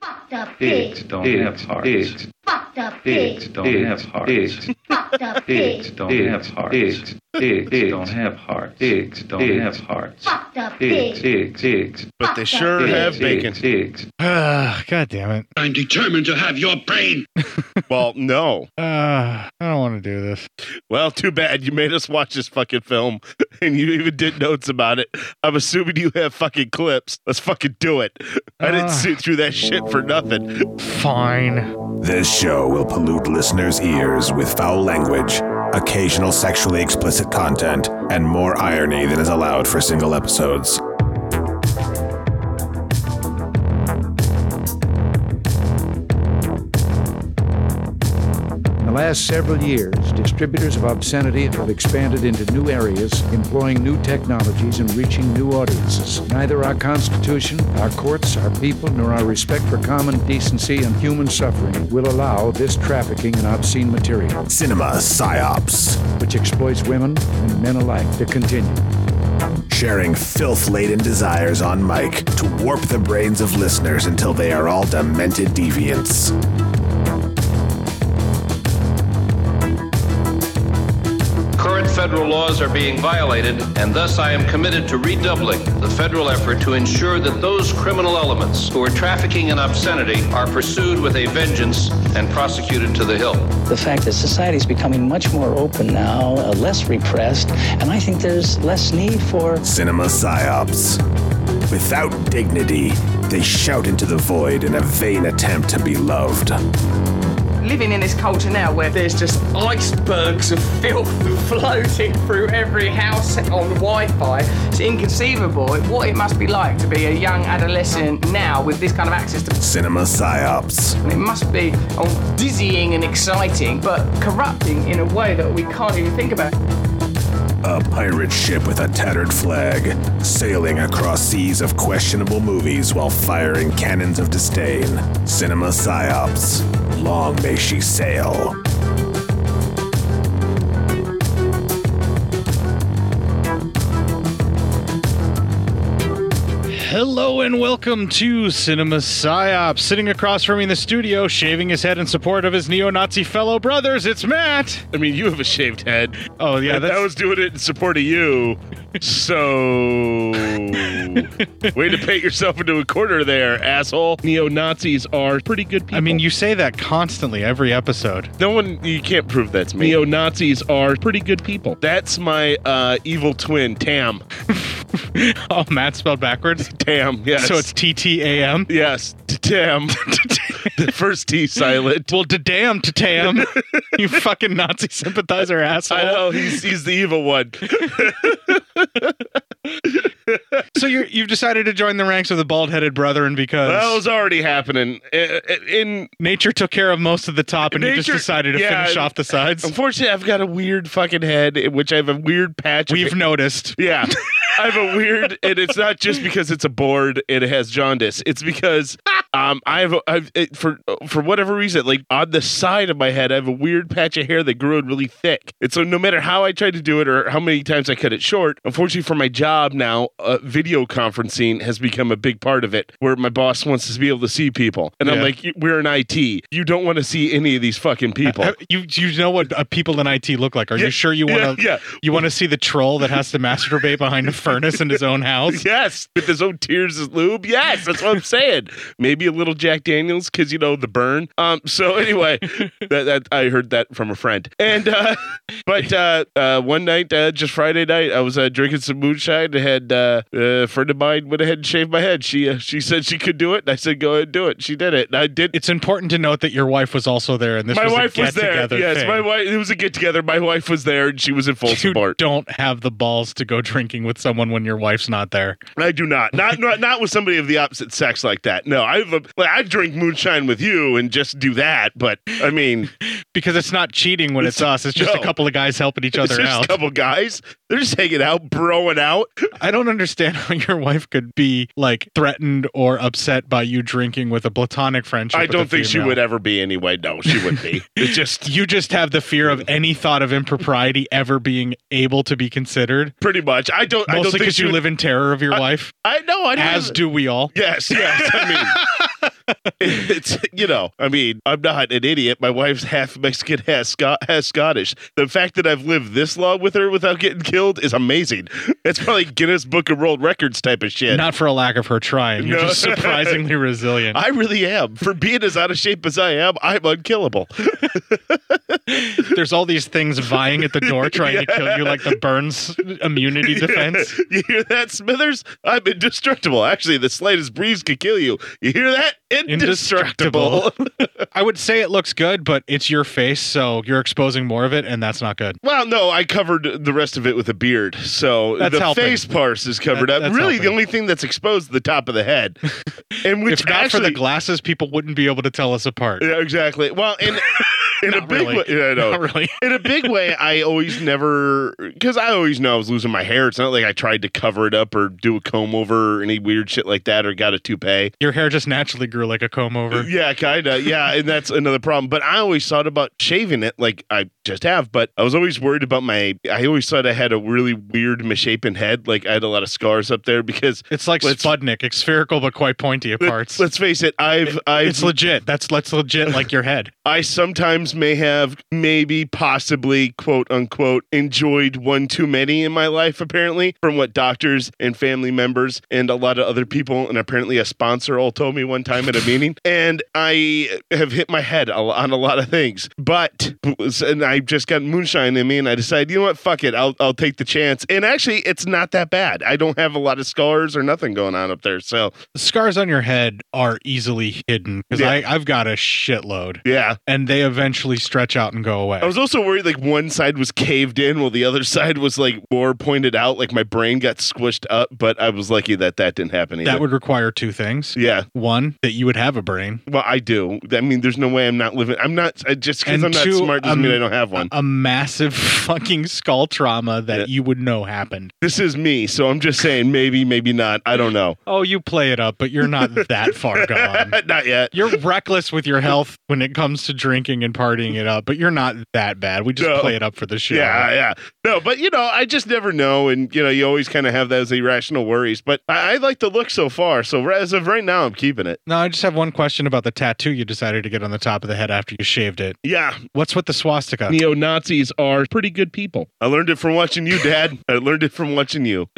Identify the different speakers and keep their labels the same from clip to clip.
Speaker 1: Fuck the pigs.
Speaker 2: don't
Speaker 3: Pigs,
Speaker 2: have hearts.
Speaker 3: pigs,
Speaker 1: Fuck the
Speaker 3: pigs
Speaker 1: pigs.
Speaker 2: don't
Speaker 3: pigs,
Speaker 2: have hearts.
Speaker 3: pigs,
Speaker 1: Fuck the
Speaker 3: pigs
Speaker 1: pigs.
Speaker 2: don't
Speaker 3: pigs,
Speaker 2: have hearts.
Speaker 3: Pigs, pigs,
Speaker 2: Pigs
Speaker 3: pigs,
Speaker 2: don't have hearts.
Speaker 3: Pigs,
Speaker 2: don't
Speaker 3: pigs,
Speaker 2: have hearts.
Speaker 1: Fuck the
Speaker 3: pigs,
Speaker 1: pigs.
Speaker 3: pigs, pigs,
Speaker 4: But they sure
Speaker 3: pigs,
Speaker 4: have bacon.
Speaker 3: pigs, pigs.
Speaker 5: Ah, God damn it.
Speaker 6: I'm determined to have your brain.
Speaker 4: Well, no.
Speaker 5: Ah, I don't want to do this.
Speaker 4: Well, too bad you made us watch this fucking film and you even did notes about it. I'm assuming you have fucking clips. Let's fucking do it. I
Speaker 5: Ah.
Speaker 4: didn't sit through that shit for nothing.
Speaker 5: Fine.
Speaker 7: This show will pollute listeners' ears with foul language, occasional sexually explicit content, and more irony than is allowed for single episodes.
Speaker 8: In the last several years, distributors of obscenity have expanded into new areas, employing new technologies and reaching new audiences. Neither our Constitution, our courts, our people, nor our respect for common decency and human suffering will allow this trafficking in obscene material,
Speaker 7: Cinema Psyops,
Speaker 8: which exploits women and men alike, to continue.
Speaker 7: sharing filth laden desires on mic to warp the brains of listeners until they are all demented deviants.
Speaker 9: Current federal laws are being violated, and thus I am committed to redoubling the federal effort to ensure that those criminal elements who are trafficking in obscenity are pursued with a vengeance and prosecuted to the hilt.
Speaker 10: the fact that society is becoming much more open now, uh, less repressed, and I think there's less need for
Speaker 7: Cinema Psyops. Without dignity, they shout into the void in a vain attempt to be loved.
Speaker 11: living in this culture now where there's just icebergs of filth floating through every house on Wi-Fi. It's inconceivable what it must be like to be a young adolescent now with this kind of access to.
Speaker 7: Cinema Psyops.
Speaker 11: It must be oh, dizzying and exciting, but corrupting in a way that we can't even think about.
Speaker 7: A pirate ship with a tattered flag, sailing across seas of questionable movies while firing cannons of disdain. Cinema Psyops. Long may she sail.
Speaker 5: Hello and welcome to Cinema Psyop. Sitting across from me in the studio, shaving his head in support of his neo Nazi fellow brothers, it's Matt.
Speaker 4: I mean, you have a shaved head.
Speaker 5: Oh, yeah,
Speaker 4: and I
Speaker 5: that's.
Speaker 4: was doing it in support of you. So, way to paint yourself into a corner there, asshole. Neo Nazis are pretty good people.
Speaker 5: I mean, you say that constantly every episode.
Speaker 4: No one, you can't prove that's me. Neo Nazis are pretty good people. That's my uh, evil twin, Tam.
Speaker 5: Oh, Matt spelled backwards.
Speaker 4: Tam, yes.
Speaker 5: So it's T T A M.
Speaker 4: yes, t- Tam. the first T silent.
Speaker 5: Well, to damn, to tam, you fucking Nazi sympathizer asshole.
Speaker 4: I know he's he's the evil one.
Speaker 5: So you're, you've decided to join the ranks of the bald-headed brethren because
Speaker 4: That was already happening. I- I- In
Speaker 5: nature took care of most of the top, and you just
Speaker 4: Nature-
Speaker 5: decided to
Speaker 4: yeah,
Speaker 5: finish off the sides.
Speaker 4: unfortunately, I've got a weird fucking head, in which I have a weird patch. of
Speaker 5: We've noticed.
Speaker 4: Yeah. I have a weird, and it's not just because it's a board and it has jaundice. It's because um, I have, a, I've it, for for whatever reason, like on the side of my head, I have a weird patch of hair that grew in really thick. And so, no matter how I tried to do it or how many times I cut it short, unfortunately for my job now, uh, video conferencing has become a big part of it. Where my boss wants to be able to see people, and I'm
Speaker 5: Yeah.
Speaker 4: like, "You- we're in IT. You don't want to see any of these fucking people.
Speaker 5: Uh, You you know what uh, people in IT look like? Are
Speaker 4: Yeah,
Speaker 5: you sure you
Speaker 4: yeah,
Speaker 5: want to
Speaker 4: yeah.
Speaker 5: you want to see the troll that has to masturbate behind a furnace in his own house?
Speaker 4: Yes, with his own tears as lube. Yes, that's what I'm saying. Maybe a little Jack Daniels because you know the burn. Um. So anyway, that, that I heard that from a friend. And uh, but uh, uh, one night, uh, just Friday night, I was uh, drinking some moonshine. and had uh, a friend of mine went ahead and shaved my head. She uh, she said she could do it, and I said go ahead and do it. She did it, and I did.
Speaker 5: It's important to note that your wife was also there, and this
Speaker 4: my
Speaker 5: was
Speaker 4: wife
Speaker 5: a
Speaker 4: was there.
Speaker 5: get-together
Speaker 4: Yes,
Speaker 5: thing.
Speaker 4: my wife. It was a get together. My wife was there, and she was in full
Speaker 5: You
Speaker 4: support.
Speaker 5: don't have the balls to go drinking with someone when your wife's not there.
Speaker 4: I do not. Not not not with somebody of the opposite sex like that. No, I have a, like I drink moonshine with you and just do that. But I mean,
Speaker 5: Because it's not cheating when it's, us. It's just
Speaker 4: no.
Speaker 5: a couple of guys helping each
Speaker 4: it's
Speaker 5: other
Speaker 4: just
Speaker 5: out.
Speaker 4: a couple guys. They're just hanging out, broing out.
Speaker 5: I don't understand how your wife could be like threatened or upset by you drinking with a platonic friendship.
Speaker 4: I
Speaker 5: with
Speaker 4: don't
Speaker 5: a
Speaker 4: think she
Speaker 5: female.
Speaker 4: would ever be anyway. No, she wouldn't be. It's just
Speaker 5: You just have the fear of any thought of impropriety ever being able to be considered.
Speaker 4: pretty much. I don't. I don't
Speaker 5: Mostly
Speaker 4: think
Speaker 5: because
Speaker 4: she
Speaker 5: you
Speaker 4: would-
Speaker 5: live in terror of your wife,
Speaker 4: I know. I don't
Speaker 5: as
Speaker 4: have-
Speaker 5: do we all.
Speaker 4: Yes. Yes. I mean. it's you know i mean i'm not an idiot my wife's half mexican half, Scot- half scottish the fact that i've lived this long with her without getting killed is amazing it's probably guinness book of world records type of shit
Speaker 5: Not for a lack of her trying. You're
Speaker 4: No.
Speaker 5: just surprisingly resilient.
Speaker 4: i really am for being as out of shape as i am i'm unkillable
Speaker 5: There's all these things vying at the door trying to kill you, like the Burns immunity defense.
Speaker 4: you hear that smithers i'm indestructible actually the slightest breeze could kill you you hear that indestructible,
Speaker 5: I would say it looks good, but it's your face, so you're exposing more of it, and that's not good.
Speaker 4: Well, no, I covered the rest of it with a beard, so
Speaker 5: That's
Speaker 4: the
Speaker 5: helping.
Speaker 4: face part is covered up.
Speaker 5: That- that's
Speaker 4: Really, the
Speaker 5: helping.
Speaker 4: only thing that's exposed is the top of the head, and which
Speaker 5: if not
Speaker 4: actually,
Speaker 5: for the glasses, people wouldn't be able to tell us apart.
Speaker 4: yeah, exactly. Well, in in a
Speaker 5: Not
Speaker 4: big
Speaker 5: really.
Speaker 4: way, yeah, I know.
Speaker 5: Not really.
Speaker 4: in a big way, I always never because I always know I was losing my hair. It's not like I tried to cover it up or do a comb over or any weird shit like that or got a toupee.
Speaker 5: Your hair just naturally grew like a comb over.
Speaker 4: Yeah, kinda. Yeah, and that's another problem. But I always thought about shaving it, like I just have. But I was always worried about my. I always thought I had a really weird misshapen head. Like I had a lot of scars up there because
Speaker 5: It's like
Speaker 4: Let's-
Speaker 5: Spudnik. It's spherical but quite pointy at parts.
Speaker 4: let's face it, I've I've
Speaker 5: it's legit. That's that's legit like your head.
Speaker 4: I sometimes may have maybe possibly quote unquote enjoyed one too many in my life apparently from what doctors and family members and a lot of other people and apparently a sponsor all told me one time at a meeting and I have hit my head a- on a lot of things but and I just got moonshine in me and I decided you know what fuck it I'll I'll take the chance and actually it's not that bad I don't have a lot of scars or nothing going on up there so
Speaker 5: Scars on your head are easily hidden because
Speaker 4: Yeah.
Speaker 5: I've got a shitload,
Speaker 4: yeah
Speaker 5: and they eventually stretch out and go away.
Speaker 4: I was also worried like one side was caved in while the other side was like more pointed out. Like my brain got squished up, but I was lucky that that didn't happen either.
Speaker 5: that would require two things.
Speaker 4: yeah.
Speaker 5: One, that you would have a brain.
Speaker 4: Well, I do. I mean, there's no way I'm not living. I'm not I, just because
Speaker 5: And
Speaker 4: I'm not
Speaker 5: two,
Speaker 4: smart doesn't
Speaker 5: um,
Speaker 4: mean I don't have one.
Speaker 5: A massive fucking skull trauma that
Speaker 4: Yeah.
Speaker 5: you would know happened.
Speaker 4: this is me, so I'm just saying maybe, maybe not. I don't know.
Speaker 5: Oh, you play it up, but you're not that far gone.
Speaker 4: not yet.
Speaker 5: You're reckless with your health when it comes to drinking and partying it up, but you're not that bad. We just
Speaker 4: No.
Speaker 5: play it up for the show.
Speaker 4: Yeah, yeah. No, but you know, I just never know, and you know, you always kind of have those irrational worries. But I, I like the look so far. So as of right now, I'm keeping it.
Speaker 5: No, I just have one question about the tattoo you decided to get on the top of the head after you shaved it.
Speaker 4: Yeah,
Speaker 5: What's with the swastika?
Speaker 4: Neo Nazis are pretty good people. I learned it from watching you, Dad. I learned it from watching you.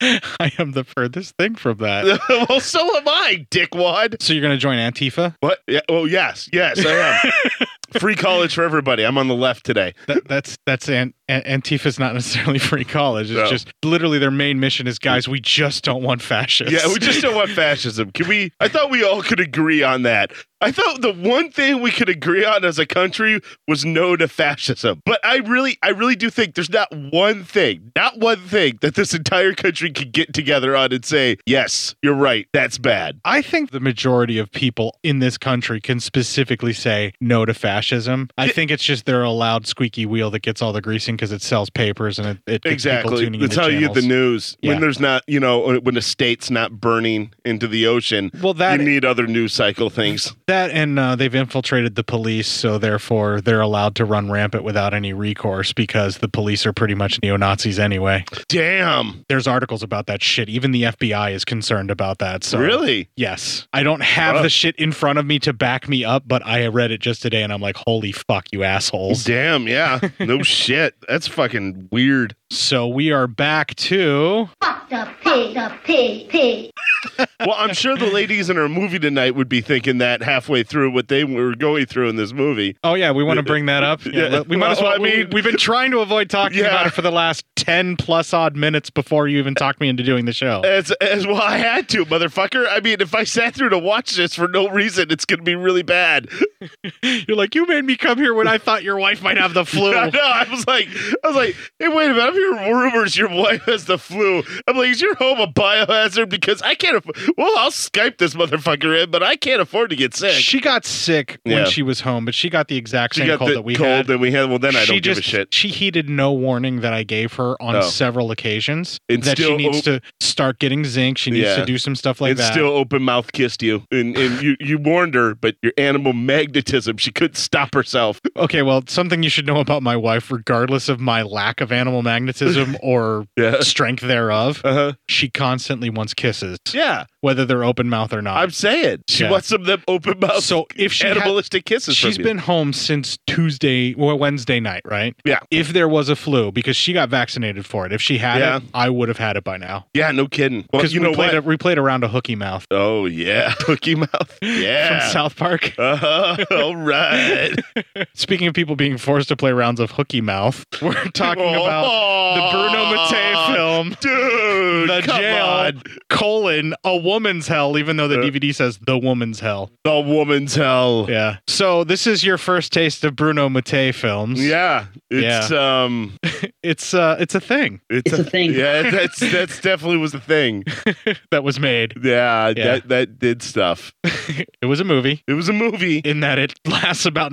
Speaker 5: I am the furthest thing from that.
Speaker 4: well, so am I, dickwad.
Speaker 5: so you're going to join Antifa?
Speaker 4: What? Yeah, oh, yes, yes, I am. Free college for everybody. I'm on the left today.
Speaker 5: That, that's that's an, an, Antifa's not necessarily free college. It's
Speaker 4: No.
Speaker 5: just literally their main mission is guys, we just don't want fascists.
Speaker 4: Yeah, we just don't want fascism. Can we? I thought we all could agree on that. I thought the one thing we could agree on as a country was no to fascism. But I really, I really do think there's not one thing, not one thing that this entire country could get together on and say, yes, you're right, that's bad.
Speaker 5: I think the majority of people in this country can specifically say no to fascism. I think it's just they're a loud squeaky wheel that gets all the greasing because it sells papers and it, it gets people
Speaker 4: Exactly.
Speaker 5: tuning
Speaker 4: That's
Speaker 5: into
Speaker 4: how you get the
Speaker 5: channels.
Speaker 4: news.
Speaker 5: Yeah.
Speaker 4: When there's not, you know, when the state's not burning into the ocean,
Speaker 5: Well, that
Speaker 4: you need other news cycle things.
Speaker 5: That and uh, they've infiltrated the police, so therefore they're allowed to run rampant without any recourse because the police are pretty much neo Nazis anyway.
Speaker 4: Damn.
Speaker 5: There's articles about that shit. Even the FBI is concerned about that. So
Speaker 4: Really?
Speaker 5: Yes. I don't have
Speaker 4: Wow.
Speaker 5: the shit in front of me to back me up, but I read it just today and I'm like, holy fuck, you assholes.
Speaker 4: Damn, yeah. No shit. That's fucking weird.
Speaker 5: So we are back to.
Speaker 1: Fuck the pig, the pig, pig.
Speaker 4: Well, I'm sure the ladies in our movie tonight would be thinking that halfway through what they were going through in this movie.
Speaker 5: Oh, yeah, we want to bring that up.
Speaker 4: Yeah.
Speaker 5: Yeah, we might as well.
Speaker 4: Well, I
Speaker 5: we,
Speaker 4: mean-
Speaker 5: we've been trying to avoid talking
Speaker 4: Yeah.
Speaker 5: about it for the last 10 plus odd minutes before you even talked me into doing the show.
Speaker 4: As as well I had to, motherfucker. I mean, if I sat through to watch this for no reason, it's gonna be really bad.
Speaker 5: You're like, you made me come here when I thought your wife might have the flu.
Speaker 4: I know. I was like, I was like, hey, wait a minute. I'm hearing rumors your wife has the flu. I'm like, is your home a biohazard? Because I can't. Aff- well, I'll Skype this motherfucker in, but I can't afford to get sick.
Speaker 5: She got sick
Speaker 4: Yeah.
Speaker 5: when she was home, but she got the exact same cold
Speaker 4: the
Speaker 5: that we
Speaker 4: cold
Speaker 5: had.
Speaker 4: that we had. Well, then I
Speaker 5: she
Speaker 4: don't give
Speaker 5: just
Speaker 4: a shit.
Speaker 5: she heeded no warning that I gave her on
Speaker 4: No.
Speaker 5: several occasions
Speaker 4: It's
Speaker 5: that
Speaker 4: still
Speaker 5: she needs
Speaker 4: op-
Speaker 5: to start getting zinc. She needs
Speaker 4: Yeah.
Speaker 5: to do some stuff like
Speaker 4: and
Speaker 5: that.
Speaker 4: still open mouth kissed you, and, and you you warned her, but your animal magnetism, she couldn't stop herself.
Speaker 5: okay, well, something you should know about my wife, regardless of my lack of animal magnetism or
Speaker 4: Yeah.
Speaker 5: strength thereof,
Speaker 4: Uh-huh.
Speaker 5: she constantly wants kisses,
Speaker 4: Yeah,
Speaker 5: whether they're open mouth or not.
Speaker 4: I'm saying she
Speaker 5: Yeah.
Speaker 4: wants some of them open mouth.
Speaker 5: so if she had,
Speaker 4: animalistic kisses.
Speaker 5: She's
Speaker 4: from you.
Speaker 5: been home since Tuesday, well, Wednesday night, right?
Speaker 4: Yeah.
Speaker 5: If there was a flu, because she got vaccinated for it, if she had
Speaker 4: Yeah.
Speaker 5: it, I would have had it by now.
Speaker 4: Yeah, no kidding. Well,
Speaker 5: Because
Speaker 4: you
Speaker 5: we
Speaker 4: know
Speaker 5: played
Speaker 4: what?
Speaker 5: A, we played around a hooky mouth
Speaker 4: oh yeah, hooky mouth. Yeah.
Speaker 5: from South Park.
Speaker 4: Uh-huh. All right.
Speaker 5: Speaking of people being forced to play rounds of hooky mouth, we're
Speaker 4: Oh.
Speaker 5: talking about the Bruno Mattei film.
Speaker 4: Dude,
Speaker 5: The
Speaker 4: come
Speaker 5: jail
Speaker 4: on.
Speaker 5: colon a woman's hell, even though the
Speaker 4: Uh.
Speaker 5: DVD says the woman's hell.
Speaker 4: The woman's hell. Yeah.
Speaker 5: Yeah. So this is your first taste of Bruno Mattei films.
Speaker 4: It's um
Speaker 5: It's uh, it's a thing
Speaker 4: it's,
Speaker 10: It's a thing.
Speaker 4: Yeah, that's that's definitely was a thing.
Speaker 5: that was made.
Speaker 4: Yeah,
Speaker 5: Yeah.
Speaker 4: that that did stuff.
Speaker 5: It was a movie
Speaker 4: It was a movie.
Speaker 5: in that it lasts about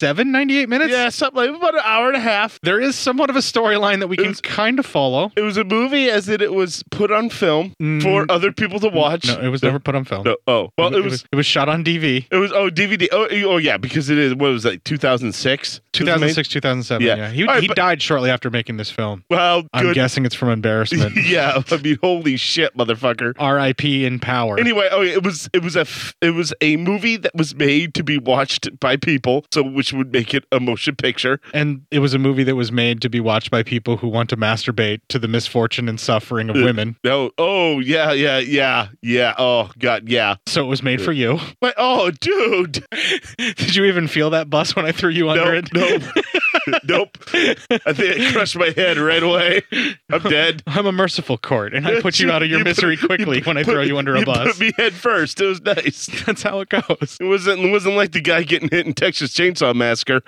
Speaker 5: 97, 98 minutes.
Speaker 4: yeah, something like about an hour and a half.
Speaker 5: There is somewhat of a storyline that we
Speaker 4: It
Speaker 5: can
Speaker 4: was-
Speaker 5: kind of follow.
Speaker 4: It was a movie as that it was put on film for
Speaker 5: Mm.
Speaker 4: other people to watch.
Speaker 5: No, it was never put on film.
Speaker 4: No, oh, well, it was
Speaker 5: it was shot on DV.
Speaker 4: It was oh DVD oh, eh, oh yeah because it is what was it, like 2006
Speaker 5: 2006, 2007.
Speaker 4: Yeah.
Speaker 5: Yeah, he,
Speaker 4: All right,
Speaker 5: he
Speaker 4: but-
Speaker 5: died shortly after making this film.
Speaker 4: well
Speaker 5: I'm
Speaker 4: good
Speaker 5: guessing it's from embarrassment.
Speaker 4: yeah I mean holy shit motherfucker
Speaker 5: R.I.P. in power.
Speaker 4: anyway oh yeah, it was it was a f- it was a movie that was made to be watched by people so which would make it a motion picture
Speaker 5: and it was a movie that was made to be watched by people who want to masturbate to the misfortune and suffering of
Speaker 4: Uh,
Speaker 5: women.
Speaker 4: no oh yeah yeah yeah yeah oh god yeah
Speaker 5: So it was made for you.
Speaker 4: but oh dude
Speaker 5: Did you even feel that bus when I threw you under
Speaker 4: nope
Speaker 5: it?
Speaker 4: nope nope I think it crushed my head right away I'm dead.
Speaker 5: I'm a merciful court, and I put you out of your
Speaker 4: put-
Speaker 5: misery quickly
Speaker 4: you
Speaker 5: when I
Speaker 4: put-
Speaker 5: throw you under a
Speaker 4: Put
Speaker 5: bus.
Speaker 4: me head first. It was nice.
Speaker 5: That's how it goes.
Speaker 4: It wasn't it wasn't like the guy getting hit in Texas Chainsaw Massacre.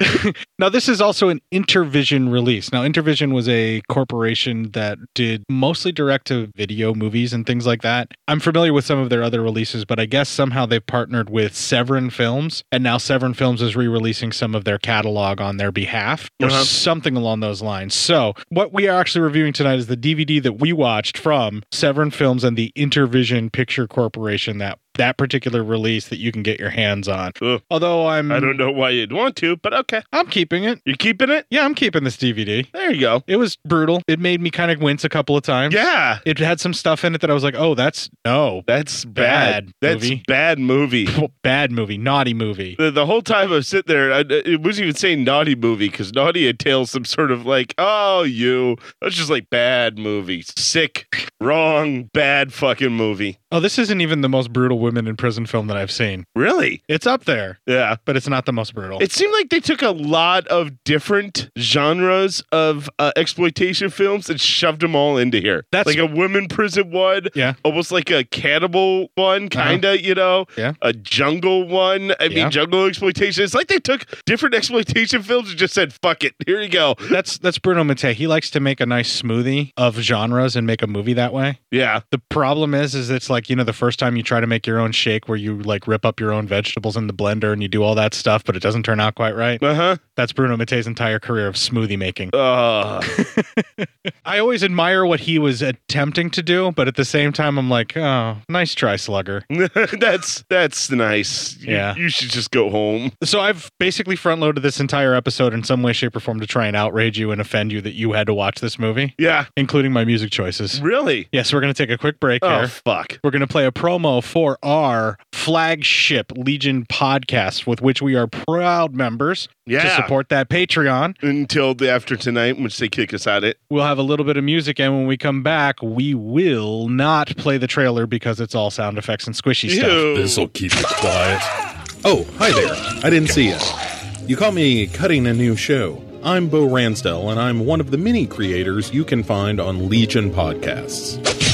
Speaker 5: Now, this is also an Intervision release. Now, Intervision was a corporation that did mostly direct to video movies and things like that. I'm familiar with some of their other releases, but I guess somehow they've partnered with Severin Films, and now Severin Films is re releasing some of their catalog on their behalf or
Speaker 4: Uh-huh.
Speaker 5: something along those lines. So, what we are actually reviewing tonight is the DVD that we watched from Severin Films and the Intervision Picture Corporation that. That particular release that you can get your hands on.
Speaker 4: Ugh.
Speaker 5: Although I'm,
Speaker 4: I don't know why you'd want to, but okay.
Speaker 5: I'm keeping it.
Speaker 4: You're keeping it?
Speaker 5: Yeah, I'm keeping this DVD.
Speaker 4: There you go.
Speaker 5: It was brutal. It made me kind of wince a couple of times.
Speaker 4: Yeah.
Speaker 5: It had some stuff in it that I was like, oh, that's no.
Speaker 4: That's bad.
Speaker 5: Bad
Speaker 4: That's
Speaker 5: movie.
Speaker 4: bad movie.
Speaker 5: Bad movie, naughty movie.
Speaker 4: The, the whole time I was sitting there, I, it wasn't even saying naughty movie because naughty entails some sort of like, oh, you. That's just like bad movie. Sick, wrong, bad fucking movie.
Speaker 5: Oh, this isn't even the most brutal women in prison film that I've seen.
Speaker 4: Really?
Speaker 5: It's up there,
Speaker 4: Yeah.
Speaker 5: but it's not the most brutal.
Speaker 4: It seemed like they took a lot of different genres of uh, exploitation films and shoved them all into here.
Speaker 5: That's-
Speaker 4: like a women prison one,
Speaker 5: yeah. Uh-huh.
Speaker 4: almost like a cannibal one, kind of, you know,
Speaker 5: Yeah.
Speaker 4: a jungle one. I
Speaker 5: Yeah.
Speaker 4: mean, jungle exploitation. It's like they took different exploitation films and just said, fuck it, here you go.
Speaker 5: That's that's Bruno Mattei. He likes to make a nice smoothie of genres and make a movie that way.
Speaker 4: Yeah.
Speaker 5: The problem is, is it's like you know the first time you try to make your own shake where you like rip up your own vegetables in the blender and you do all that stuff, but it doesn't turn out quite right.
Speaker 4: Uh
Speaker 5: That's Bruno Mattei's entire career of smoothie making.
Speaker 4: huh. Uh,
Speaker 5: I always admire what he was attempting to do, but at the same time, I'm like, oh, nice try, Slugger.
Speaker 4: that's that's nice. You-
Speaker 5: Yeah.
Speaker 4: you should just go home.
Speaker 5: So I've basically front loaded this entire episode in some way, shape, or form to try and outrage you and offend you that you had to watch this movie,
Speaker 4: Yeah,
Speaker 5: including my music choices.
Speaker 4: really.
Speaker 5: Yes, we're going to take a quick break
Speaker 4: Oh
Speaker 5: here.
Speaker 4: fuck.
Speaker 5: We're going to play a promo for our flagship Legion podcast, with which we are proud members to
Speaker 4: Yeah.
Speaker 5: support that Patreon.
Speaker 4: Until the after tonight, which they kick us out it.
Speaker 5: We'll have a little bit of music, and when we come back, we will not play the trailer because it's all sound effects and squishy stuff.
Speaker 2: This'll keep it quiet. Oh, hi there. I didn't see you. You caught me cutting a new show. I'm Bo Ransdell, and I'm one of the many creators you can find on Legion Podcasts.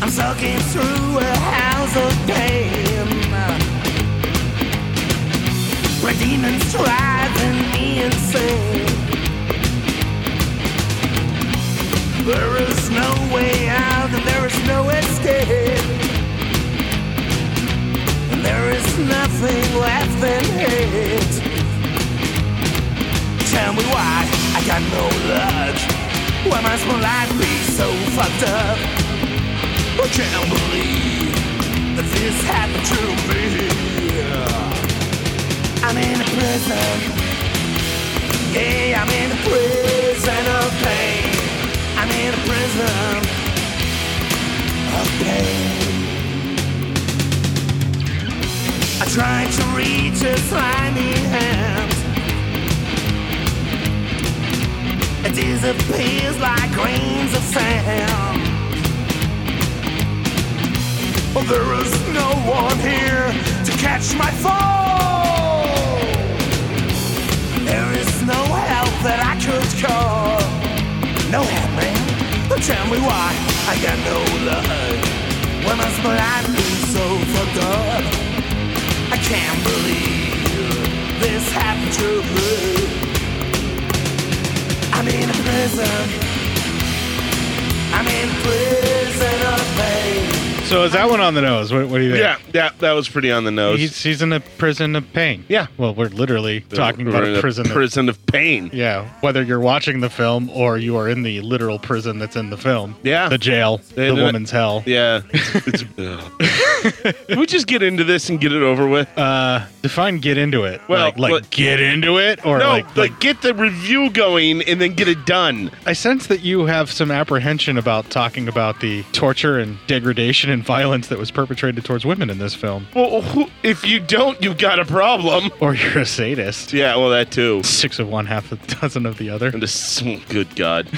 Speaker 3: I'm sucking through a house of pain. Where demons driving me insane. There is no way out and there is no escape. And there is nothing left than hate. Tell me why I got no luck. Why must my life be so fucked up? I can't believe that this happened to me. I'm in a prison. Yeah, I'm in a prison of pain. I'm in a prison of pain. I tried to reach a slimy hand. It disappears like grains of sand. There is no one here to catch my fall. There is no help that I could call. No help, man. Tell me why I got no luck. Why must my life be so fucked up? I can't believe this happened to me. I'm in a prison. I'm in a prison of pain.
Speaker 5: So is that one on the nose? What, what do you think?
Speaker 4: Yeah, that that was pretty on the nose.
Speaker 5: He's, he's in a prison of pain.
Speaker 4: Yeah.
Speaker 5: Well, we're literally talking about
Speaker 4: We're in
Speaker 5: a prison. Of,
Speaker 4: prison of pain.
Speaker 5: yeah. Whether you're watching the film or you are in the literal prison that's in the film.
Speaker 4: Yeah.
Speaker 5: The jail.
Speaker 4: They
Speaker 5: the
Speaker 4: did it.
Speaker 5: woman's hell.
Speaker 4: Yeah. It's, ugh. Can we just get into this and get it over with?
Speaker 5: Uh, define get into it.
Speaker 4: Well,
Speaker 5: like, like
Speaker 4: what-
Speaker 5: get into it or
Speaker 4: no,
Speaker 5: like,
Speaker 4: like, get the review going and then get it done.
Speaker 5: I sense that you have some apprehension about talking about the torture and degradation and violence that was perpetrated towards women in this film.
Speaker 4: Well, who, if you don't, you've got a problem.
Speaker 5: Or you're a sadist.
Speaker 4: Yeah, well, that too.
Speaker 5: Six of one, half a dozen of the other.
Speaker 4: And this, oh, good God.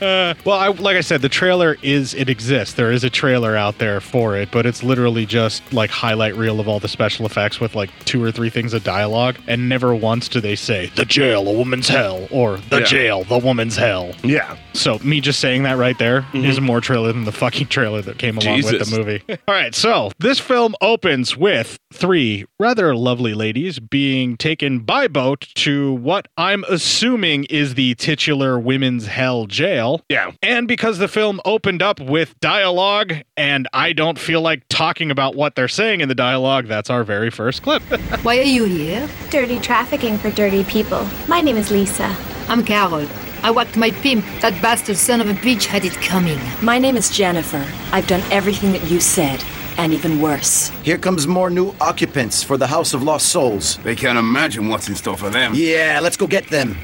Speaker 5: Well, I, like I said, the trailer is, it exists. There is a trailer out there for it, but it's literally just like highlight reel of all the special effects with like two or three things of dialogue. And never once do they say, the jail, a woman's hell, or the
Speaker 4: Yeah.
Speaker 5: jail, the woman's hell.
Speaker 4: Yeah.
Speaker 5: So me just saying that right there is more trailer than the fucking trailer that came along with
Speaker 4: Mm-hmm. Jesus.
Speaker 5: the movie. All right, so this film opens with three rather lovely ladies being taken by boat to what I'm assuming is the titular women's hell jail.
Speaker 4: Yeah.
Speaker 5: And because the film opened up with dialogue and I don't feel like talking about what they're saying in the dialogue, that's our very first clip.
Speaker 12: Why are you here?
Speaker 13: Dirty trafficking for dirty people. My name is Lisa.
Speaker 12: I'm Carol. I whacked my pimp. That bastard son of a bitch had it coming.
Speaker 14: My name is Jennifer. I've done everything that you said, and even worse.
Speaker 15: Here comes more new occupants for the House of Lost Souls.
Speaker 6: They can't imagine what's in store for them.
Speaker 15: Yeah, let's go get them.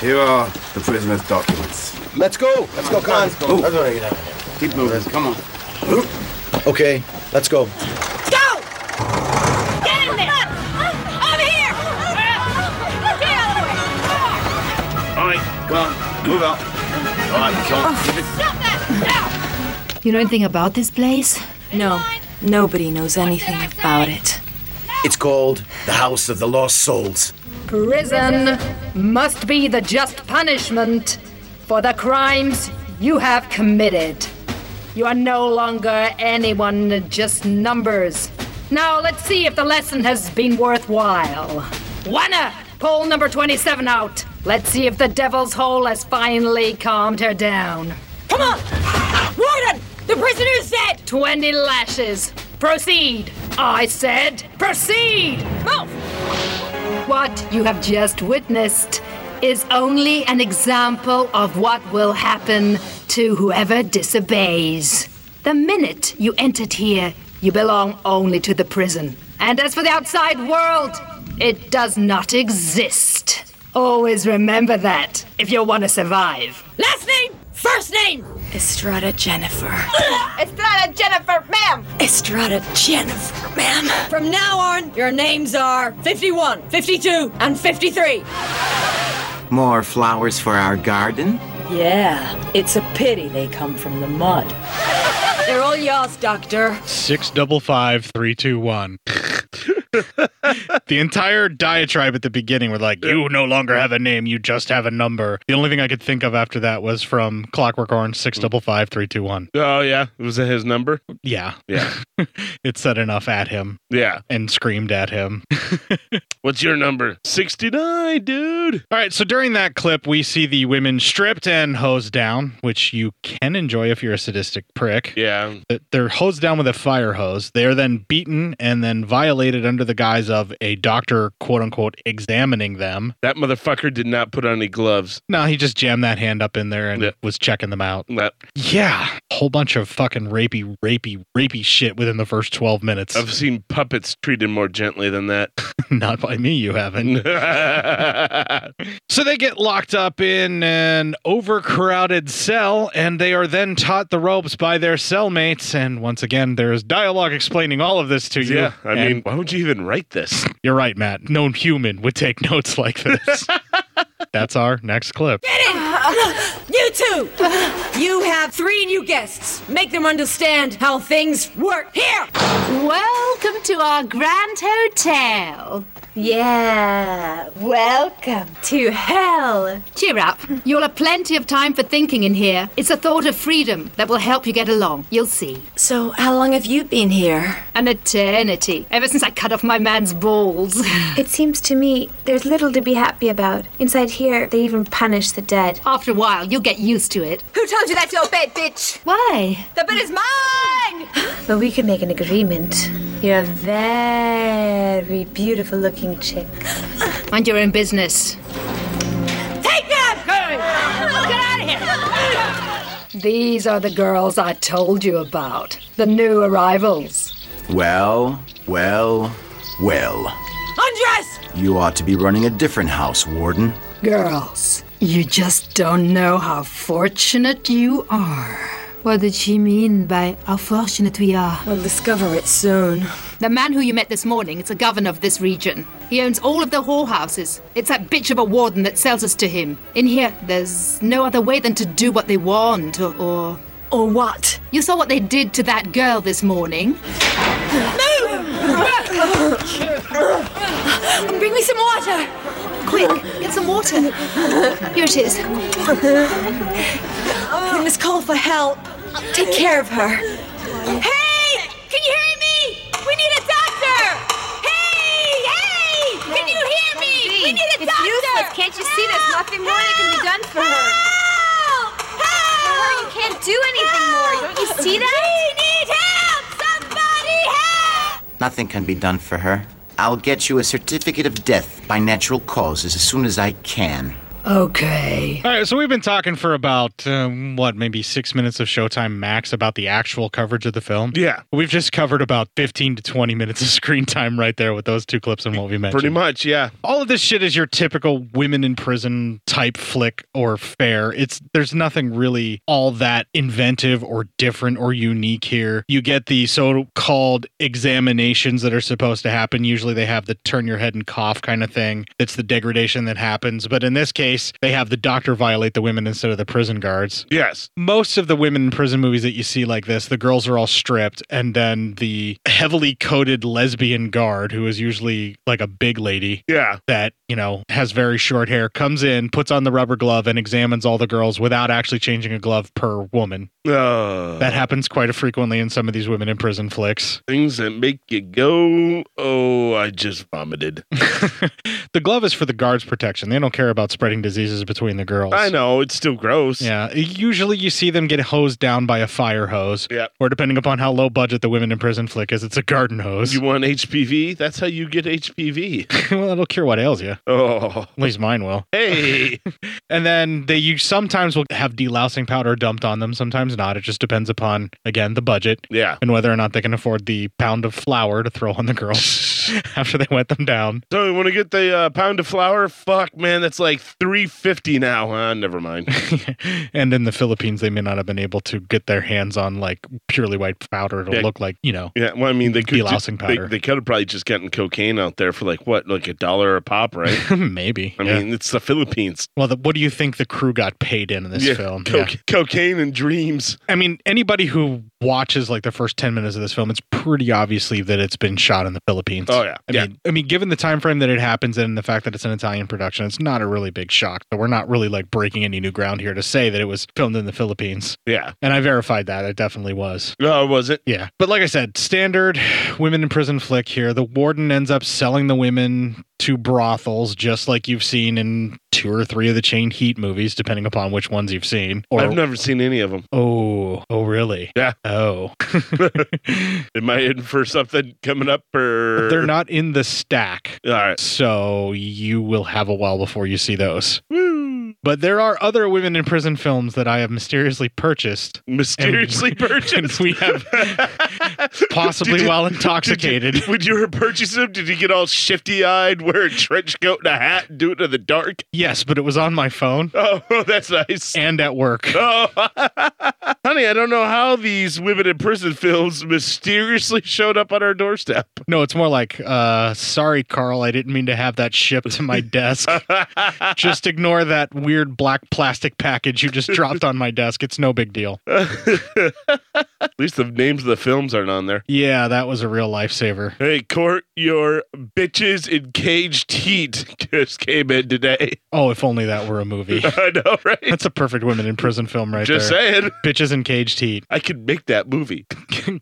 Speaker 6: Here are the prisoner's documents.
Speaker 15: Let's go. Let's go, Khan.
Speaker 6: Keep moving. Come on.
Speaker 15: Okay, let's go.
Speaker 3: Go! Get in there! I'm here! Get out of the way!
Speaker 6: All right, come on. Move out. All right, come on. Keep it
Speaker 12: You know anything about this place?
Speaker 14: No, nobody knows anything about it.
Speaker 15: It's called the House of the Lost Souls.
Speaker 12: Prison must be the just punishment for the crimes you have committed. You are no longer anyone, just numbers. Now let's see if the lesson has been worthwhile. Wanna pull number 27 out. Let's see if the devil's hole has finally calmed her down.
Speaker 3: Come on! Warden! The prisoner's dead!
Speaker 12: 20 lashes. Proceed. I said, proceed. Move. What you have just witnessed is only an example of what will happen to whoever disobeys. The minute you entered here, You belong only to the prison. And as for the outside world, it does not exist. Always remember that if you want to survive.
Speaker 16: Last name, first name.
Speaker 14: Estrada Jennifer.
Speaker 16: Estrada Jennifer, ma'am.
Speaker 14: Estrada Jennifer, ma'am.
Speaker 16: From now on, your names are 51, 52, and 53.
Speaker 17: More flowers for our garden?
Speaker 16: Yeah, it's a pity they come from the mud. They're all yours, Doctor.
Speaker 5: Six double five three two one. the entire diatribe at the beginning were like, "You no longer have a name; you just have a number." The only thing I could think of after that was from Clockwork Orange six double five three two one.
Speaker 4: Oh yeah, was it his number?
Speaker 5: Yeah,
Speaker 4: Yeah,
Speaker 5: it said enough at him
Speaker 4: yeah.
Speaker 5: and screamed at him.
Speaker 4: What's your number? Sixty nine, dude.
Speaker 5: All right, so during that clip, we see the women stripped and hosed down, which you can enjoy if you're a sadistic prick.
Speaker 4: Yeah.
Speaker 5: Th- They're hosed down with a fire hose. They are then beaten and then violated under the guise of a doctor, quote unquote, examining them.
Speaker 4: That motherfucker did not put on any gloves.
Speaker 5: No, he just jammed that hand up in there and was checking them out.
Speaker 4: That
Speaker 5: Yeah. Whole bunch of fucking rapey, rapey, rapey shit within the first 12 minutes.
Speaker 4: I've seen puppets treated more gently than that.
Speaker 5: Not by me, you haven't. So they get locked up in an overcrowded cell, and they are then taught the ropes by their cellmates. And once again, there is dialogue explaining all of this to you.
Speaker 4: yeah, I
Speaker 5: And
Speaker 4: mean, why would you even write this?
Speaker 5: you're right, Matt. No human would take notes like this. That's our next clip.
Speaker 16: Uh, You two! You have three new guests. Make them understand how things work here!
Speaker 18: Welcome to our Grand Hotel. Yeah, welcome to hell.
Speaker 12: Cheer up. You'll have plenty of time for thinking in here. It's a thought of freedom that will help you get along. You'll see.
Speaker 14: So, how long have you been here?
Speaker 12: An eternity. Ever since I cut off my man's balls.
Speaker 13: It seems to me there's little to be happy about. Inside here, they even punish the dead.
Speaker 12: After a while, you'll get used to it.
Speaker 16: Who told you that's your bed, bitch?
Speaker 12: Why?
Speaker 16: The bed is mine!
Speaker 13: But we could make an agreement. You're a very beautiful looking chick.
Speaker 12: Mind your own business.
Speaker 16: Take them! Get out of here!
Speaker 12: These are the girls I told you about. The new arrivals.
Speaker 15: Well, well, well.
Speaker 16: Undress!
Speaker 15: You ought to be running a different house, Warden.
Speaker 12: Girls, you just don't know how fortunate you are. What did she mean by how fortunate we are?
Speaker 16: We'll discover it soon.
Speaker 12: The man who you met this morning is the governor of this region. He owns all of the whorehouses. It's that bitch of a warden that sells us to him. In here, there's no other way than to do what they want, or. Or,
Speaker 16: or what?
Speaker 12: You saw what they did to that girl this morning.
Speaker 16: Bring me some water!
Speaker 12: Quick, get some water. Here it is.
Speaker 16: We must call for help. Take care of her. Hey! Can you hear me? We need a doctor! Hey! Hey! Can you hear me? We need a
Speaker 18: It's
Speaker 16: doctor!
Speaker 18: useless. Can't you see there's nothing more that can be done for her?
Speaker 16: Help! Help!
Speaker 18: You can't do anything more. Don't you see that?
Speaker 16: We need help! Somebody help!
Speaker 17: Nothing can be done for her.
Speaker 15: I'll get you a certificate of death by natural causes as soon as I can.
Speaker 5: Oh,
Speaker 12: Okay.
Speaker 5: All right, so we've been talking for about, um, what, maybe six minutes of Showtime max about the actual coverage of the film.
Speaker 4: Yeah.
Speaker 5: We've just covered about 15 to 20 minutes of screen time right there with those two clips and what we mentioned.
Speaker 4: Pretty much, yeah.
Speaker 5: All of this shit is your typical women in prison type flick or fair. It's there's nothing really all that inventive or different or unique here. You get the so-called examinations that are supposed to happen. Usually they have the turn your head and cough kind of thing. It's the degradation that happens, but in this case, they have the doctor violate the women instead of the prison guards.
Speaker 4: Yes.
Speaker 5: Most of the women in prison movies that you see like this, the girls are all stripped, and then the heavily coded lesbian guard, who is usually like a big lady,
Speaker 4: yeah,
Speaker 5: that you know has very short hair, comes in, puts on the rubber glove, and examines all the girls without actually changing a glove per woman.
Speaker 4: Uh,
Speaker 5: That happens quite frequently in some of these women in prison flicks.
Speaker 4: Things that make you go, oh, I just vomited.
Speaker 5: The glove is for the guards' protection. They don't care about spreading diseases between the girls.
Speaker 4: I know it's still gross.
Speaker 5: Yeah. Usually you see them get hosed down by a fire hose.
Speaker 4: Yeah.
Speaker 5: Or depending upon how low budget the women in prison flick is, it's a garden hose.
Speaker 4: You want HPV? That's how you get HPV.
Speaker 5: well, it'll cure what ails you.
Speaker 4: Oh.
Speaker 5: At least mine will.
Speaker 4: Hey.
Speaker 5: and then they you sometimes will have delousing powder dumped on them, sometimes not. It just depends upon again the budget.
Speaker 4: Yeah.
Speaker 5: And whether or not they can afford the pound of flour to throw on the girls after they wet them down.
Speaker 4: So you want to get the uh, pound of flour? Fuck, man, that's like three fifty now. Uh, never mind.
Speaker 5: And in the Philippines they may not have been able to get their hands on like purely white powder. It'll
Speaker 4: Yeah.
Speaker 5: look like, you know.
Speaker 4: Yeah, well, I mean, they could ju-
Speaker 5: Delousing
Speaker 4: they-
Speaker 5: powder.
Speaker 4: They, could have probably just gotten cocaine out there for like what, like a dollar a pop, right?
Speaker 5: Maybe.
Speaker 4: I
Speaker 5: yeah.
Speaker 4: mean, it's the Philippines.
Speaker 5: Well, the, what do you think the crew got paid in in this
Speaker 4: Yeah,
Speaker 5: film?
Speaker 4: coca- Cocaine and dreams.
Speaker 5: I mean, anybody who watches like the first ten minutes of this film, it's pretty obviously that it's been shot in the Philippines.
Speaker 4: Oh, yeah.
Speaker 5: I
Speaker 4: Yeah.
Speaker 5: mean, I mean, given the time frame that it happens in and the fact that it's an Italian production, it's not a really big shock. So we're not really like breaking any new ground here to say that it was filmed in the Philippines.
Speaker 4: Yeah.
Speaker 5: And I verified that it definitely was.
Speaker 4: No, was it?
Speaker 5: Yeah. But like I said, standard women in prison flick here. The warden ends up selling the women to brothels, just like you've seen in two or three of the Chain Heat movies, depending upon which ones you've seen. Or
Speaker 4: I've never seen any of them.
Speaker 5: Oh, oh, really?
Speaker 4: Yeah.
Speaker 5: Oh,
Speaker 4: Am I in for something coming up? Or
Speaker 5: they're not in the stack.
Speaker 4: All right.
Speaker 5: So you will have a while before you see those. But there are other women in prison films that I have mysteriously purchased.
Speaker 4: Mysteriously purchased.
Speaker 5: we have possibly
Speaker 4: Did you-
Speaker 5: while
Speaker 4: did you-
Speaker 5: intoxicated.
Speaker 4: when you were purchasing them, did you get all shifty eyed, wear a trench coat and a hat, and do it in the dark?
Speaker 5: yes, but it was on my phone
Speaker 4: Oh, that's nice.
Speaker 5: and at work.
Speaker 4: Oh, honey, I don't know how these women in prison films mysteriously showed up on our doorstep.
Speaker 5: No, it's more like, uh, sorry, Carl, I didn't mean to have that shipped to my desk. just ignore that weird black plastic package you just dropped on my desk. It's no big deal.
Speaker 4: At least the names of the films aren't on there.
Speaker 5: Yeah, that was a real lifesaver.
Speaker 4: Hey, court, your bitches in caged heat just came in today.
Speaker 5: Oh, if only that were a movie.
Speaker 4: I know, right?
Speaker 5: That's a perfect women in prison film right
Speaker 4: Just
Speaker 5: there.
Speaker 4: saying.
Speaker 5: Bitches in Caged Heat.
Speaker 4: I could make that movie.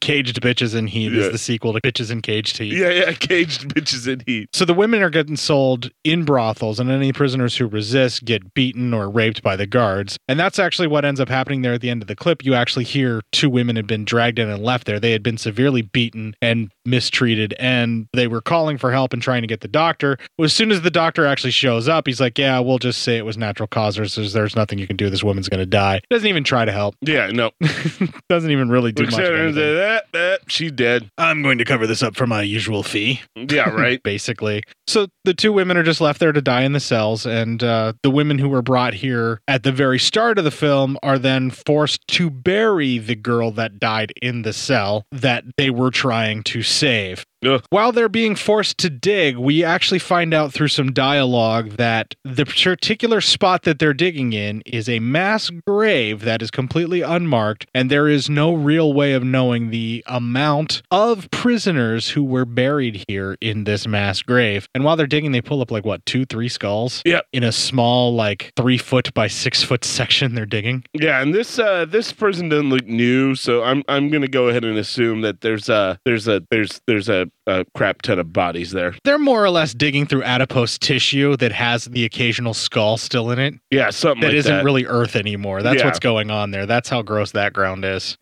Speaker 5: Caged Bitches in Heat
Speaker 4: Yeah.
Speaker 5: is the sequel to Bitches in Caged Heat.
Speaker 4: Yeah, yeah, caged bitches in heat.
Speaker 5: So the women are getting sold in brothels, and any prisoners who resist get beaten or raped by the guards. And that's actually what ends up happening there at the end of the clip. You actually hear two women had been dragged in and left there. They had been severely beaten and mistreated, and they were calling for help and trying to get the doctor. Well, as soon as the doctor actually shows up, he's like, Yeah, we'll just say it was natural causes. There's, there's nothing you can do. This woman's going to die. Doesn't even try to help.
Speaker 4: Yeah, no.
Speaker 5: Doesn't even really do
Speaker 4: Looks
Speaker 5: much.
Speaker 4: at
Speaker 5: of
Speaker 4: her and
Speaker 5: anything.
Speaker 4: says, "Ah, ah, she's dead.
Speaker 5: I'm going to cover this up for my usual fee.
Speaker 4: Yeah, right.
Speaker 5: Basically. So the two women are just left there to die in the cells, and uh, the women who were brought here at the very start of the film are then forced to bury the girl that died in the cell that they were trying to save. While they're being forced to dig, we actually find out through some dialogue that the particular spot that they're digging in is a mass grave that is completely unmarked, and there is no real way of knowing the amount of prisoners who were buried here in this mass grave. And while they're digging, they pull up like what, two, three skulls?
Speaker 4: Yep.
Speaker 5: In a small, like three foot by six foot section they're digging.
Speaker 4: Yeah, and this uh this person doesn't look new, so I'm I'm gonna go ahead and assume that there's a there's a there's there's a, a crap ton of bodies there.
Speaker 5: They're more or less digging through adipose tissue that has the occasional skull still in it.
Speaker 4: Yeah, something
Speaker 5: that
Speaker 4: like
Speaker 5: isn't
Speaker 4: that.
Speaker 5: really earth anymore. That's
Speaker 4: Yeah.
Speaker 5: what's going on there. That's how gross that ground is.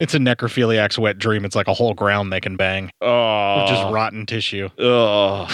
Speaker 5: it's a necrophiliac's wet dream. It's like a whole ground they can bang.
Speaker 4: Oh,
Speaker 5: With just rotten tissue.
Speaker 4: Oh,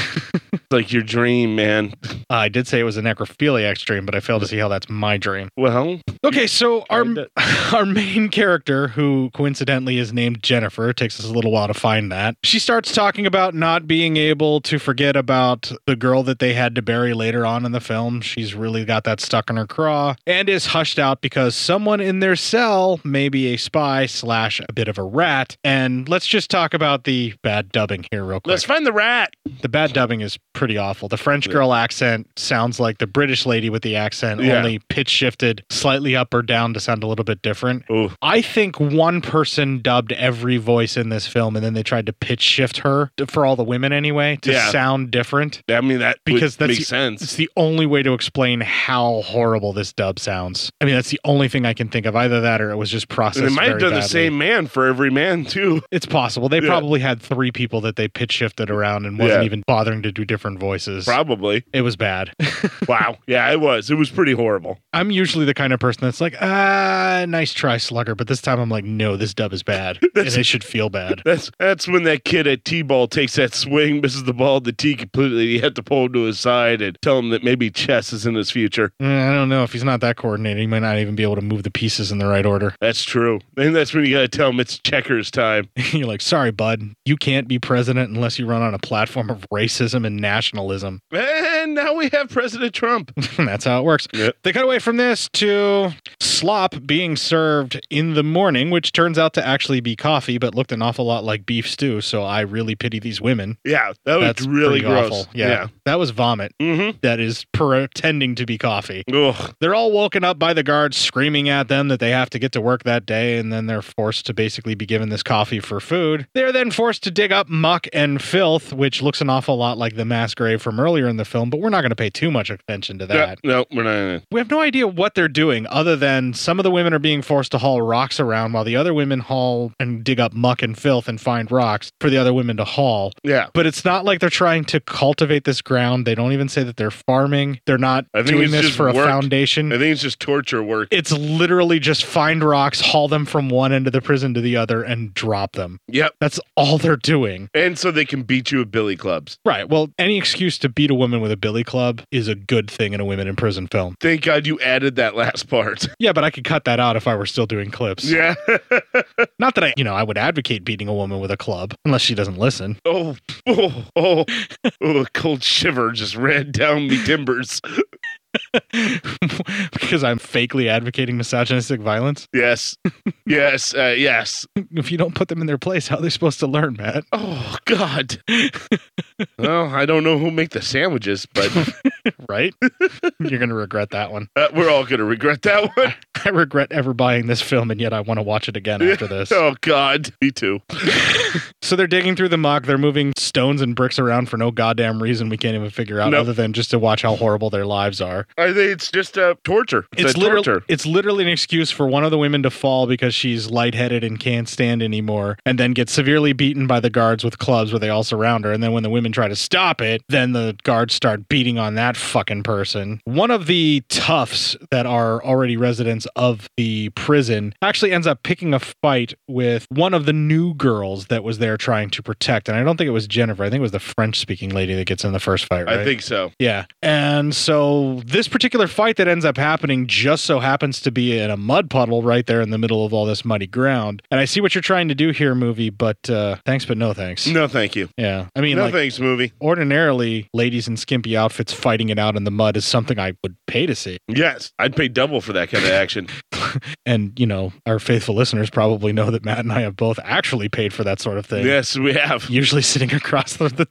Speaker 4: it's like your dream, man.
Speaker 5: Uh, I did say it was a necrophiliac's dream, but I failed to see how that's my dream.
Speaker 4: Well,
Speaker 5: Okay, so our our main character, who coincidentally is named Jennifer, it takes us a little while to find that. She starts talking about not being able to forget about the girl that they had to bury later on in the film. She's really got that stuck in her craw and is hushed out because someone in their cell, maybe a spy slash a bit of a rat. And let's just talk about the bad dubbing here, real quick.
Speaker 4: let's find the rat.
Speaker 5: The bad dubbing is pretty awful. The French girl accent sounds like the British lady with the accent,
Speaker 4: Yeah.
Speaker 5: only pitch shifted slightly up or down to sound a little bit different. I think one person dubbed every voice in this film and then they tried to pitch shift her for all the women anyway to
Speaker 4: Yeah.
Speaker 5: sound different.
Speaker 4: I mean that would
Speaker 5: because that's
Speaker 4: make
Speaker 5: the-
Speaker 4: sense.
Speaker 5: It's the only way to explain how horrible this dub sounds. I mean, that's the only thing I can think of. Either that, or it was just processed.
Speaker 4: And they might have
Speaker 5: very
Speaker 4: done the
Speaker 5: badly.
Speaker 4: same man for every man too.
Speaker 5: It's possible they
Speaker 4: Yeah.
Speaker 5: probably had three people that they pitch shifted around and wasn't
Speaker 4: Yeah.
Speaker 5: even bothering to do different voices.
Speaker 4: Probably.
Speaker 5: It was bad.
Speaker 4: wow. Yeah, it was. It was pretty horrible.
Speaker 5: I'm usually the kind of person that's like, ah, nice try, slugger. But this time I'm like, no, this dub is bad. and they should feel bad.
Speaker 4: That's that's when that kid at T-ball takes that swing, misses the ball, the tee completely. You have to pull him to his side and tell him that maybe chess is in his future.
Speaker 5: Mm, I don't know. If he's not that coordinated, he might not even be able to move the pieces in the right order.
Speaker 4: That's true. And that's when you gotta tell him it's checkers time.
Speaker 5: You're like, sorry, bud, you can't be president unless you run on a platform of racism and nationalism.
Speaker 4: And now we have President Trump.
Speaker 5: That's how it works. They cut away from this to slop being served in the morning, which turns out to actually be coffee, but looked an awful lot like beef stew. So I really pity these women.
Speaker 4: Yeah, that was
Speaker 5: That's
Speaker 4: really
Speaker 5: pretty
Speaker 4: gross.
Speaker 5: awful. Yeah.
Speaker 4: Yeah. Mm-hmm.
Speaker 5: That was vomit that is pretending to be coffee. They're all woken up by the guards screaming at them that they have to get to work that day, and then they're forced to basically be given this coffee for food. They're then forced to dig up muck and filth, which looks an awful lot like the mass grave from earlier in the film, but we're not going to pay too much attention to that.
Speaker 4: No, no, we're not.
Speaker 5: We have no idea what they're doing other than some of the women are being forced to haul rocks around while the other women haul and dig up muck and filth and find rocks for the other women to haul.
Speaker 4: Yeah.
Speaker 5: But it's not like they're trying to cultivate this ground. They don't even say that they're farming. They're not
Speaker 4: I think
Speaker 5: doing
Speaker 4: it's
Speaker 5: this
Speaker 4: just
Speaker 5: for a
Speaker 4: work.
Speaker 5: foundation.
Speaker 4: I think it's just torture work.
Speaker 5: It's literally just find rocks, haul them from one end of the prison to the other, and drop them.
Speaker 4: Yep.
Speaker 5: That's all they're doing.
Speaker 4: And so they can beat you with billy clubs.
Speaker 5: Right. Well, any excuse to beat a woman with a billy club is a good thing in a women in prison film.
Speaker 4: Thank God you added that last part.
Speaker 5: Yeah, but I could cut that out if I were still doing clips.
Speaker 4: Yeah.
Speaker 5: Not that I, you know, I would advocate beating a woman with a club unless she doesn't listen.
Speaker 4: Oh, oh, oh, oh, a cold shiver just ran down me timbers.
Speaker 5: because I'm fakely advocating misogynistic violence.
Speaker 4: Yes. Yes. Uh, yes.
Speaker 5: If you don't put them in their place, how are they supposed to learn, Matt?
Speaker 4: Oh, God. Well, I don't know who make the sandwiches, but
Speaker 5: right? You're going to regret that one.
Speaker 4: uh, we're all going to regret that one.
Speaker 5: I regret ever buying this film, and yet I want to watch it again after this.
Speaker 4: Oh, God. Me too.
Speaker 5: So they're digging through the muck. They're moving stones and bricks around for no goddamn reason we can't even figure out,
Speaker 4: Nope.
Speaker 5: other than just to watch how horrible their lives are.
Speaker 4: I think it's just uh, torture. It's,
Speaker 5: It's
Speaker 4: a
Speaker 5: literally,
Speaker 4: torture.
Speaker 5: it's literally an excuse for one of the women to fall because she's lightheaded and can't stand anymore, and then get severely beaten by the guards with clubs where they all surround her. And then when the women try to stop it, then the guards start beating on that fucking person. One of the toughs that are already residents of the prison actually ends up picking a fight with one of the new girls that was there trying to protect. And I don't think it was Jennifer, I think it was the French speaking lady that gets in the first fight, right?
Speaker 4: I think so.
Speaker 5: Yeah. And so this particular fight that ends up happening just so happens to be in a mud puddle right there in the middle of all this muddy ground. And I see what you're trying to do here, movie, but uh, thanks, but no thanks.
Speaker 4: No, thank you.
Speaker 5: Yeah. I mean,
Speaker 4: no
Speaker 5: like,
Speaker 4: thanks, movie.
Speaker 5: ordinarily, ladies in skimpy outfits fighting it out in the mud is something I would pay to see.
Speaker 4: Yes, I'd pay double for that kind of action.
Speaker 5: And, you know, our faithful listeners probably know that Matt and I have both actually paid for that sort of thing.
Speaker 4: yes, we have.
Speaker 5: Usually sitting across the, the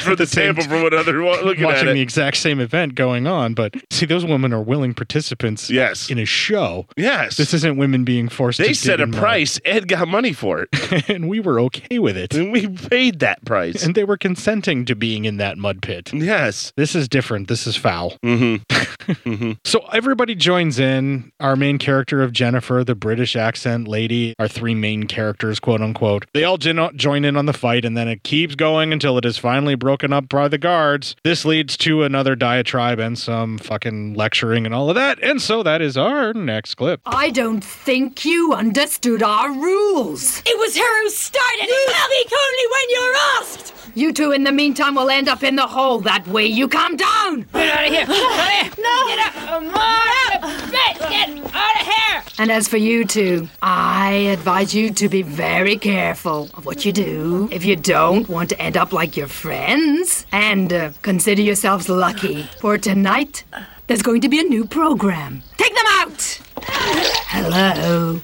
Speaker 4: for the sample from another one. Looking at
Speaker 5: watching
Speaker 4: it.
Speaker 5: the exact same event going on. But see, those women are willing participants.
Speaker 4: Yes.
Speaker 5: in a show.
Speaker 4: Yes.
Speaker 5: this isn't women being forced. to
Speaker 4: They
Speaker 5: dig
Speaker 4: set a
Speaker 5: in mud.
Speaker 4: price and got money for it.
Speaker 5: and we were okay with it.
Speaker 4: And we paid that price.
Speaker 5: and they were consenting to being in that mud pit.
Speaker 4: Yes,
Speaker 5: this is different. This is foul.
Speaker 4: Mm-hmm. mm-hmm.
Speaker 5: So everybody joins in. Our main character of Jennifer, the British accent lady, our three main characters, quote unquote. They all gin- join in on the fight, and then it keeps going until it is finally broken up by the guards. This leads to another diatribe and some fucking lecturing and all of that. And so that is our next clip.
Speaker 12: I don't think you understood our rules.
Speaker 16: It was her who started. You speak only when you're asked.
Speaker 12: You two, in the meantime, will end up in the hole. That way, you come down.
Speaker 16: Get out of here! Get out of here! No! Get out! More! Get out of here!
Speaker 12: And as for you two, I advise you to be very careful of what you do if you don't want to end up like your friends. And uh, consider yourselves lucky, for tonight there's going to be a new program. Take them out! Hello.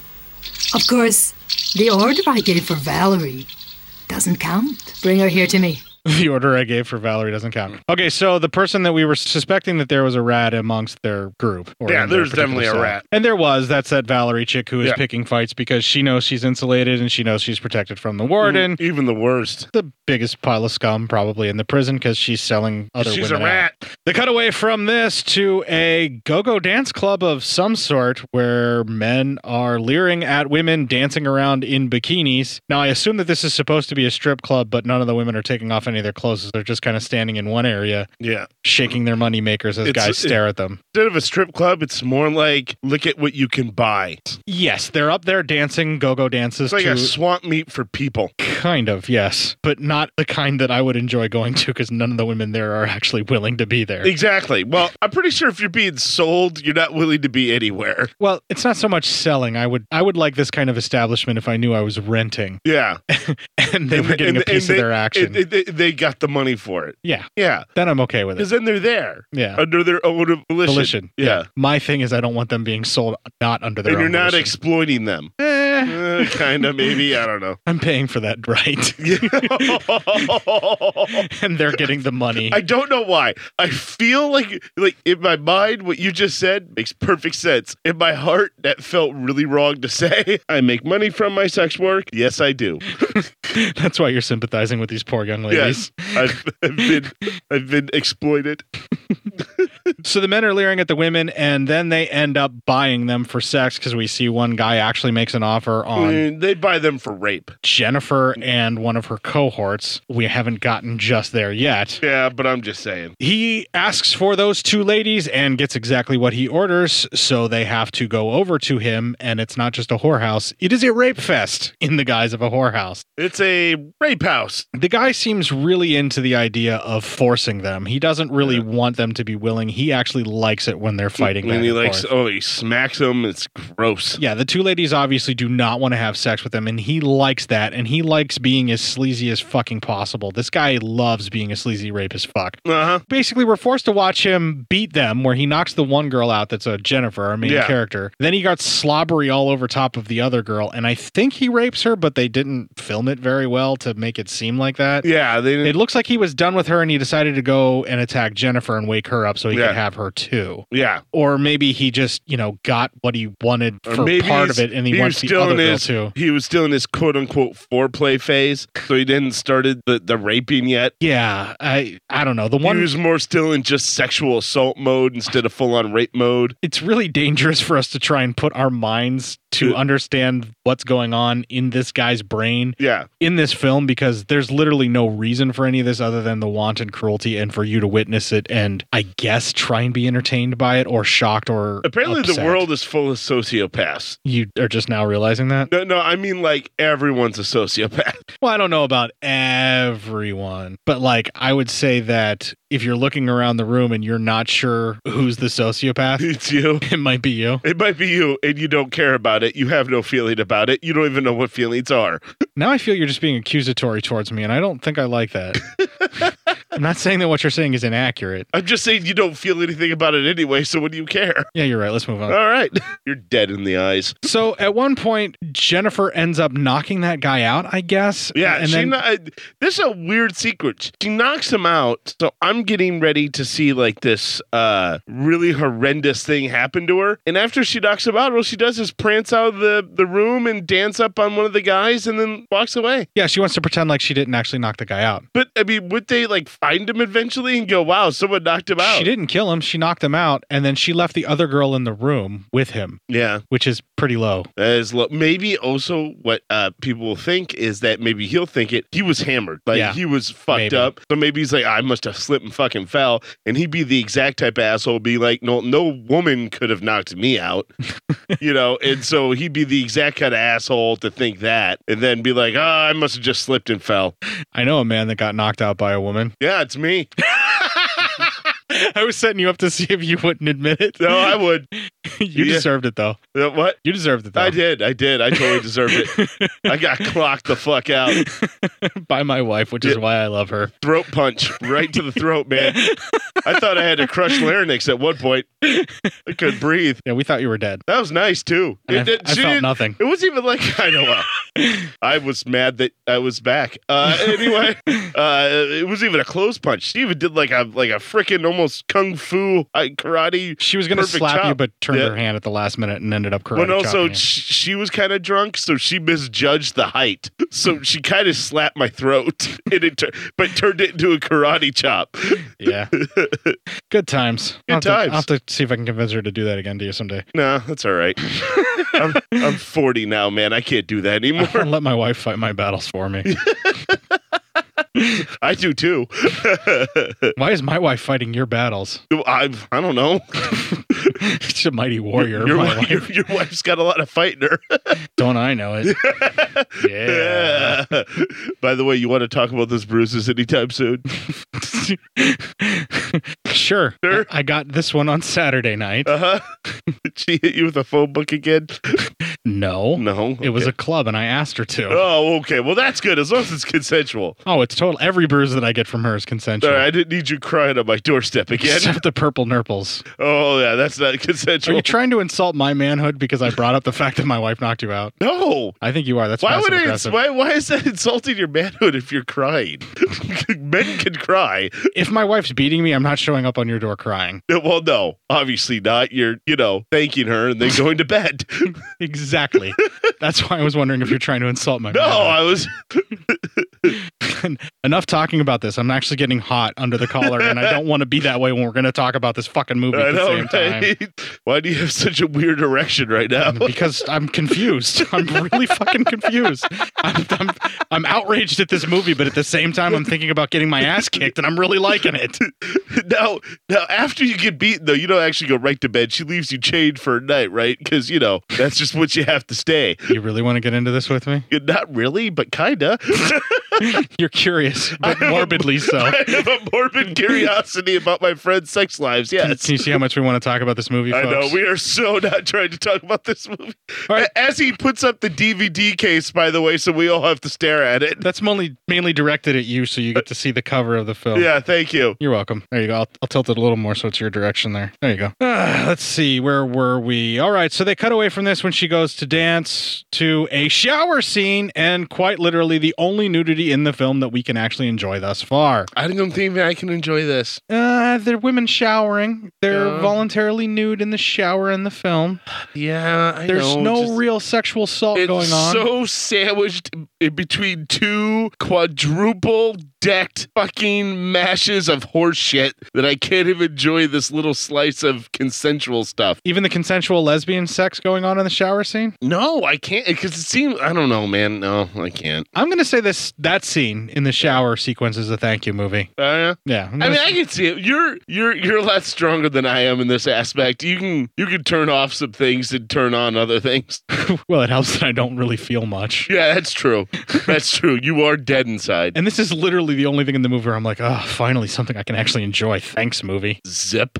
Speaker 12: Of course, the order I gave for Valerie doesn't count. Bring her here to me.
Speaker 5: The order I gave for Valerie doesn't count. Okay, so the person that we were suspecting that there was a rat amongst their group.
Speaker 4: Yeah,
Speaker 5: in their
Speaker 4: there's
Speaker 5: particular
Speaker 4: definitely a
Speaker 5: cell.
Speaker 4: rat.
Speaker 5: And there was. That's that Valerie chick who is
Speaker 4: Yeah.
Speaker 5: picking fights because she knows she's insulated and she knows she's protected from the warden.
Speaker 4: even the worst.
Speaker 5: The biggest pile of scum probably in the prison because she's selling other
Speaker 4: She's a
Speaker 5: women out.
Speaker 4: rat.
Speaker 5: They cut away from this to a go go dance club of some sort where men are leering at women dancing around in bikinis. Now, I assume that this is supposed to be a strip club, but none of the women are taking off any of their clothes. They're just kind of standing in one area,
Speaker 4: Yeah.
Speaker 5: shaking their money makers as
Speaker 4: It's-
Speaker 5: guys stare at them.
Speaker 4: Instead of a strip club, it's more like look at what you can buy.
Speaker 5: Yes, they're up there dancing go go
Speaker 4: It's
Speaker 5: dances.
Speaker 4: like
Speaker 5: to-
Speaker 4: a swamp meet for people.
Speaker 5: Kind of, yes, but not the kind that I would enjoy going to because none of the women there are actually willing to be there.
Speaker 4: Exactly. Well, I'm pretty sure if you're being sold, you're not willing to be anywhere.
Speaker 5: Well, it's not so much selling. I would I would like this kind of establishment if I knew I was renting.
Speaker 4: Yeah.
Speaker 5: and they were getting a
Speaker 4: and
Speaker 5: piece of their
Speaker 4: they-
Speaker 5: action.
Speaker 4: and They, they got the money for it.
Speaker 5: yeah.
Speaker 4: Yeah.
Speaker 5: Then I'm okay with
Speaker 4: Because
Speaker 5: it.
Speaker 4: then they're there.
Speaker 5: Yeah.
Speaker 4: Under their own volition.
Speaker 5: Volition.
Speaker 4: Yeah.
Speaker 5: My thing is I don't want them being sold not under their
Speaker 4: And you're
Speaker 5: own
Speaker 4: not
Speaker 5: volition. Eh.
Speaker 4: exploiting them. Uh, kind of, maybe. I don't know.
Speaker 5: I'm paying for that right. and they're getting the money.
Speaker 4: I don't know why. I feel like like in my mind what you just said makes perfect sense. In my heart that felt really wrong to say. I make money from my sex work. Yes, I do.
Speaker 5: That's why you're sympathizing with these poor young ladies.
Speaker 4: Yes. I've, I've been I've been exploited.
Speaker 5: so the men are leering at the women and then they end up buying them for sex because we see one guy actually makes an offer on
Speaker 4: Mm, They buy them for rape.
Speaker 5: Jennifer and one of her cohorts. We haven't gotten just there yet.
Speaker 4: Yeah, but I'm just saying.
Speaker 5: He asks for those two ladies and gets exactly what he orders, so they have to go over to him, and it's not just a whorehouse, it is a rape fest in the guise of a whorehouse.
Speaker 4: It's a rape house.
Speaker 5: The guy seems really into the idea of forcing them. He doesn't really want them to be willing. He actually likes it when they're fighting. back
Speaker 4: And he
Speaker 5: and
Speaker 4: likes
Speaker 5: forth.
Speaker 4: oh he smacks them. It's gross.
Speaker 5: Yeah, the two ladies obviously do not want to have sex with him, and he likes that, and he likes being as sleazy as fucking possible. This guy loves being a sleazy rapist fuck.
Speaker 4: Uh-huh.
Speaker 5: Basically, we're forced to watch him beat them, where he knocks the one girl out that's a Jennifer, our main
Speaker 4: Yeah.
Speaker 5: character. Then he got slobbery all over top of the other girl, and I think he rapes her, but they didn't film it very well to make it seem like that.
Speaker 4: Yeah, they
Speaker 5: It looks like he was done with her, and he decided to go and attack Jennifer and wake her up so he
Speaker 4: Yeah.
Speaker 5: could have her too
Speaker 4: Yeah.
Speaker 5: or maybe he just you know got what he wanted for part of
Speaker 4: he's-
Speaker 5: it and he,
Speaker 4: was
Speaker 5: wants the
Speaker 4: still
Speaker 5: other
Speaker 4: in
Speaker 5: girl
Speaker 4: his,
Speaker 5: too.
Speaker 4: He was still in his quote unquote foreplay phase, so he didn't started the, the raping yet.
Speaker 5: Yeah, I I don't know. The one
Speaker 4: he was more still in just sexual assault mode instead of full on rape mode.
Speaker 5: It's really dangerous for us to try and put our minds to understand what's going on in this guy's brain.
Speaker 4: Yeah.
Speaker 5: In this film because there's literally no reason for any of this other than the wanton cruelty and for you to witness it and I guess try and be entertained by it or shocked or
Speaker 4: Apparently, the
Speaker 5: upset.
Speaker 4: world is full of sociopaths.
Speaker 5: you are just now realizing that?
Speaker 4: No, no, I mean like everyone's a sociopath.
Speaker 5: Well, I don't know about everyone, but like I would say that if you're looking around the room and you're not sure who's the sociopath,
Speaker 4: it's you.
Speaker 5: It might be you.
Speaker 4: It might be you, and you don't care about it. You have no feeling about it. You don't even know what feelings are.
Speaker 5: Now I feel you're just being accusatory towards me, and I don't think I like that. I'm not saying that what you're saying is inaccurate.
Speaker 4: I'm just saying you don't feel anything about it anyway. So what do you care?
Speaker 5: Yeah, you're right. Let's move on.
Speaker 4: All right, you're dead in the eyes.
Speaker 5: So at one point, Jennifer ends up knocking that guy out, I guess.
Speaker 4: Yeah,
Speaker 5: and
Speaker 4: she
Speaker 5: then
Speaker 4: kno- I- this is a weird secret. She knocks him out, so I'm getting ready to see like this uh really horrendous thing happen to her. And after she knocks him out, all she does is prance out of the the room and dance up on one of the guys, and then walks away.
Speaker 5: yeah, she wants to pretend like she didn't actually knock the guy out.
Speaker 4: But I mean, would they like find him eventually and go, "Wow, someone knocked him out"?
Speaker 5: She didn't kill him. She knocked him out, and then she left the other girl in the room with him,
Speaker 4: Yeah.
Speaker 5: which is pretty low.
Speaker 4: As lo- maybe also what uh, people will think is that maybe he'll think it. He was hammered, like
Speaker 5: Yeah,
Speaker 4: he was fucked
Speaker 5: maybe.
Speaker 4: up. So maybe he's like, I must have slipped and fucking fell, and he'd be the exact type of asshole. Be like, no, no woman could have knocked me out, you know. And so he'd be the exact kind of asshole to think that, and then be like, ah, I must have just slipped and fell.
Speaker 5: I know a man that got knocked out by a woman.
Speaker 4: Yeah, it's me.
Speaker 5: I was setting you up to see if you wouldn't admit it.
Speaker 4: No, I would.
Speaker 5: you
Speaker 4: Yeah.
Speaker 5: deserved it though.
Speaker 4: Uh, What?
Speaker 5: You deserved it though.
Speaker 4: I did. I did. I totally deserved it. I got clocked the fuck out.
Speaker 5: By my wife, which is why I love her.
Speaker 4: Throat punch right to the throat, man. I thought I had a crushed larynx at one point. I couldn't breathe.
Speaker 5: Yeah, we thought you were dead.
Speaker 4: That was nice too.
Speaker 5: And I- I
Speaker 4: she
Speaker 5: felt
Speaker 4: didn't-
Speaker 5: nothing.
Speaker 4: It wasn't even like I know. uh, I was mad that I was back. Uh, anyway, uh, it was even a close punch. She even did like a like a freaking almost kung fu uh, karate.
Speaker 5: She was gonna slap you, but turned her hand at the last minute and ended up karate
Speaker 4: But also,
Speaker 5: chopping
Speaker 4: sh-
Speaker 5: you.
Speaker 4: she was kind of drunk, so she misjudged the height. So she kind of slapped my throat, and it tur- but turned it into a karate chop.
Speaker 5: Yeah. Good times.
Speaker 4: Good
Speaker 5: I'll have to-
Speaker 4: times.
Speaker 5: I'll have to see if I can convince her to do that again to you someday.
Speaker 4: No, that's all right. I'm, I'm 40 now, man. I can't do that anymore.
Speaker 5: And let my wife fight my battles for me.
Speaker 4: I do too.
Speaker 5: Why is my wife fighting your battles?
Speaker 4: I I don't know.
Speaker 5: She's a mighty warrior.
Speaker 4: Your,
Speaker 5: my
Speaker 4: wi-
Speaker 5: wife.
Speaker 4: your, your wife's got a lot of fight in her.
Speaker 5: Don't I know it?
Speaker 4: Yeah. By the way, you want to talk about those bruises anytime soon?
Speaker 5: Sure. sure. I I got this one on Saturday night.
Speaker 4: Uh huh. she hit you with a phone book again?
Speaker 5: No.
Speaker 4: No.
Speaker 5: It was a club and I asked her to.
Speaker 4: Oh, okay. Well, that's good as long as it's consensual.
Speaker 5: Oh, it's total. Every bruise that I get from her is consensual.
Speaker 4: Sorry, I didn't need you crying on my doorstep again.
Speaker 5: Except the purple nurples.
Speaker 4: oh, yeah, that's not
Speaker 5: Are
Speaker 4: consensual.
Speaker 5: you trying to insult my manhood because I brought up the fact that my wife knocked you out?
Speaker 4: No.
Speaker 5: I think you are. That's
Speaker 4: why would it?
Speaker 5: passive-aggressive.
Speaker 4: Why, why is that insulting your manhood if you're crying? Men can cry.
Speaker 5: If my wife's beating me, I'm not showing up on your door crying.
Speaker 4: No, Well, no, obviously not. You're, you know, thanking her and then going to bed.
Speaker 5: Exactly. That's why I was wondering if you're trying to insult my.
Speaker 4: No, I was.
Speaker 5: Enough talking about this. I'm actually getting hot under the collar, and I don't want to be that way when we're going to talk about this fucking movie
Speaker 4: I
Speaker 5: at the
Speaker 4: know,
Speaker 5: same time.
Speaker 4: right? Why do you have such a weird erection right now?
Speaker 5: Because I'm confused. I'm really fucking confused. I'm, I'm, I'm outraged at this movie, but at the same time, I'm thinking about getting my ass kicked, and I'm really liking it.
Speaker 4: now, now, after you get beaten, though, you don't actually go right to bed. She leaves you chained for a night, right? Because you know that's just what you have to stay.
Speaker 5: You really want to get into this with me?
Speaker 4: Not really, but kinda.
Speaker 5: You're curious, but morbidly so.
Speaker 4: I have a morbid curiosity about my friends' sex lives. Yes.
Speaker 5: Can you see how much we want to talk about this movie?
Speaker 4: I
Speaker 5: Folks?
Speaker 4: know we are so not trying to talk about this movie. As he puts up the DVD case, by the way, so we all have to stare at it.
Speaker 5: That's mainly mainly directed at you, so you get to see the cover of the film.
Speaker 4: Yeah, thank you.
Speaker 5: You're welcome. There you go. I'll, I'll tilt it a little more so it's your direction there. There you go. Ah, let's see. Where were we? All right. So they cut away from this when she goes to dance to a shower scene and quite literally the only nudity in the film that we can actually enjoy thus far.
Speaker 4: I don't think I can enjoy this.
Speaker 5: Uh, they're women showering. They're voluntarily nude in the shower in the film.
Speaker 4: Yeah, I
Speaker 5: There's
Speaker 4: know,
Speaker 5: no
Speaker 4: just-
Speaker 5: real sexual assault going on.
Speaker 4: So sandwiched in between two quadruple decked fucking mashes of horse shit that I can't even enjoy this little slice of consensual stuff.
Speaker 5: Even the consensual lesbian sex going on in the shower scene?
Speaker 4: No, Oh, I can't because it seems I don't know, man. No, I can't.
Speaker 5: I'm going to say this that scene in the shower sequence is a thank you movie.
Speaker 4: Uh,
Speaker 5: Yeah. I'm
Speaker 4: I
Speaker 5: gonna
Speaker 4: mean, I can see it. You're you're you're a lot stronger than I am in this aspect. You can you can turn off some things and turn on other things.
Speaker 5: Well, it helps that I don't really feel much.
Speaker 4: Yeah, that's true. That's true. You are dead inside.
Speaker 5: And this is literally the only thing in the movie where I'm like, oh, finally something I can actually enjoy. Thanks, movie.
Speaker 4: Zip.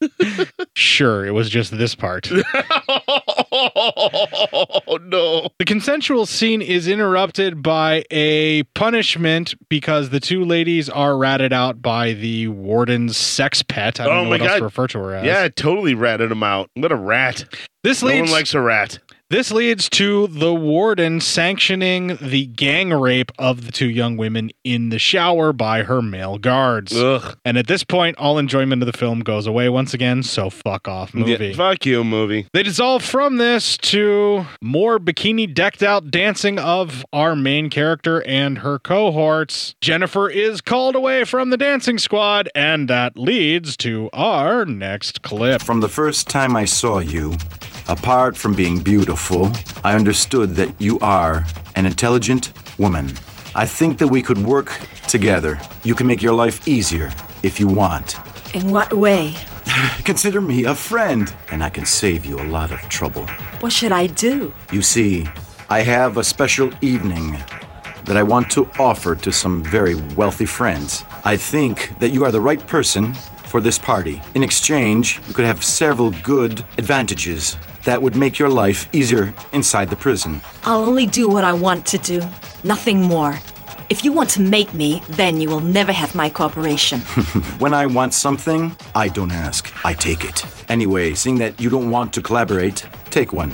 Speaker 5: sure, it was just this part.
Speaker 4: oh no.
Speaker 5: The consensual scene is interrupted by a punishment because the two ladies are ratted out by the warden's sex pet. I don't
Speaker 4: Oh
Speaker 5: know
Speaker 4: my
Speaker 5: what else
Speaker 4: God.
Speaker 5: to refer to her as.
Speaker 4: Yeah, I totally ratted him out. What a rat.
Speaker 5: This
Speaker 4: no
Speaker 5: leads-
Speaker 4: one likes a rat.
Speaker 5: This leads to the warden sanctioning the gang rape of the two young women in the shower by her male guards.
Speaker 4: Ugh.
Speaker 5: And at this point, all enjoyment of the film goes away once again, so fuck off, movie.
Speaker 4: Yeah, fuck you, movie.
Speaker 5: They dissolve from this to more bikini decked out dancing of our main character and her cohorts. Jennifer is called away from the dancing squad, and that leads to our next clip.
Speaker 17: From the first time I saw you, apart from being beautiful, I understood that you are an intelligent woman. I think that we could work together. You can make your life easier if you want.
Speaker 14: In what way?
Speaker 17: Consider me a friend, and I can save you a lot of trouble.
Speaker 14: What should I do?
Speaker 17: You see, I have a special evening that I want to offer to some very wealthy friends. I think that you are the right person for this party. In exchange, you could have several good advantages that would make your life easier inside the prison.
Speaker 14: I'll only do what I want to do, nothing more. If you want to make me, then you will never have my cooperation.
Speaker 17: when I want something, I don't ask, I take it. Anyway, seeing that you don't want to collaborate, take one.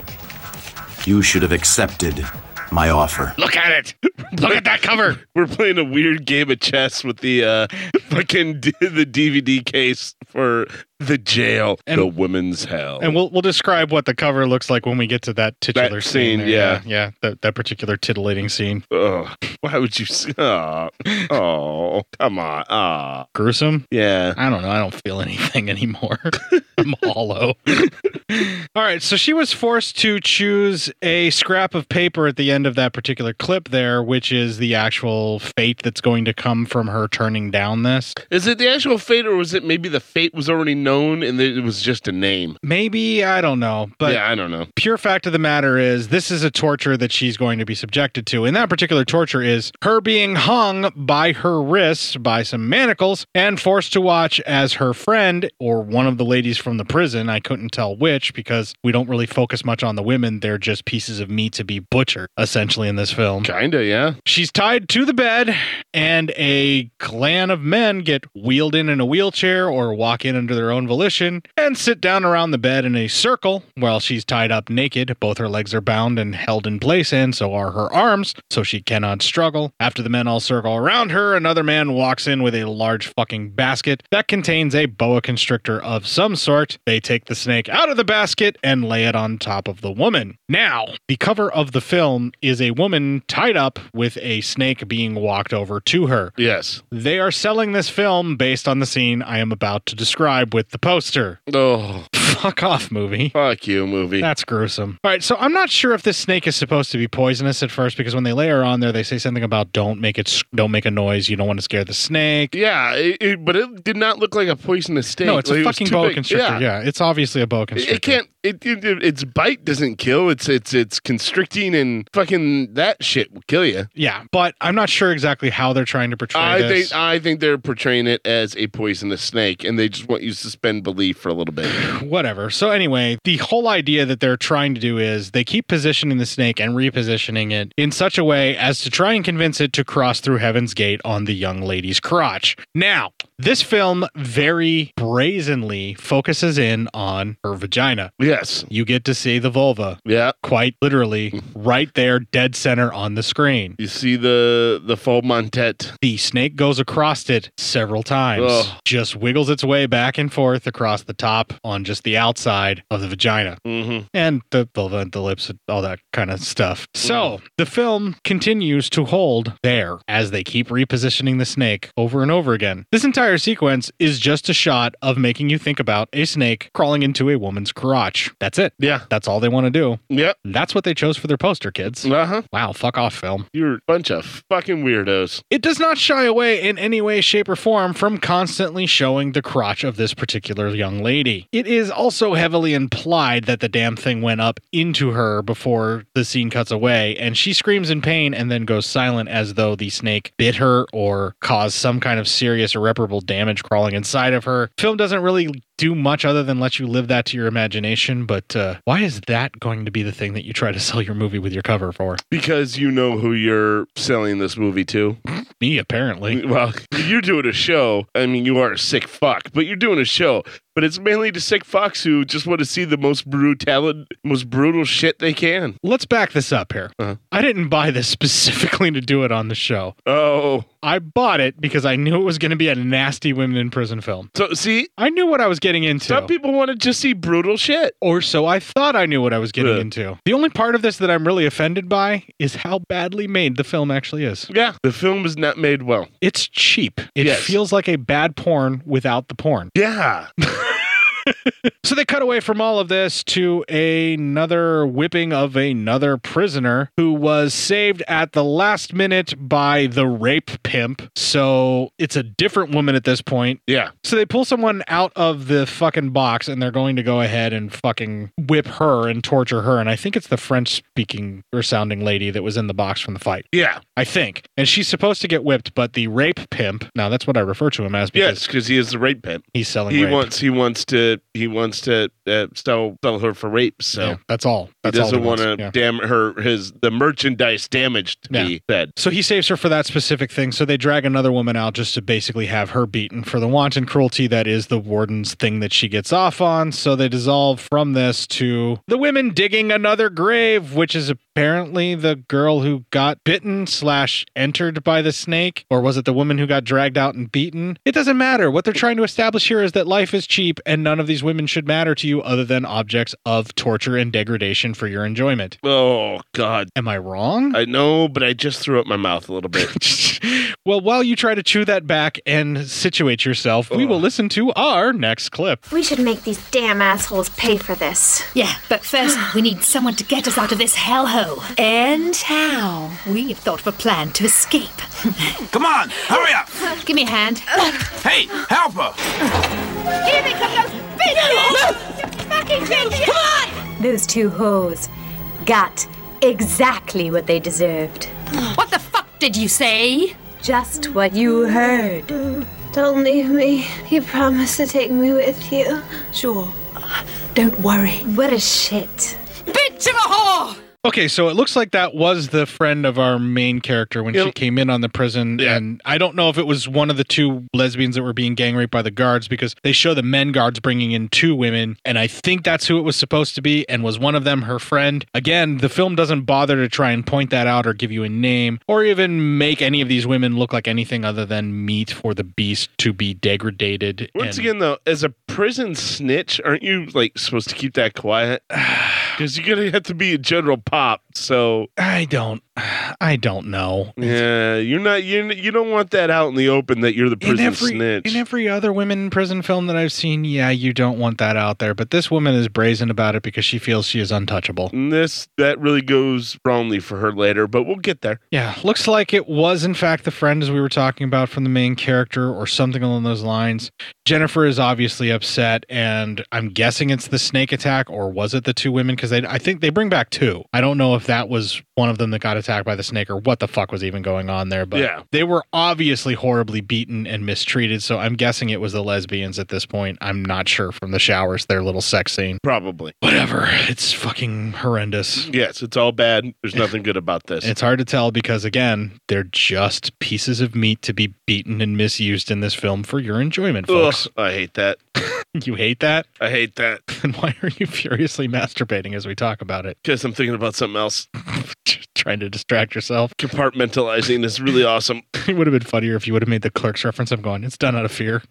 Speaker 17: You should have accepted my offer.
Speaker 4: Look at it. Look at that cover. We're playing a weird game of chess with the uh fucking d- the DVD case for the jail,
Speaker 5: And-
Speaker 4: the women's hell.
Speaker 5: And we'll we'll describe what the cover looks like when we get to that titular
Speaker 4: That scene,
Speaker 5: scene. there.
Speaker 4: yeah.
Speaker 5: yeah, that that particular titillating scene.
Speaker 4: Ugh. Why would you? s- Oh, oh come on. Ah,
Speaker 5: gruesome.
Speaker 4: Yeah,
Speaker 5: I don't know. I don't feel anything anymore. I'm hollow. All right, so she was forced to choose a scrap of paper at the end of that particular clip there, which is the actual fate that's going to come from her turning down this.
Speaker 4: Is it the actual fate, or was it maybe the fate was already known and it was just a name?
Speaker 5: Maybe, I don't know, but
Speaker 4: yeah, I don't know.
Speaker 5: pure fact of the matter is this is a torture that she's going to be subjected to. And that particular torture is her being hung by her wrists by some manacles and forced to watch as her friend or one of the ladies from the prison, I couldn't tell which because we don't really focus much on the women. They're just pieces of meat to be butchered, essentially, in this film.
Speaker 4: Kinda, yeah.
Speaker 5: She's tied to the bed, and a clan of men get wheeled in in a wheelchair or walk in under their own volition and sit down around the bed in a circle while she's tied up naked. Both her legs are bound and held in place, and so are her arms, so she cannot struggle. After the men all circle around her, another man walks in with a large fucking basket that contains a boa constrictor of some sort. They take the snake out of the basket and lay it on top of the woman. Now, the cover of the film is a woman tied up with a snake being walked over to her.
Speaker 4: Yes.
Speaker 5: They are selling this film based on the scene I am about to describe with the poster.
Speaker 4: Oh,
Speaker 5: fuck off, movie.
Speaker 4: Fuck you, movie.
Speaker 5: That's gruesome. All right, so I'm not sure if this snake is supposed to be poisonous at first because when they lay her on there, they say something about don't make it, s- don't make a noise. You don't want to scare the snake.
Speaker 4: Yeah, it, it, but it did not look like a poisonous snake.
Speaker 5: No, it's
Speaker 4: Like,
Speaker 5: a
Speaker 4: it was
Speaker 5: fucking
Speaker 4: too
Speaker 5: boa
Speaker 4: big.
Speaker 5: constrictor. Yeah. it's obviously a boa
Speaker 4: It-
Speaker 5: constrictor.
Speaker 4: It can't. It, it, it- its bite doesn't kill. It's it's it's constricting and fucking that shit will kill Uh, you.
Speaker 5: yeah, but I'm not sure exactly how they're trying to portray
Speaker 4: I
Speaker 5: this.
Speaker 4: think I think they're portraying it as a poisonous snake, and they just want you to suspend belief for a little bit.
Speaker 5: whatever. So anyway, the whole idea that they're trying to do is they keep positioning the snake and repositioning it in such a way as to try and convince it to cross through Heaven's Gate on the young lady's crotch. Now, this film very brazenly focuses in on her vagina.
Speaker 4: Yes.
Speaker 5: You get to see the vulva.
Speaker 4: Yeah.
Speaker 5: Quite literally right there dead center on the screen.
Speaker 4: You see the the full montet.
Speaker 5: The snake goes across it several times.
Speaker 4: Ugh.
Speaker 5: Just wiggles its way back and forth across the top on just the outside of the vagina.
Speaker 4: Mm-hmm.
Speaker 5: And the vulva and the lips and all that kind of stuff.
Speaker 4: Mm-hmm.
Speaker 5: So the film continues to hold there as they keep repositioning the snake over and over again. This entire sequence is just a shot of making you think about a snake crawling into a woman's crotch. That's it.
Speaker 4: Yeah.
Speaker 5: That's all they want to do.
Speaker 4: Yep.
Speaker 5: That's what they chose for their poster, kids.
Speaker 4: Uh huh.
Speaker 5: Wow, fuck off, film.
Speaker 4: You're a bunch of fucking weirdos.
Speaker 5: It does not shy away in any way, shape, or form from constantly showing the crotch of this particular young lady. It is also heavily implied that the damn thing went up into her before the scene cuts away, and she screams in pain and then goes silent as though the snake bit her or caused some kind of serious irreparable damage crawling inside of her. Film doesn't really do much other than let you live that to your imagination, but uh, why is that going to be the thing that you try to sell your movie with your cover for?
Speaker 4: Because you know who you're selling this movie to.
Speaker 5: Me, apparently.
Speaker 4: Well, you're doing a show. I mean, you are a sick fuck, but you're doing a show. But it's mainly to sick fucks who just want to see the most brutal, most brutal shit they can. Uh-huh.
Speaker 5: Let's back this up here. I didn't buy this specifically to do it on the show.
Speaker 4: Oh.
Speaker 5: I bought it because I knew it was going to be a nasty women in prison film.
Speaker 4: So, see,
Speaker 5: I knew what I was getting into.
Speaker 4: Some people want to just see brutal shit.
Speaker 5: Or so I thought I knew what I was getting into. The only part of this that I'm really offended by is how badly made the film actually is.
Speaker 4: Yeah, the film is not made well.
Speaker 5: It's cheap. It
Speaker 4: Yes.
Speaker 5: feels like a bad porn without the porn.
Speaker 4: Yeah.
Speaker 5: so they cut away from all of this to another whipping of another prisoner who was saved at the last minute by the rape pimp. So it's a different woman at this point.
Speaker 4: Yeah.
Speaker 5: So they pull someone out of the fucking box and they're going to go ahead and fucking whip her and torture her. And I think it's the French speaking or sounding lady that was in the box from the fight.
Speaker 4: Yeah.
Speaker 5: I think. And she's supposed to get whipped, but the rape pimp, now that's what I refer to him as because
Speaker 4: Yes, because he is the rape pimp.
Speaker 5: he's selling
Speaker 4: He
Speaker 5: rape.
Speaker 4: wants. He wants to. He wants to uh, sell sell her for rape. So
Speaker 5: Yeah, that's all. That's
Speaker 4: he
Speaker 5: all
Speaker 4: doesn't
Speaker 5: he
Speaker 4: want
Speaker 5: wants,
Speaker 4: to
Speaker 5: yeah.
Speaker 4: damn her. His the merchandise damage to be fed.
Speaker 5: So he saves her for that specific thing. So they drag another woman out just to basically have her beaten for the wanton cruelty that is the warden's thing that she gets off on. So they dissolve from this to the women digging another grave, which is apparently the girl who got bitten slash entered by the snake, or was it the woman who got dragged out and beaten? It doesn't matter. What they're trying to establish here is that life is cheap and none of these women should matter to you other than objects of torture and degradation for your enjoyment.
Speaker 4: Oh God.
Speaker 5: Am I wrong?
Speaker 4: I know, but I just threw up my mouth a little bit.
Speaker 5: Well, while you try to chew that back and situate yourself, we will listen to our next clip.
Speaker 18: We should make these damn assholes pay for this.
Speaker 19: Yeah, but first we need someone to get us out of this hellhole. And how? We have thought of a plan to escape.
Speaker 6: Come on, hurry up!
Speaker 19: Give me a hand.
Speaker 6: Hey, help her!
Speaker 16: Here they come, those bitches! Fucking bitches! Come
Speaker 13: Those two hoes got exactly what they deserved.
Speaker 19: What the fuck did you say?
Speaker 13: Just what you heard.
Speaker 16: Don't leave me. You promised to take me with you. Sure. Don't worry. What a shit. Bitch of a whore!
Speaker 5: Okay, so it looks like that was the friend of our main character when she came in on the prison. And I don't know if it was one of the two lesbians that were being gang raped by the guards because they show the men guards bringing in two women. And I think that's who it was supposed to be. And was one of them her friend? Again, the film doesn't bother to try and point that out or give you a name or even make any of these women look like anything other than meat for the beast to be degraded.
Speaker 4: Once
Speaker 5: and-
Speaker 4: again, though, as a prison snitch, aren't you like supposed to keep that quiet? Because you're gonna have to be a general pop. So
Speaker 5: I don't, I don't know.
Speaker 4: Yeah, you're not. You you don't want that out in the open that you're the prison
Speaker 5: every-
Speaker 4: snitch.
Speaker 5: In every other women in prison film that I've seen, yeah, you don't want that out there. But this woman is brazen about it because she feels she is untouchable.
Speaker 4: And this that really goes wrongly for her later, but we'll get there.
Speaker 5: Yeah, looks like it was, in fact, the friend as we were talking about from the main character or something along those lines. Jennifer is obviously upset, and I'm guessing it's the snake attack, or was it the two women? Because I think they bring back two. I don't know if that was one of them that got attacked by the snake or what the fuck was even going on there, but
Speaker 4: Yeah.
Speaker 5: they were obviously horribly beaten and mistreated. So I'm guessing it was the lesbians at this point. I'm not sure from the showers, their little sex scene.
Speaker 4: Probably.
Speaker 5: Whatever. It's fucking horrendous.
Speaker 4: Yes, it's all bad. There's nothing good about this.
Speaker 5: It's hard to tell because, again, they're just pieces of meat to be beaten and misused in this film for your enjoyment,
Speaker 4: Ugh,
Speaker 5: folks.
Speaker 4: I hate that.
Speaker 5: You hate that?
Speaker 4: I hate that
Speaker 5: Then why are you furiously masturbating as we talk about it?
Speaker 4: because I'm thinking about something else.
Speaker 5: Trying to distract yourself.
Speaker 4: Compartmentalizing is really awesome.
Speaker 5: It would have been funnier if you would have made the clerk's reference. I'm going, it's done out of fear.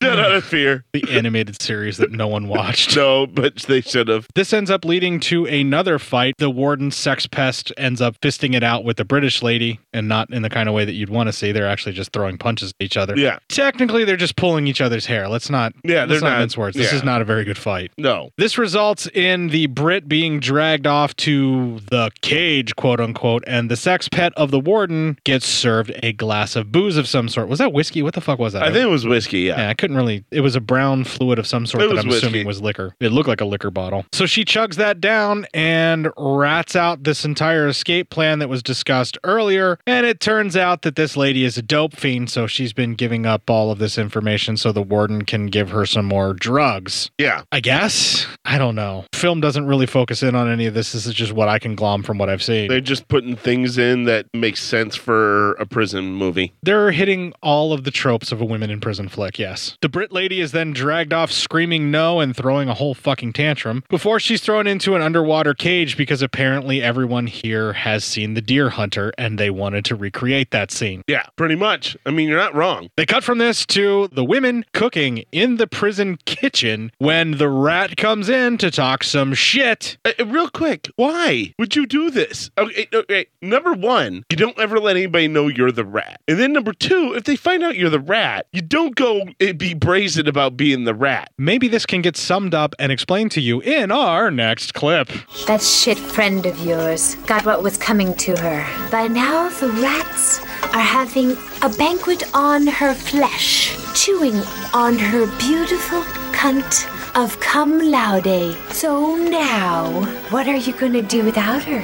Speaker 4: Dead out of fear.
Speaker 5: The animated series that no one watched.
Speaker 4: no, but they should have.
Speaker 5: This ends up leading to another fight. The warden sex pest ends up fisting it out with the British lady, and not in the kind of way that you'd want to see. They're actually just throwing punches at each other.
Speaker 4: Yeah.
Speaker 5: Technically, they're just pulling each other's hair. Let's not.
Speaker 4: Yeah,
Speaker 5: let's
Speaker 4: they're
Speaker 5: not,
Speaker 4: not-
Speaker 5: mince words. This
Speaker 4: yeah.
Speaker 5: is not a very good fight.
Speaker 4: No.
Speaker 5: This results in the Brit being dragged off to the cage, quote unquote, and the sex pet of the warden gets served a glass of booze of some sort. Was that whiskey? What the fuck was that?
Speaker 4: I think it was whiskey. Yeah.
Speaker 5: I couldn't really. It was a brown fluid of some sort
Speaker 4: It
Speaker 5: that
Speaker 4: was
Speaker 5: I'm
Speaker 4: whiskey.
Speaker 5: assuming was liquor. It looked like a liquor bottle. So she chugs that down and rats out this entire escape plan that was discussed earlier. And it turns out that this lady is a dope fiend, so she's been giving up all of this information so the warden can give her some more drugs.
Speaker 4: Yeah.
Speaker 5: I guess. I don't know. Film doesn't really focus in on any of this. This is just what I can glom from what I've seen.
Speaker 4: They're just putting things in that make sense for a prison movie.
Speaker 5: They're hitting all of the tropes of a women in prison flick, yes. The Brit lady is then dragged off screaming no and throwing a whole fucking tantrum before she's thrown into an underwater cage because apparently everyone here has seen The Deer Hunter and they wanted to recreate that scene.
Speaker 4: Yeah, pretty much. I mean, you're not wrong.
Speaker 5: They cut from this to the women cooking in the prison kitchen when the rat comes in to talk some shit.
Speaker 4: It uh, real quick, why would you do this? Okay, okay. Number one, you don't ever let anybody know you're the rat. And then number two, if they find out you're the rat, you don't go uh, be brazen about being the rat.
Speaker 5: Maybe this can get summed up and explained to you in our next clip.
Speaker 18: That shit friend of yours got what was coming to her. By now, the rats are having a banquet on her flesh, chewing on her beautiful cunt of cum laude. So now, what are you gonna do without her?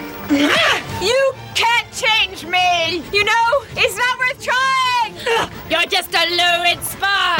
Speaker 16: You can't change me! You know, it's not worth trying! You're just a lurid spy!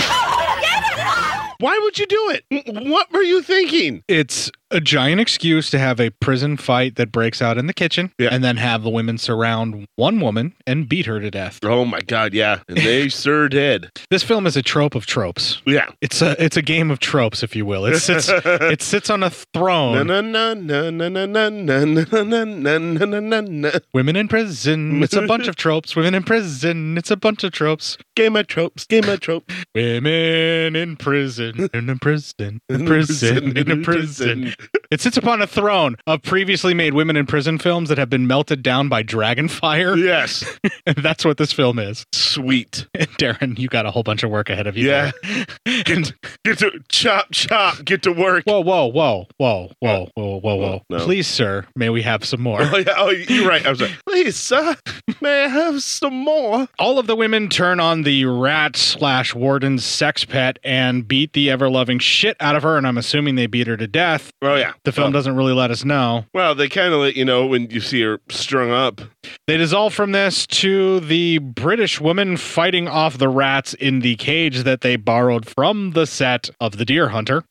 Speaker 4: Why would you do it? W- What were you thinking?
Speaker 5: It's a giant excuse to have a prison fight that breaks out in the kitchen and then have the women surround one woman and beat her to death.
Speaker 4: Oh my god, yeah. And they sure did.
Speaker 5: This film is a trope of tropes.
Speaker 4: Yeah.
Speaker 5: It's a it's a game of tropes, if you will. It sits it sits on a throne.
Speaker 4: Na, na, na, na, na, na, na, na, na, na, na, na, na, na.
Speaker 5: Women in prison. It's a bunch of tropes. Women in prison. It's a bunch of tropes.
Speaker 4: Game of tropes. Game of tropes.
Speaker 5: Women in prison. In a prison. In a prison. In a prison. It sits upon a throne of previously made women in prison films that have been melted down by dragon fire.
Speaker 4: Yes.
Speaker 5: That's what this film is.
Speaker 4: Sweet.
Speaker 5: Darren, you got a whole bunch of work ahead of you.
Speaker 4: Yeah.
Speaker 5: there. and
Speaker 4: Get to chop, chop. Get to work.
Speaker 5: Whoa, whoa, whoa, whoa, whoa, whoa, whoa, whoa.
Speaker 4: no.
Speaker 5: Please, sir, may we have some more?
Speaker 4: Oh, yeah. oh, you're right. I'm sorry. Please, sir, may I have some more?
Speaker 5: All of the women turn on the rat slash warden's sex pet and beat the ever loving shit out of her, and I'm assuming they beat her to death.
Speaker 4: Oh yeah.
Speaker 5: The film doesn't really let us know.
Speaker 4: Well, they kind of let you know when you see her strung up.
Speaker 5: They dissolve from this to the British woman fighting off the rats in the cage that they borrowed from the set of The Deer Hunter.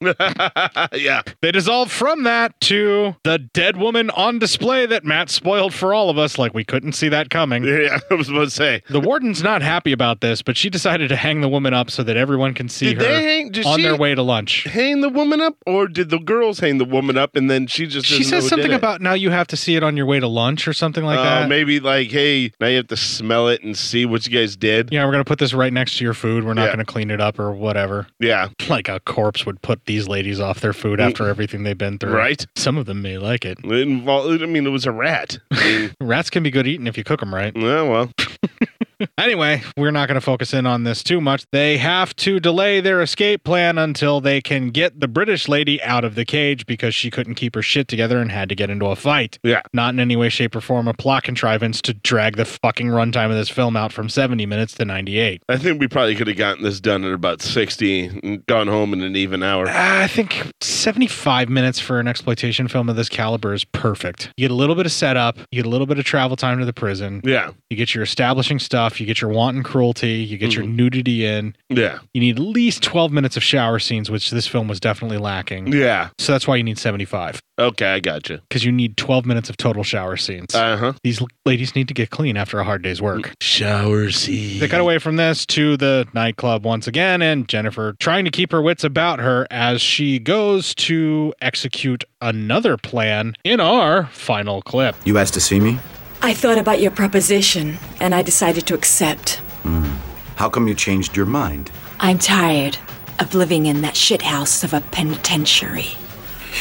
Speaker 4: yeah.
Speaker 5: They dissolve from that to the dead woman on display that Matt spoiled for all of us, like we couldn't see that coming.
Speaker 4: Yeah, I was about to say.
Speaker 5: The warden's not happy about this, but she decided to hang the woman up so that everyone can see
Speaker 4: Did
Speaker 5: her
Speaker 4: they hang- did
Speaker 5: on
Speaker 4: she-
Speaker 5: their way to lunch.
Speaker 4: Hang the woman up, or did the girls hang the woman up and then she just
Speaker 5: She
Speaker 4: doesn't know
Speaker 5: says
Speaker 4: who
Speaker 5: something
Speaker 4: did it?
Speaker 5: about now you have to see it on your way to lunch or something like
Speaker 4: Oh,
Speaker 5: that.
Speaker 4: maybe like, hey, now you have to smell it and see what you guys did.
Speaker 5: Yeah, we're gonna put this right next to your food. We're not
Speaker 4: Yeah.
Speaker 5: gonna clean it up or whatever.
Speaker 4: Yeah.
Speaker 5: Like a corpse would put these ladies off their food after everything they've been through.
Speaker 4: Mm. Right.
Speaker 5: Some of them may like it.
Speaker 4: It involved, I mean, it was a rat.
Speaker 5: Rats can be good eating if you cook them right.
Speaker 4: Yeah, well.
Speaker 5: anyway, we're not going to focus in on this too much. They have to delay their escape plan until they can get the British lady out of the cage because she couldn't keep her shit together and had to get into a fight.
Speaker 4: Yeah.
Speaker 5: Not in any way, shape, or form a plot contrivance to drag the fucking runtime of this film out from 70 minutes to 98.
Speaker 4: I think we probably could have gotten this done in about 60 and gone home in an even hour.
Speaker 5: Uh, I think 75 minutes for an exploitation film of this caliber is perfect. You get a little bit of setup, you get a little bit of travel time to the prison.
Speaker 4: Yeah.
Speaker 5: You get your establishing stuff, you get your wanton cruelty, you get your
Speaker 4: Mhm.
Speaker 5: nudity in.
Speaker 4: Yeah.
Speaker 5: You need at least 12 minutes of shower scenes, which this film was definitely lacking.
Speaker 4: Yeah.
Speaker 5: So that's why you need 75
Speaker 4: Okay, I got you.
Speaker 5: because you need 12 minutes of total shower scenes.
Speaker 4: Uh huh.
Speaker 5: These l- ladies need to get clean after a hard day's work.
Speaker 4: Mm. Shower scene.
Speaker 5: They cut away from this to the nightclub once again, and Jennifer trying to keep her wits about her as she goes to execute another plan in our final clip.
Speaker 17: You asked to see me?
Speaker 20: I thought about your proposition, and I decided to accept.
Speaker 17: Hmm. How come you changed your mind?
Speaker 14: I'm tired of living in that shithouse of a penitentiary.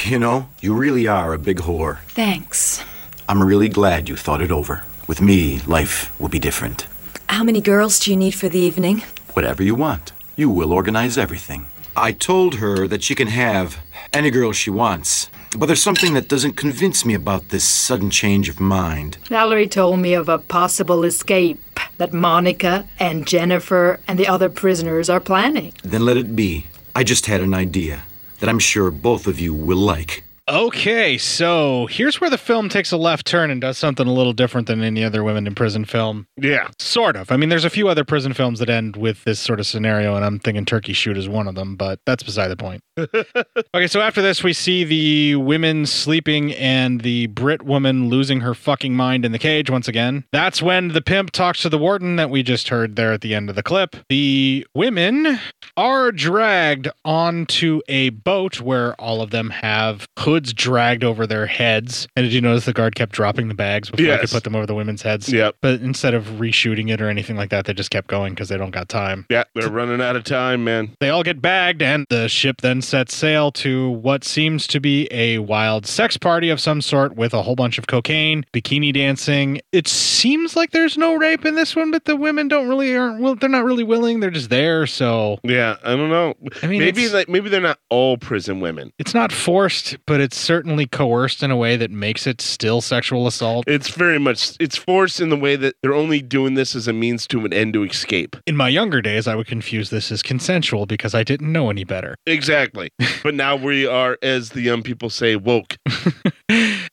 Speaker 17: You know, you really are a big whore.
Speaker 20: Thanks.
Speaker 17: I'm really glad you thought it over. With me, life will be different.
Speaker 20: How many girls do you need for the evening?
Speaker 17: Whatever you want. You will organize everything. I told her that she can have any girl she wants. But there's something that doesn't convince me about this sudden change of mind.
Speaker 12: Valerie told me of a possible escape that Monica and Jennifer and the other prisoners are planning.
Speaker 17: Then let it be. I just had an idea that I'm sure both of you will like.
Speaker 5: Okay, so here's where the film takes a left turn and does something a little different than any other women in prison film.
Speaker 4: Yeah.
Speaker 5: Sort of. I mean, there's a few other prison films that end with this sort of scenario, and I'm thinking Turkey Shoot is one of them, but that's beside the point. okay, so after this, we see the women sleeping and the Brit woman losing her fucking mind in the cage once again. That's when the pimp talks to the warden that we just heard there at the end of the clip. The women are dragged onto a boat where all of them have hoods hoods dragged over their heads. And did you notice the guard kept dropping the bags before he could
Speaker 4: Yes.
Speaker 5: put them over the women's heads?
Speaker 4: Yep.
Speaker 5: But instead of reshooting it or anything like that, they just kept going because they don't got time.
Speaker 4: Yeah, they're running out of time, man.
Speaker 5: They all get bagged, and the ship then sets sail to what seems to be a wild sex party of some sort with a whole bunch of cocaine, bikini dancing. It seems like there's no rape in this one, but the women don't really aren't. Will, they're not really willing. They're just there. So
Speaker 4: yeah, I don't know.
Speaker 5: I mean,
Speaker 4: maybe
Speaker 5: it's-
Speaker 4: like maybe they're not all prison women.
Speaker 5: It's not forced, but it's certainly coerced in a way that makes it still sexual assault.
Speaker 4: It's very much it's forced in the way that they're only doing this as a means to an end to escape.
Speaker 5: In my younger days, I would confuse this as consensual because I didn't know any better.
Speaker 4: Exactly. but now we are, as the young people say, woke.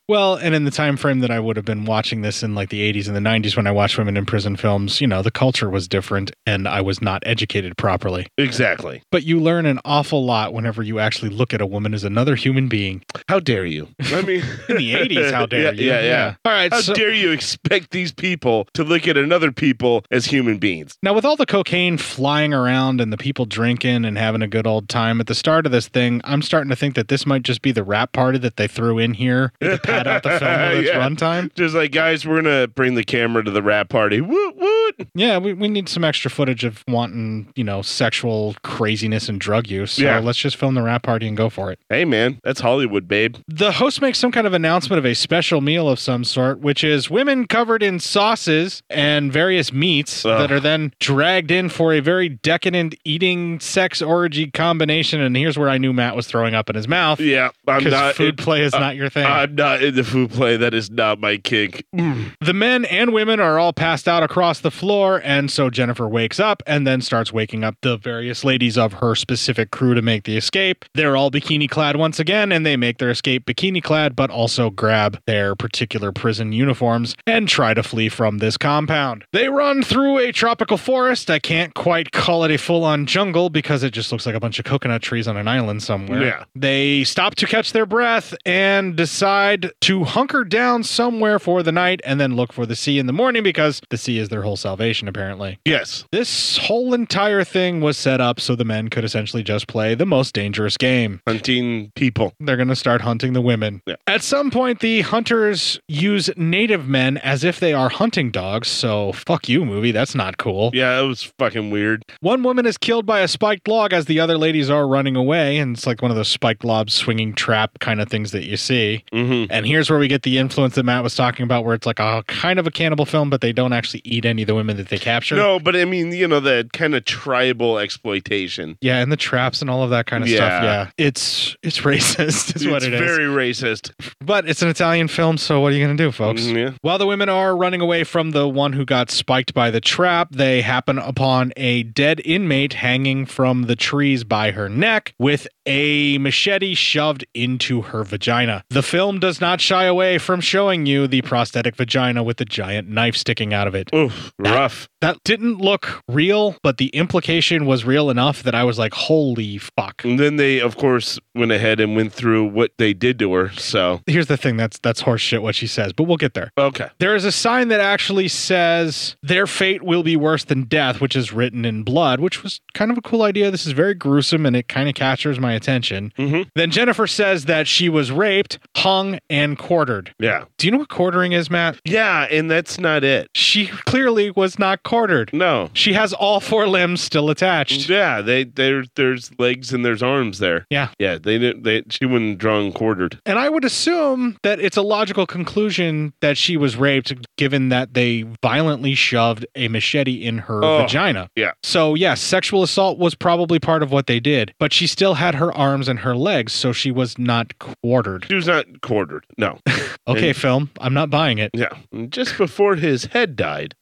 Speaker 5: Well, and in the time frame that I would have been watching this in like the 80s and the 90s when I watched women in prison films, you know, the culture was different and I was not educated properly.
Speaker 4: Exactly.
Speaker 5: But you learn an awful lot whenever you actually look at a woman as another human being.
Speaker 4: How dare you? I mean,
Speaker 5: in the 80s, how dare
Speaker 4: yeah,
Speaker 5: you?
Speaker 4: Yeah, yeah.
Speaker 5: All right.
Speaker 4: How
Speaker 5: so-
Speaker 4: dare you expect these people to look at another people as human beings?
Speaker 5: Now, with all the cocaine flying around and the people drinking and having a good old time at the start of this thing, I'm starting to think that this might just be the rap party that they threw in here to pad out the film with its
Speaker 4: Yeah.
Speaker 5: runtime.
Speaker 4: Just like, guys, we're gonna bring the camera to the rap party. Woot woot.
Speaker 5: Yeah, we, we need some extra footage of wanting, you know, sexual craziness and drug use. So
Speaker 4: Yeah.
Speaker 5: let's just film the rap party and go for it.
Speaker 4: Hey man, that's Hollywood, babe.
Speaker 5: The host makes some kind of announcement of a special meal of some sort, which is women covered in sauces and various meats that are then dragged in for a very decadent eating sex orgy combination. And here's where I knew Matt was throwing up in his mouth.
Speaker 4: Yeah, I'm
Speaker 5: 'Cause
Speaker 4: not. uh,
Speaker 5: food play is
Speaker 4: I-
Speaker 5: not your thing.
Speaker 4: I'm not into food play. That is not my kink.
Speaker 5: The men and women are all passed out across the floor, and so Jennifer wakes up and then starts waking up the various ladies of her specific crew to make the escape. They're all bikini clad once again, and they make their escape bikini clad, but also grab their particular prison uniforms and try to flee from this compound. They run through a tropical forest. I can't quite call it a full on jungle because it just looks like a bunch of coconut trees on an island somewhere.
Speaker 4: Yeah.
Speaker 5: They stop to catch their breath and decide to hunker down somewhere for the night and then look for the sea in the morning because the sea is their whole salvation, apparently.
Speaker 4: Yes.
Speaker 5: This whole entire thing was set up so the men could essentially just play the most dangerous game
Speaker 4: hunting people.
Speaker 5: They're going to start hunting the women. At some point, the hunters use native men as if they are hunting dogs. So, fuck you, movie. That's not cool.
Speaker 4: Yeah, it was fucking weird.
Speaker 5: One woman is killed by a spiked log as the other ladies are running away, and it's like one of those spiked lob swinging trap kind of things that you see.
Speaker 4: Mm-hmm.
Speaker 5: And here's where we get the influence that Matt was talking about, where it's like a kind of a cannibal film, but they don't actually eat any of the women that they capture.
Speaker 4: No, but I mean, you know, that kind of tribal exploitation.
Speaker 5: Yeah, and the traps and all of that kind of
Speaker 4: Yeah.
Speaker 5: stuff. Yeah, it's it's racist. Is what
Speaker 4: it's
Speaker 5: it is.
Speaker 4: very racist.
Speaker 5: But it's an Italian film, so what are you going to do, folks?
Speaker 4: Mm, yeah.
Speaker 5: While the women are running away from the one who got spiked by the trap, they happen upon a dead inmate hanging from the trees by her neck with a machete shoved into her vagina. The film does not shy away from showing you the prosthetic vagina with the giant knife sticking out of it.
Speaker 4: Oof, rough.
Speaker 5: That didn't look real, but the implication was real enough that I was like, holy fuck.
Speaker 4: And then they, of course, went ahead and went through what they did to her. So
Speaker 5: Here's the thing that's that's horseshit what she says, but we'll get there.
Speaker 4: okay,
Speaker 5: There is a sign that actually says their fate will be worse than death, which is written in blood, which was kind of a cool idea. This is very gruesome and it kind of captures my attention.
Speaker 4: Mm-hmm.
Speaker 5: Then Jennifer says that she was raped, hung, and quartered.
Speaker 4: yeah,
Speaker 5: Do you know what quartering is, Matt?
Speaker 4: yeah, and that's not it.
Speaker 5: She clearly was not quartered.
Speaker 4: No,
Speaker 5: she has all four limbs still attached.
Speaker 4: Yeah, they there there's legs and there's arms there.
Speaker 5: Yeah.
Speaker 4: yeah. They didn't. They she wasn't drawn quartered.
Speaker 5: And I would assume that it's a logical conclusion that she was raped, given that they violently shoved a machete in her
Speaker 4: Oh,
Speaker 5: vagina.
Speaker 4: Yeah.
Speaker 5: So, yes, sexual assault was probably part of what they did, but she still had her arms and her legs, so she was not quartered.
Speaker 4: She was not quartered. No.
Speaker 5: Okay,
Speaker 4: And-
Speaker 5: film, I'm not buying it.
Speaker 4: Yeah. And Just before his head died,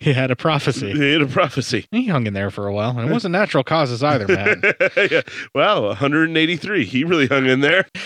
Speaker 5: He had a prophecy.
Speaker 4: he had a prophecy.
Speaker 5: He hung in there for a while, and it wasn't natural causes either, man.
Speaker 4: yeah. Wow, 183. He really hung in there.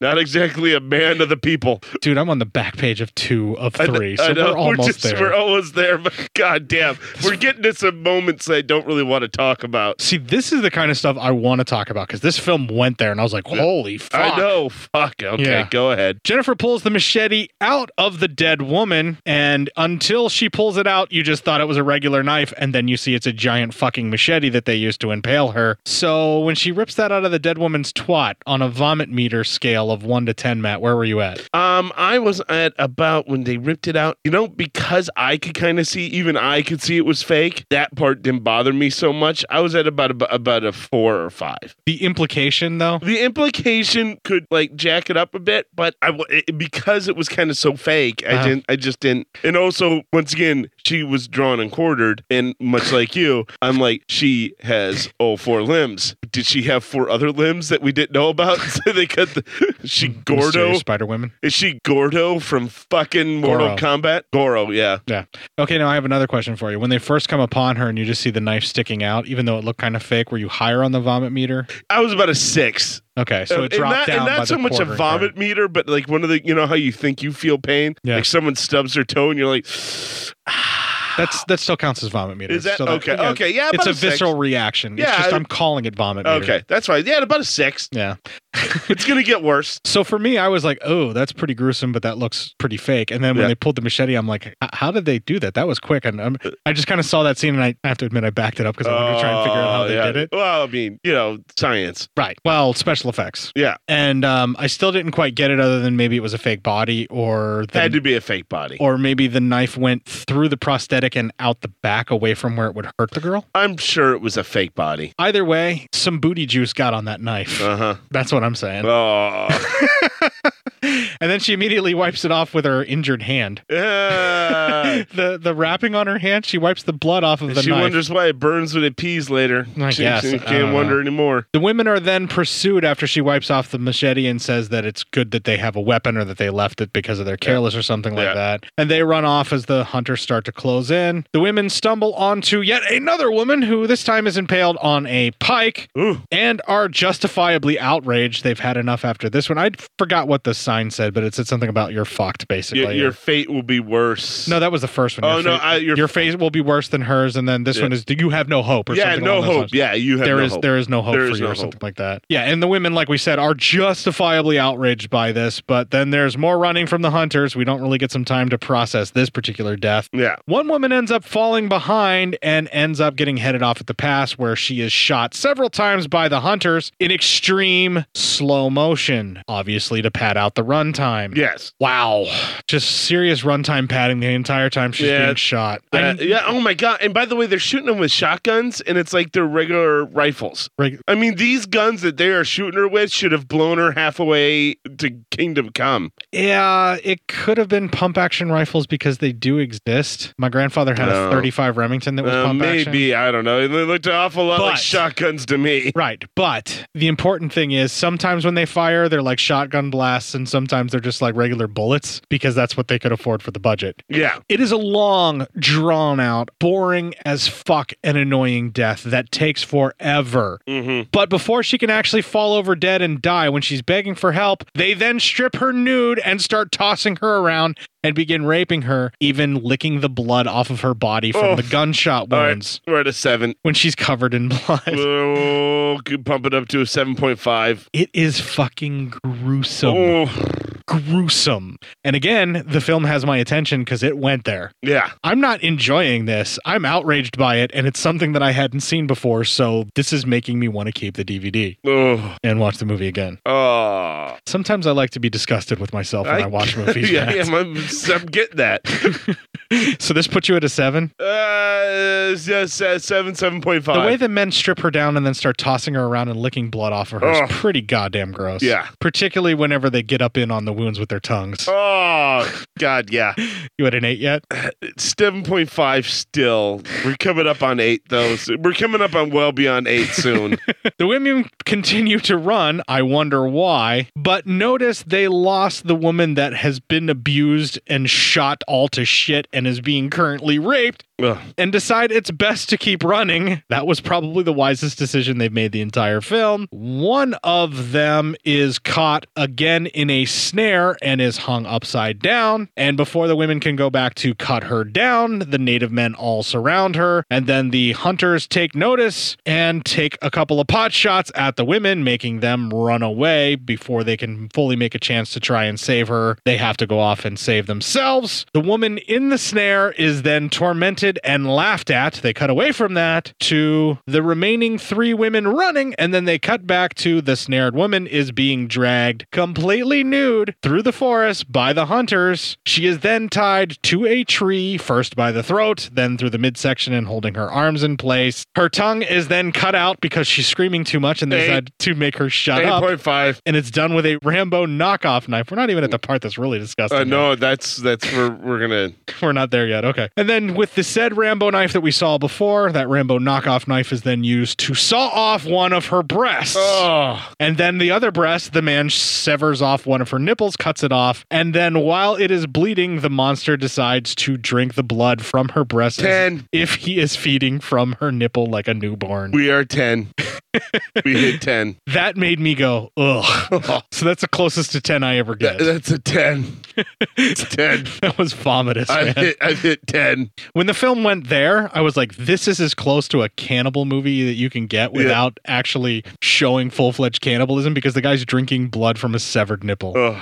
Speaker 4: Not exactly a man of the people.
Speaker 5: Dude, I'm on the back page of two of three, so we're almost there.
Speaker 4: We're almost there, but god damn, we're getting to some moments that I don't really want to talk about.
Speaker 5: See, this is the kind of stuff I want to talk about because this film went there, and I was like, holy fuck.
Speaker 4: I know. Fuck. Okay,
Speaker 5: Yeah.
Speaker 4: go ahead.
Speaker 5: Jennifer pulls the machete out of the dead woman, and until she pulls it out, you just thought it was a regular knife, and then you see it's a giant fucking machete that they used to impale her. So when she rips that out of the dead woman's twat on a vomit meter scale of one to ten, Matt, where were you at?
Speaker 4: Um, I was at about when they ripped it out. You know, because I could kind of see, even I could see it was fake. That part didn't bother me so much. I was at about a, about a four or five.
Speaker 5: The implication, though,
Speaker 4: the implication could like jack it up a bit, but I w- it, because it was kind of so fake, I
Speaker 5: Uh-huh.
Speaker 4: didn't. I just didn't. And also, once again, she was drawn and quartered, and much like you, I'm like, she has all four limbs. Did she have four other limbs that we didn't know about? so they cut the she Gordo
Speaker 5: Spider Woman.
Speaker 4: Is she Gordo from fucking Mortal
Speaker 5: Goro.
Speaker 4: Kombat? Goro, yeah.
Speaker 5: Yeah. Okay, now I have another question for you. When they first come upon her and you just see the knife sticking out, even though it looked kind of fake, were you higher on the vomit meter?
Speaker 4: I was about a six.
Speaker 5: Okay, so it
Speaker 4: Uh, and
Speaker 5: dropped
Speaker 4: not,
Speaker 5: down
Speaker 4: And not
Speaker 5: by
Speaker 4: so
Speaker 5: the
Speaker 4: much a
Speaker 5: quarter.
Speaker 4: vomit meter, but like one of the, you know how you think you feel pain?
Speaker 5: Yeah.
Speaker 4: Like someone stubs their toe and you're like,
Speaker 5: That's that still counts as vomit meter.
Speaker 4: Is that-
Speaker 5: So
Speaker 4: okay, okay, yeah,
Speaker 5: It's
Speaker 4: about
Speaker 5: a
Speaker 4: a six.
Speaker 5: visceral reaction.
Speaker 4: Yeah,
Speaker 5: it's just
Speaker 4: I-
Speaker 5: I, am calling it vomit. Meter.
Speaker 4: okay, that's right. Yeah, about a six.
Speaker 5: Yeah.
Speaker 4: it's going to get worse.
Speaker 5: So for me, I was like, "Oh, that's pretty gruesome, but that looks pretty fake." And then when
Speaker 4: Yeah.
Speaker 5: they pulled the machete, I'm like, "H- "How did they do that? That was quick." And i I just kind of saw that scene, and I I have to admit, I backed it up because I wanted to try and figure out how
Speaker 4: Oh,
Speaker 5: they
Speaker 4: yeah.
Speaker 5: did it.
Speaker 4: Well, I mean, you know, science.
Speaker 5: Right. Well, special effects.
Speaker 4: Yeah.
Speaker 5: And um, I still didn't quite get it, other than maybe it was a fake body, or the,
Speaker 4: Had to be a fake body.
Speaker 5: or maybe the knife went through the prosthetic and out the back, away from where it would hurt the girl.
Speaker 4: I'm sure it was a fake body.
Speaker 5: Either way, some booty juice got on that knife.
Speaker 4: Uh huh.
Speaker 5: That's what I'm saying.
Speaker 4: Oh.
Speaker 5: And then she immediately wipes it off with her injured hand. the the wrapping on her hand, she wipes the blood off of the
Speaker 4: she
Speaker 5: knife.
Speaker 4: wonders why it burns when it pees later.
Speaker 5: I
Speaker 4: she,
Speaker 5: guess.
Speaker 4: she
Speaker 5: I
Speaker 4: can't
Speaker 5: don't
Speaker 4: wonder
Speaker 5: know.
Speaker 4: anymore.
Speaker 5: the women are then pursued after she wipes off the machete and says that it's good that they have a weapon or that they left it because of their careless or something like that. And they run off as the hunters start to close in. The women stumble onto yet another woman who this time is impaled on a pike and are justifiably outraged. They've had enough after this one. I forgot what the sign said, but it said something about you're fucked basically.
Speaker 4: Your, your fate will be worse.
Speaker 5: No, that was the first one.
Speaker 4: Oh, no, I-
Speaker 5: your, face will be worse than hers, and then this
Speaker 4: Yeah.
Speaker 5: one is do you have no hope or
Speaker 4: Yeah,
Speaker 5: something
Speaker 4: no
Speaker 5: along those
Speaker 4: hope.
Speaker 5: lines.
Speaker 4: Yeah, you have
Speaker 5: There
Speaker 4: no
Speaker 5: is-
Speaker 4: hope.
Speaker 5: there is no hope
Speaker 4: There
Speaker 5: for
Speaker 4: is
Speaker 5: you
Speaker 4: no
Speaker 5: or
Speaker 4: hope.
Speaker 5: something like that. Yeah, and the women, like we said, are justifiably outraged by this, but then there's more running from the hunters. We don't really get some time to process this particular death.
Speaker 4: Yeah.
Speaker 5: One woman ends up falling behind and ends up getting headed off at the pass where she is shot several times by the hunters in extreme slow motion, obviously to pad out the runtime.
Speaker 4: Yes.
Speaker 5: Wow. Just serious runtime padding the entire time she's
Speaker 4: Yeah.
Speaker 5: being shot.
Speaker 4: Uh,
Speaker 5: I-
Speaker 4: yeah. Oh my god! And by the way, they're shooting them with shotguns, and it's like they're regular rifles.
Speaker 5: Right.
Speaker 4: I mean, these guns that they are shooting her with should have blown her half away to Kingdom Come.
Speaker 5: Yeah, it could have been pump action rifles because they do exist. My grandfather had
Speaker 4: No.
Speaker 5: a 35 Remington that was
Speaker 4: Oh. Uh,
Speaker 5: pump action.
Speaker 4: maybe I don't know. They looked an awful lot like
Speaker 5: But-
Speaker 4: shotguns to me.
Speaker 5: Right, but the important thing is sometimes when they fire, they're like shotgun blasts, and sometimes they're just like regular bullets because that's what they could afford for the budget.
Speaker 4: Yeah.
Speaker 5: It is a long, drawn out, boring as fuck, and annoying death that takes forever.
Speaker 4: Mm-hmm.
Speaker 5: But before she can actually fall over dead and die when she's begging for help, they then strip her nude and start tossing her around and begin raping her, even licking the blood off of her body from
Speaker 4: Oh.
Speaker 5: the gunshot
Speaker 4: All right,
Speaker 5: wounds
Speaker 4: we're at a seven.
Speaker 5: when she's covered in blood.
Speaker 4: Oh, could pump it up to a seven point five.
Speaker 5: It is fucking gruesome. Gruesome. And again, the film has my attention because it went there.
Speaker 4: Yeah.
Speaker 5: I'm not enjoying this. I'm outraged by it, and it's something that I hadn't seen before. So this is making me want to keep the DVD
Speaker 4: Oh.
Speaker 5: and watch the movie again.
Speaker 4: Oh.
Speaker 5: Sometimes I like to be disgusted with myself when I, watch movies.
Speaker 4: yeah,
Speaker 5: Matt.
Speaker 4: yeah, I'm, I'm getting that.
Speaker 5: So this puts you at a seven.
Speaker 4: Uh, yeah, se- seven, seven point five.
Speaker 5: The way the men strip her down and then start tossing her around and licking blood off of her
Speaker 4: Ugh.
Speaker 5: is pretty goddamn gross.
Speaker 4: Yeah.
Speaker 5: Particularly whenever they get up in on the wounds with their tongues.
Speaker 4: Oh God, yeah.
Speaker 5: You at an eight yet?
Speaker 4: Seven point five. Still, we're coming up on eight though. So We're coming up on well beyond eight soon.
Speaker 5: the women continue to run. I wonder why. But notice they lost the woman that has been abused and shot all to shit and is being currently raped and decide it's best to keep running. That was probably the wisest decision they've made the entire film. One of them is caught again in a snare and is hung upside down. And before the women can go back to cut her down, the native men all surround her. And then the hunters take notice and take a couple of pot shots at the women, making them run away before they can fully make a chance to try and save her. They have to go off and save themselves. The woman in the snare is then tormented and laughed at. They cut away from that to the remaining three women running, and then they cut back to the snared woman is being dragged completely nude through the forest by the hunters. She is then tied to a tree, first by the throat, then through the midsection and holding her arms in place. Her tongue is then cut out because she's screaming too much and they
Speaker 4: Eight.
Speaker 5: decide to make her shut up.
Speaker 4: 8.5.
Speaker 5: And it's done with a Rambo knockoff knife. We're not even at the part that's really disgusting.
Speaker 4: Uh, no, that's that's where we're gonna.
Speaker 5: We're not there yet. Okay. And then with the said Rambo knife that we saw before, that Rambo knockoff knife is then used to saw off one of her breasts. And then the other breast, the man severs off one of her nipples, cuts it off, and then while it is bleeding, the monster decides to drink the blood from her breast as if he is feeding from her nipple like a newborn.
Speaker 4: We are ten. we hit ten.
Speaker 5: That made me go, ugh. so that's the closest to 10 I ever get.
Speaker 4: that's a 10. it's 10.
Speaker 5: that was vomitous,
Speaker 4: I've
Speaker 5: man.
Speaker 4: hit- I've hit 10.
Speaker 5: When the film went there, I was like, this is as close to a cannibal movie that you can get
Speaker 4: Yeah.
Speaker 5: without actually showing full fledged cannibalism because the guy's drinking blood from a severed nipple.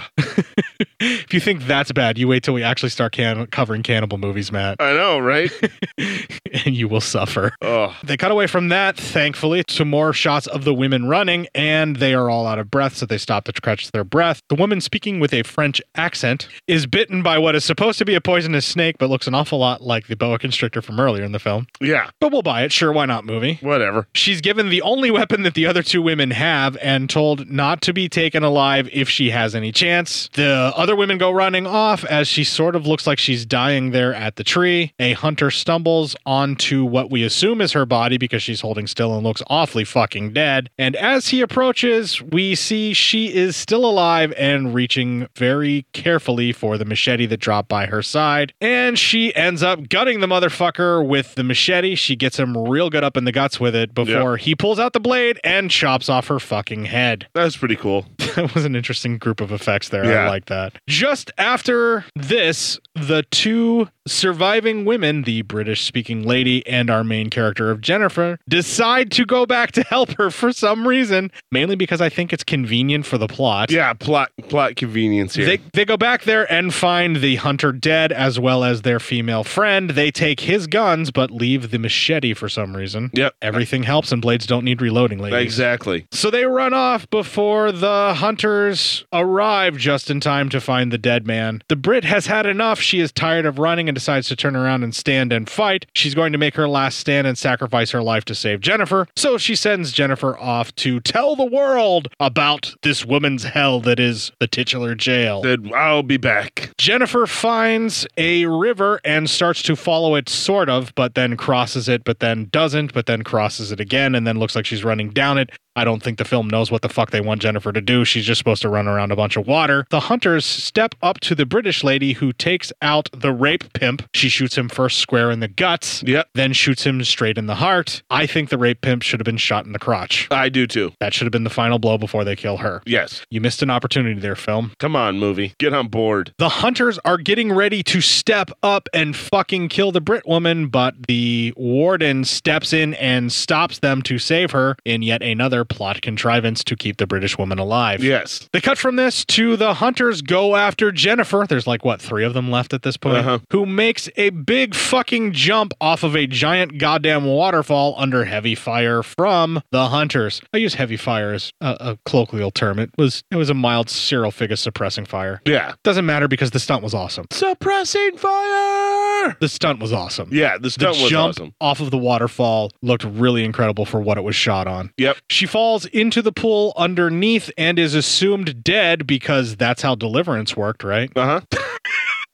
Speaker 5: if you think that's bad, you wait till we actually start can- covering cannibal movies, Matt,
Speaker 4: I know, right? Oh,
Speaker 5: and you will suffer.
Speaker 4: Ugh.
Speaker 5: They cut away from that, thankfully, to more shots of the women running, and they are all out of breath, so they stop to catch their breath. The woman speaking with a French accent is bitten by what is supposed to be a poisonous snake, but looks an awful lot like the boa constrictor from earlier in the film.
Speaker 4: Yeah.
Speaker 5: But we'll buy it. Sure, why not, movie?
Speaker 4: Whatever.
Speaker 5: She's given the only weapon that the other two women have and told not to be taken alive if she has any chance. The other women go running off as she sort of looks like she's dying there at the tree. A hunter stumbles onto what we assume is her body because she's holding still and looks awfully fucking dead. And as he approaches, we see she is still alive and reaching very carefully for the machete that dropped by her side. And she ends up gutting the motherfucker with the machete. She gets him real good up in the guts with it before he pulls out the blade and chops off her fucking head.
Speaker 4: That's pretty cool.
Speaker 5: That was an interesting group of effects there. I
Speaker 4: Yeah.
Speaker 5: like that. Just after this, the two surviving women, the British speaking lady and our main character of Jennifer, decide to go back to help her for some reason, mainly because I think it's convenient for the plot.
Speaker 4: Yeah, plot plot convenience here.
Speaker 5: They, they go back there and find the hunter dead as well as their female friend. They take his guns but leave the machete for some reason.
Speaker 4: Yep.
Speaker 5: Everything helps and blades don't need reloading, ladies.
Speaker 4: exactly.
Speaker 5: So they run off before the hunters arrive just in time to find the dead man. The Brit has had enough. She is tired of running and decides to turn around and stand and fight. She's going to make her last stand and sacrifice her life to save Jennifer. So she sends Jennifer off to tell the world about this woman's hell that is the titular jail.
Speaker 4: Said, I'll be back.
Speaker 5: Jennifer finds a river and starts to follow it, sort of, but then crosses it, but then doesn't, but then crosses it again, and then looks like she's running down it. I don't think the film knows what the fuck they want Jennifer to do. She's just supposed to run around a bunch of water. The hunters step up to the British lady who takes out the rape pimp. She shoots him first square in the guts,
Speaker 4: yep.
Speaker 5: then shoots him straight in the heart. I think the rape pimp should have been shot in the crotch.
Speaker 4: I do too.
Speaker 5: That should have been the final blow before they kill her.
Speaker 4: Yes.
Speaker 5: You missed an opportunity there, film.
Speaker 4: Come on, movie. Get on board.
Speaker 5: The hunters are getting ready to step up and fucking kill the Brit woman, but the warden steps in and stops them to save her in yet another plot contrivance to keep the British woman alive.
Speaker 4: Yes.
Speaker 5: They cut from this to the hunters go after Jennifer. There's like, what, three of them left at this point?
Speaker 4: Uh-huh.
Speaker 5: Who makes a big fucking jump off of a giant goddamn waterfall under heavy fire from the hunters. I use heavy fire as a, a colloquial term. It was it was a mild Cyril Figus suppressing fire.
Speaker 4: Yeah.
Speaker 5: Doesn't matter because the stunt was awesome.
Speaker 4: Suppressing fire. sure.
Speaker 5: The stunt was awesome.
Speaker 4: Yeah, the stunt
Speaker 5: the
Speaker 4: was
Speaker 5: jump
Speaker 4: awesome.
Speaker 5: off of the waterfall looked really incredible for what it was shot on.
Speaker 4: Yep.
Speaker 5: She falls into the pool underneath and is assumed dead because that's how deliverance worked, right?
Speaker 4: Uh huh.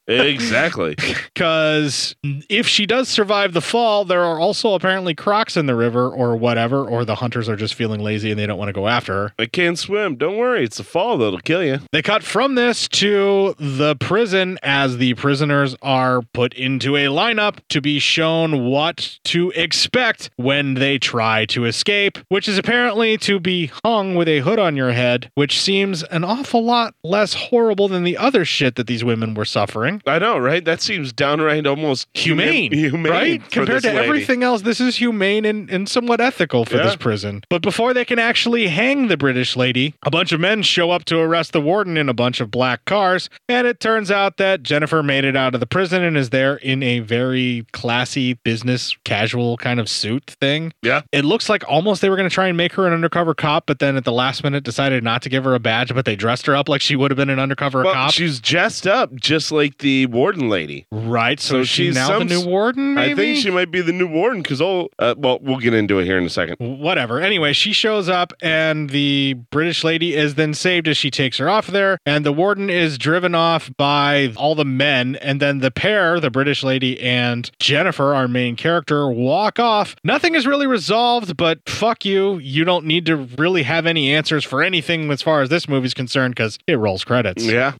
Speaker 4: exactly.
Speaker 5: Because if she does survive the fall, there are also apparently crocs in the river or whatever, or the hunters are just feeling lazy and they don't want to go after her.
Speaker 4: I can't swim. Don't worry. It's the fall that'll kill you.
Speaker 5: They cut from this to the prison as the prisoners are put into a lineup to be shown what to expect when they try to escape, which is apparently to be hung with a hood on your head, which seems an awful lot less horrible than the other shit that these women were suffering.
Speaker 4: I know, right? That seems downright almost
Speaker 5: Humane,
Speaker 4: humi- humane
Speaker 5: right?
Speaker 4: for
Speaker 5: Compared to
Speaker 4: this lady.
Speaker 5: everything else, this is humane and, and somewhat ethical for
Speaker 4: Yeah.
Speaker 5: this prison. But before they can actually hang the British lady, a bunch of men show up to arrest the warden in a bunch of black cars. And it turns out that Jennifer made it out of the prison and is there in a very classy business casual kind of suit thing.
Speaker 4: Yeah.
Speaker 5: It looks like almost they were going to try and make her an undercover cop, but then at the last minute decided not to give her a badge, but they dressed her up like she would have been an undercover
Speaker 4: Well,
Speaker 5: cop.
Speaker 4: she's dressed up just like the warden lady.
Speaker 5: Right. So, she's now the new warden.
Speaker 4: I think
Speaker 5: maybe?
Speaker 4: she might be the new warden because all. Uh, well, we'll get into it here in a second.
Speaker 5: whatever. Anyway, she shows up and the British lady is then saved as she takes her off there. And the warden is driven off by all the men. And then the pair, the British lady and Jennifer, our main character, walk off. Nothing is really resolved, but fuck you. You don't need to really have any answers for anything as far as this movie's concerned because it rolls credits.
Speaker 4: Yeah.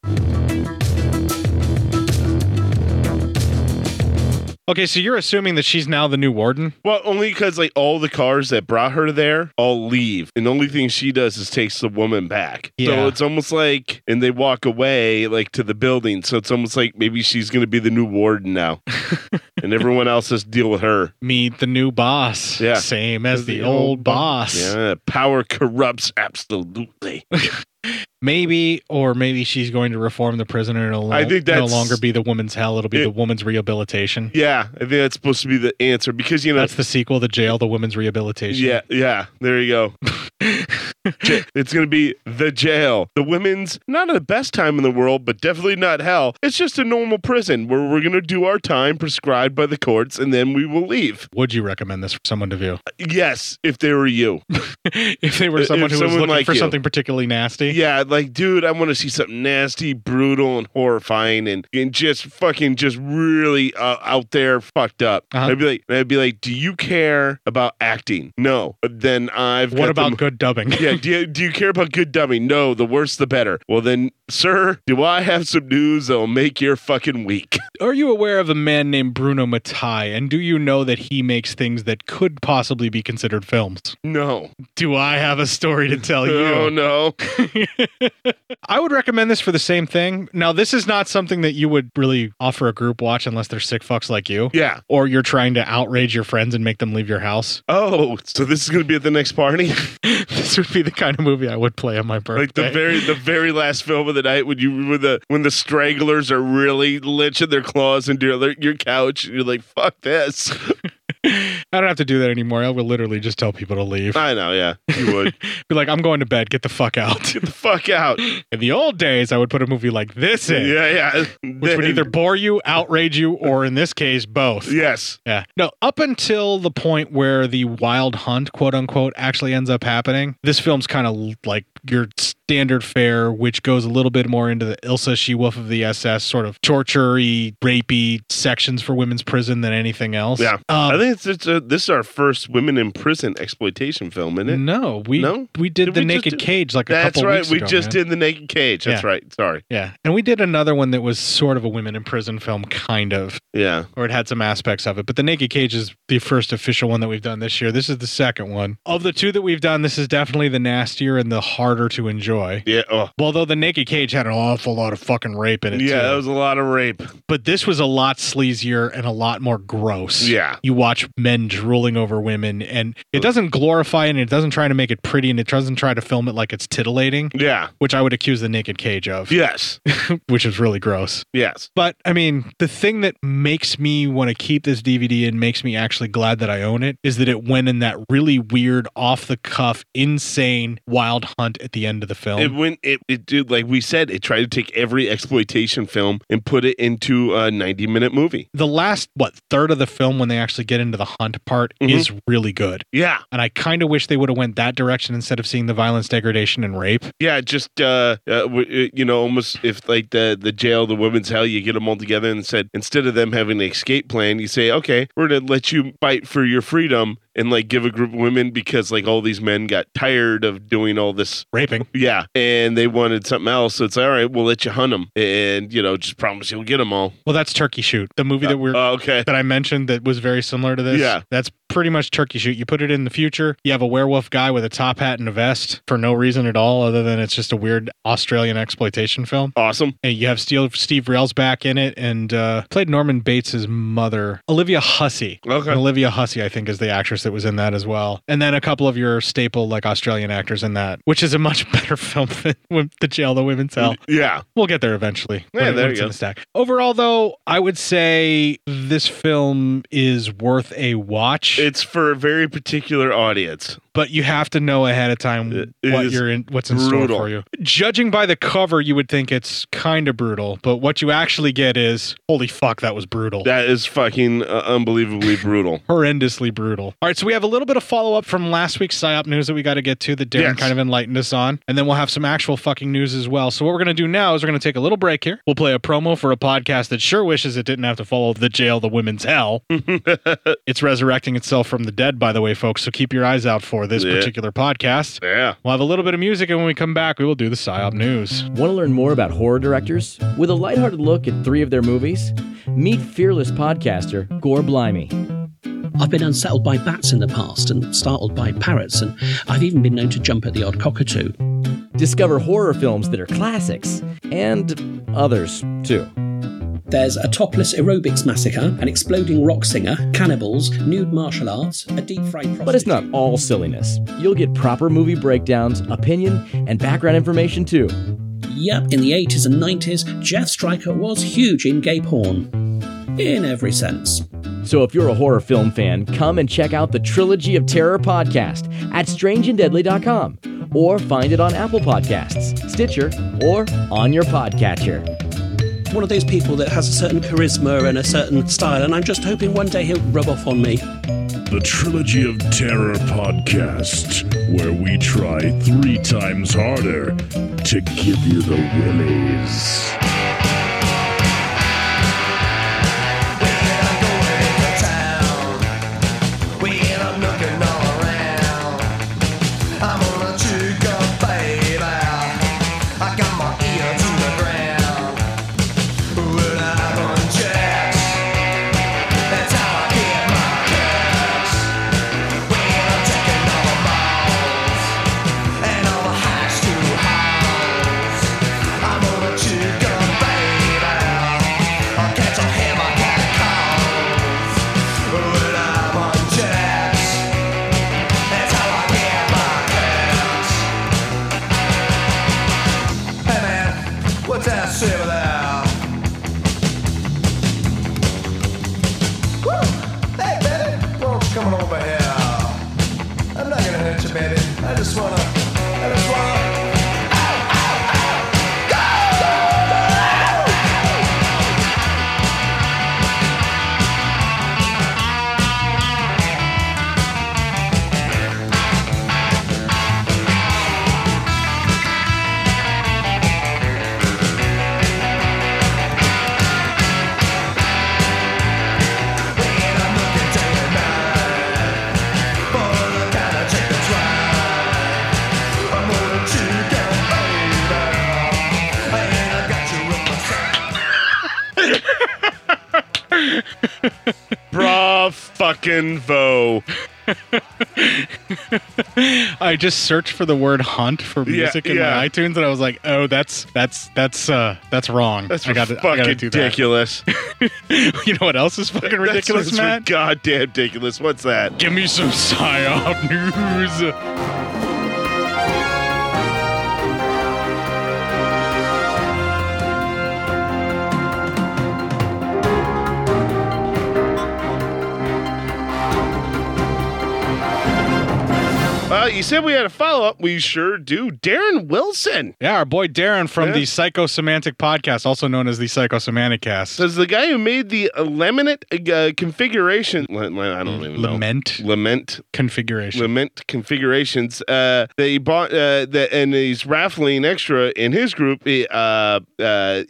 Speaker 5: Okay, so you're assuming that she's now the new warden?
Speaker 4: Well, only because like all the cars that brought her there all leave, and the only thing she does is takes the woman back.
Speaker 5: Yeah.
Speaker 4: So it's almost like, and they walk away like to the building. So it's almost like maybe she's going to be the new warden now, and everyone else has to deal with her.
Speaker 5: Meet the new boss.
Speaker 4: Yeah.
Speaker 5: Same as the, old, boss.
Speaker 4: Yeah. Power corrupts absolutely.
Speaker 5: Maybe, or maybe she's going to reform the prisoner and it'll
Speaker 4: I think
Speaker 5: no
Speaker 4: that's-
Speaker 5: longer be the woman's hell. It'll be
Speaker 4: It-
Speaker 5: the woman's rehabilitation.
Speaker 4: yeah, I think that's supposed to be the answer because you know
Speaker 5: That's the sequel, The Jail, The Woman's Rehabilitation.
Speaker 4: Yeah, yeah. There you go. Ja- it's going to be the jail. The women's not the best time in the world, but definitely not hell. It's just a normal prison where we're going to do our time prescribed by the courts and then we will leave.
Speaker 5: Would you recommend this for someone to view?
Speaker 4: Yes, if they were you.
Speaker 5: if they were someone who was looking for something particularly nasty.
Speaker 4: Yeah, like, dude, I want to see something nasty, brutal, and horrifying, and, and just fucking, just really uh, out there, fucked up.
Speaker 5: Uh-huh.
Speaker 4: I'd be like, I'd be like, do you care about acting? No. Then I've.
Speaker 5: What
Speaker 4: got the
Speaker 5: about
Speaker 4: mo-
Speaker 5: good dubbing?
Speaker 4: yeah, do you, do you care about good dummy? No, the worse the better. Well, then, sir, do I have some news that'll make your fucking week?
Speaker 5: Are you aware of a man named Bruno Mattei? And do you know that he makes things that could possibly be considered films?
Speaker 4: No.
Speaker 5: Do I have a story to tell you?
Speaker 4: Oh, no.
Speaker 5: I would recommend this for the same thing. Now, this is not something that you would really offer a group watch unless they're sick fucks like you.
Speaker 4: Yeah.
Speaker 5: Or you're trying to outrage your friends and make them leave your house.
Speaker 4: Oh, so this is going to be at the next party?
Speaker 5: this would be the kind of movie I would play on my birthday.
Speaker 4: Like the very the very last film of the night when you when the when the stragglers are really lynching their claws into your, your couch and you're like fuck this.
Speaker 5: I don't have to do that anymore. I will literally just tell people to leave.
Speaker 4: I know, yeah, you would.
Speaker 5: Be like, I'm going to bed. Get the fuck out.
Speaker 4: Get the fuck out.
Speaker 5: In the old days, I would put a movie like this in.
Speaker 4: Yeah, yeah.
Speaker 5: Which would either bore you, outrage you, or in this case, both.
Speaker 4: Yes.
Speaker 5: Yeah. No, up until the point where the wild hunt, quote unquote, actually ends up happening, this film's kind of like your standard fare, which goes a little bit more into the Ilsa She Wolf of the SS sort of torture y, rapey sections for women's prison than anything else.
Speaker 4: Yeah,
Speaker 5: Um,
Speaker 4: I think it's, it's uh this is our first women in prison exploitation film, isn't it?
Speaker 5: No, we we did, the
Speaker 4: we just
Speaker 5: Naked
Speaker 4: do-
Speaker 5: Cage like a
Speaker 4: That's
Speaker 5: couple
Speaker 4: right.
Speaker 5: weeks
Speaker 4: we
Speaker 5: ago,
Speaker 4: just
Speaker 5: man.
Speaker 4: did the Naked Cage. That's
Speaker 5: Yeah.
Speaker 4: right. Sorry.
Speaker 5: Yeah. And we did another one that was sort of a women in prison film, kind of.
Speaker 4: Yeah.
Speaker 5: Or it had some aspects of it. But The Naked Cage is the first official one that we've done this year. This is the second one. Of the two that we've done, this is definitely the nastier and the harder to enjoy.
Speaker 4: Yeah. Oh.
Speaker 5: Although The Naked Cage had an awful lot of fucking rape in it,
Speaker 4: Yeah,
Speaker 5: too.
Speaker 4: that was a lot of rape.
Speaker 5: but this was a lot sleazier and a lot more gross.
Speaker 4: Yeah.
Speaker 5: You watch much men drooling over women, and it doesn't glorify it, and it doesn't try to make it pretty, and it doesn't try to film it like it's titillating.
Speaker 4: Yeah.
Speaker 5: Which I would accuse the Naked Cage of.
Speaker 4: Yes.
Speaker 5: which is really gross.
Speaker 4: Yes.
Speaker 5: But I mean, the thing that makes me want to keep this DVD and makes me actually glad that I own it is that it went in that really weird, off the cuff, insane wild hunt at the end of the film.
Speaker 4: It went. It, it did like we said. It tried to take every exploitation film and put it into a ninety-minute movie.
Speaker 5: the last what third of the film when they actually get into the hunt part
Speaker 4: Mhm.
Speaker 5: is really good
Speaker 4: Yeah.
Speaker 5: and i kind of wish they would have went that direction instead of seeing the violence degradation and rape
Speaker 4: Yeah, just uh, uh, w- uh, you know, almost if like the the jail, the women's hell, you get them all together and said instead of them having an escape plan, you say, okay, we're gonna let you fight for your freedom and like give a group of women because like all these men got tired of doing all this
Speaker 5: raping.
Speaker 4: Yeah, and they wanted something else. So it's all right, we'll let you hunt them, and you know, just promise you'll get them all.
Speaker 5: well that's turkey shoot the movie that we're
Speaker 4: Oh, okay
Speaker 5: that i mentioned that was very similar to this
Speaker 4: Yeah.
Speaker 5: that's pretty much turkey shoot you put it in the future you have a werewolf guy with a top hat and a vest for no reason at all other than it's just a weird australian exploitation film
Speaker 4: awesome
Speaker 5: and you have steve, steve rails back in it and uh, played norman bates's mother olivia hussey
Speaker 4: Okay.
Speaker 5: And Olivia Hussey, I think, is the actress that was in that as well. And then a couple of your staple like Australian actors in that, which is a much better film than Wim- The Jail the Women Tell.
Speaker 4: Yeah,
Speaker 5: we'll get there eventually.
Speaker 4: Yeah,
Speaker 5: when it-
Speaker 4: there
Speaker 5: when
Speaker 4: you
Speaker 5: it's
Speaker 4: go.
Speaker 5: in the stack. Overall, though, I would say this film is worth a watch.
Speaker 4: It's for a very particular audience.
Speaker 5: But you have to know ahead of time
Speaker 4: it
Speaker 5: what
Speaker 4: is
Speaker 5: you're in, what's in
Speaker 4: brutal.
Speaker 5: store for you. Judging by the cover, you would think it's kind of brutal, but what you actually get is holy fuck, that was brutal.
Speaker 4: That is fucking uh, unbelievably brutal.
Speaker 5: horrendously brutal. All right, so we have a little bit of follow up from last week's PSYOP news that we got to get to that Darren
Speaker 4: Yes.
Speaker 5: kind of enlightened us on. And then we'll have some actual fucking news as well. So, what we're going to do now is we're going to take a little break here. We'll play a promo for a podcast that sure wishes it didn't have to follow the jail the women's hell. it's resurrecting itself from the dead, by the way, folks. So, keep your eyes out for this
Speaker 21: Yeah.
Speaker 5: particular podcast.
Speaker 4: Yeah.
Speaker 5: We'll have a little bit of music, and when we come back, we will do the PSYOP news.
Speaker 21: Want to learn more about horror directors? With a lighthearted look at three of their movies? Meet fearless podcaster Gore Blimey.
Speaker 22: I've been unsettled by bats in the past and startled by parrots, and I've even been known to jump at the odd cockatoo.
Speaker 21: Discover horror films that are classics and others too.
Speaker 22: There's a topless aerobics massacre, an exploding rock singer, cannibals, nude martial arts, a deep fried prostitute.
Speaker 21: But it's not all silliness. You'll get proper movie breakdowns, opinion, and background information too.
Speaker 22: Yep, in the 80s and 90s, Jeff Stryker was huge in gay porn. In every sense.
Speaker 21: So if you're a horror film fan, come and check out the Trilogy of Terror podcast at strangeanddeadly.com or find it on Apple Podcasts, Stitcher, or on your podcatcher.
Speaker 22: One of those people that has a certain charisma and a certain style, and I'm just hoping one day he'll rub off on me.
Speaker 23: The Trilogy of Terror podcast, where we try three times harder to give you the willies.
Speaker 3: We ain't up looking all around. I'm on a true girl, baby. I got my ear to the ground. When I'm on jacks, that's how I get my cash. We ain't up taking all the balls and all the highs to highs. I'm on a true girl, baby. I'll catch a hammer, got a calls. When I'm on jacks, that's how I get my cash. Hey man, what's that shit about? Woo! Hey baby, won't you come on over here? I'm not gonna hurt you, baby. I just wanna, I just wanna.
Speaker 4: Bra fucking vo.
Speaker 5: I just searched for the word hunt for
Speaker 4: Yeah,
Speaker 5: music in
Speaker 4: yeah.
Speaker 5: my iTunes, and I was like, "Oh, that's that's that's uh that's wrong.
Speaker 4: That's
Speaker 5: I gotta- I gotta
Speaker 4: fucking
Speaker 5: do that.
Speaker 4: ridiculous.
Speaker 5: you know what else is fucking ridiculous,
Speaker 4: That's
Speaker 5: Matt?
Speaker 4: Goddamn ridiculous. What's that?
Speaker 5: Give me some psyop news.
Speaker 4: Well, Uh, you said we had a follow up. We sure do. Darren Wilson
Speaker 5: Yeah, our boy Darren from
Speaker 4: Yeah.
Speaker 5: the Psychosemantic podcast, also known as the Psychosemantic Cast.
Speaker 4: says the guy who made the uh, laminate uh, configuration. la- la- I don't even know.
Speaker 5: Lament
Speaker 4: Lament
Speaker 5: configuration.
Speaker 4: lament configurations uh, that he bought uh, that and he's raffling extra in his group uh, uh,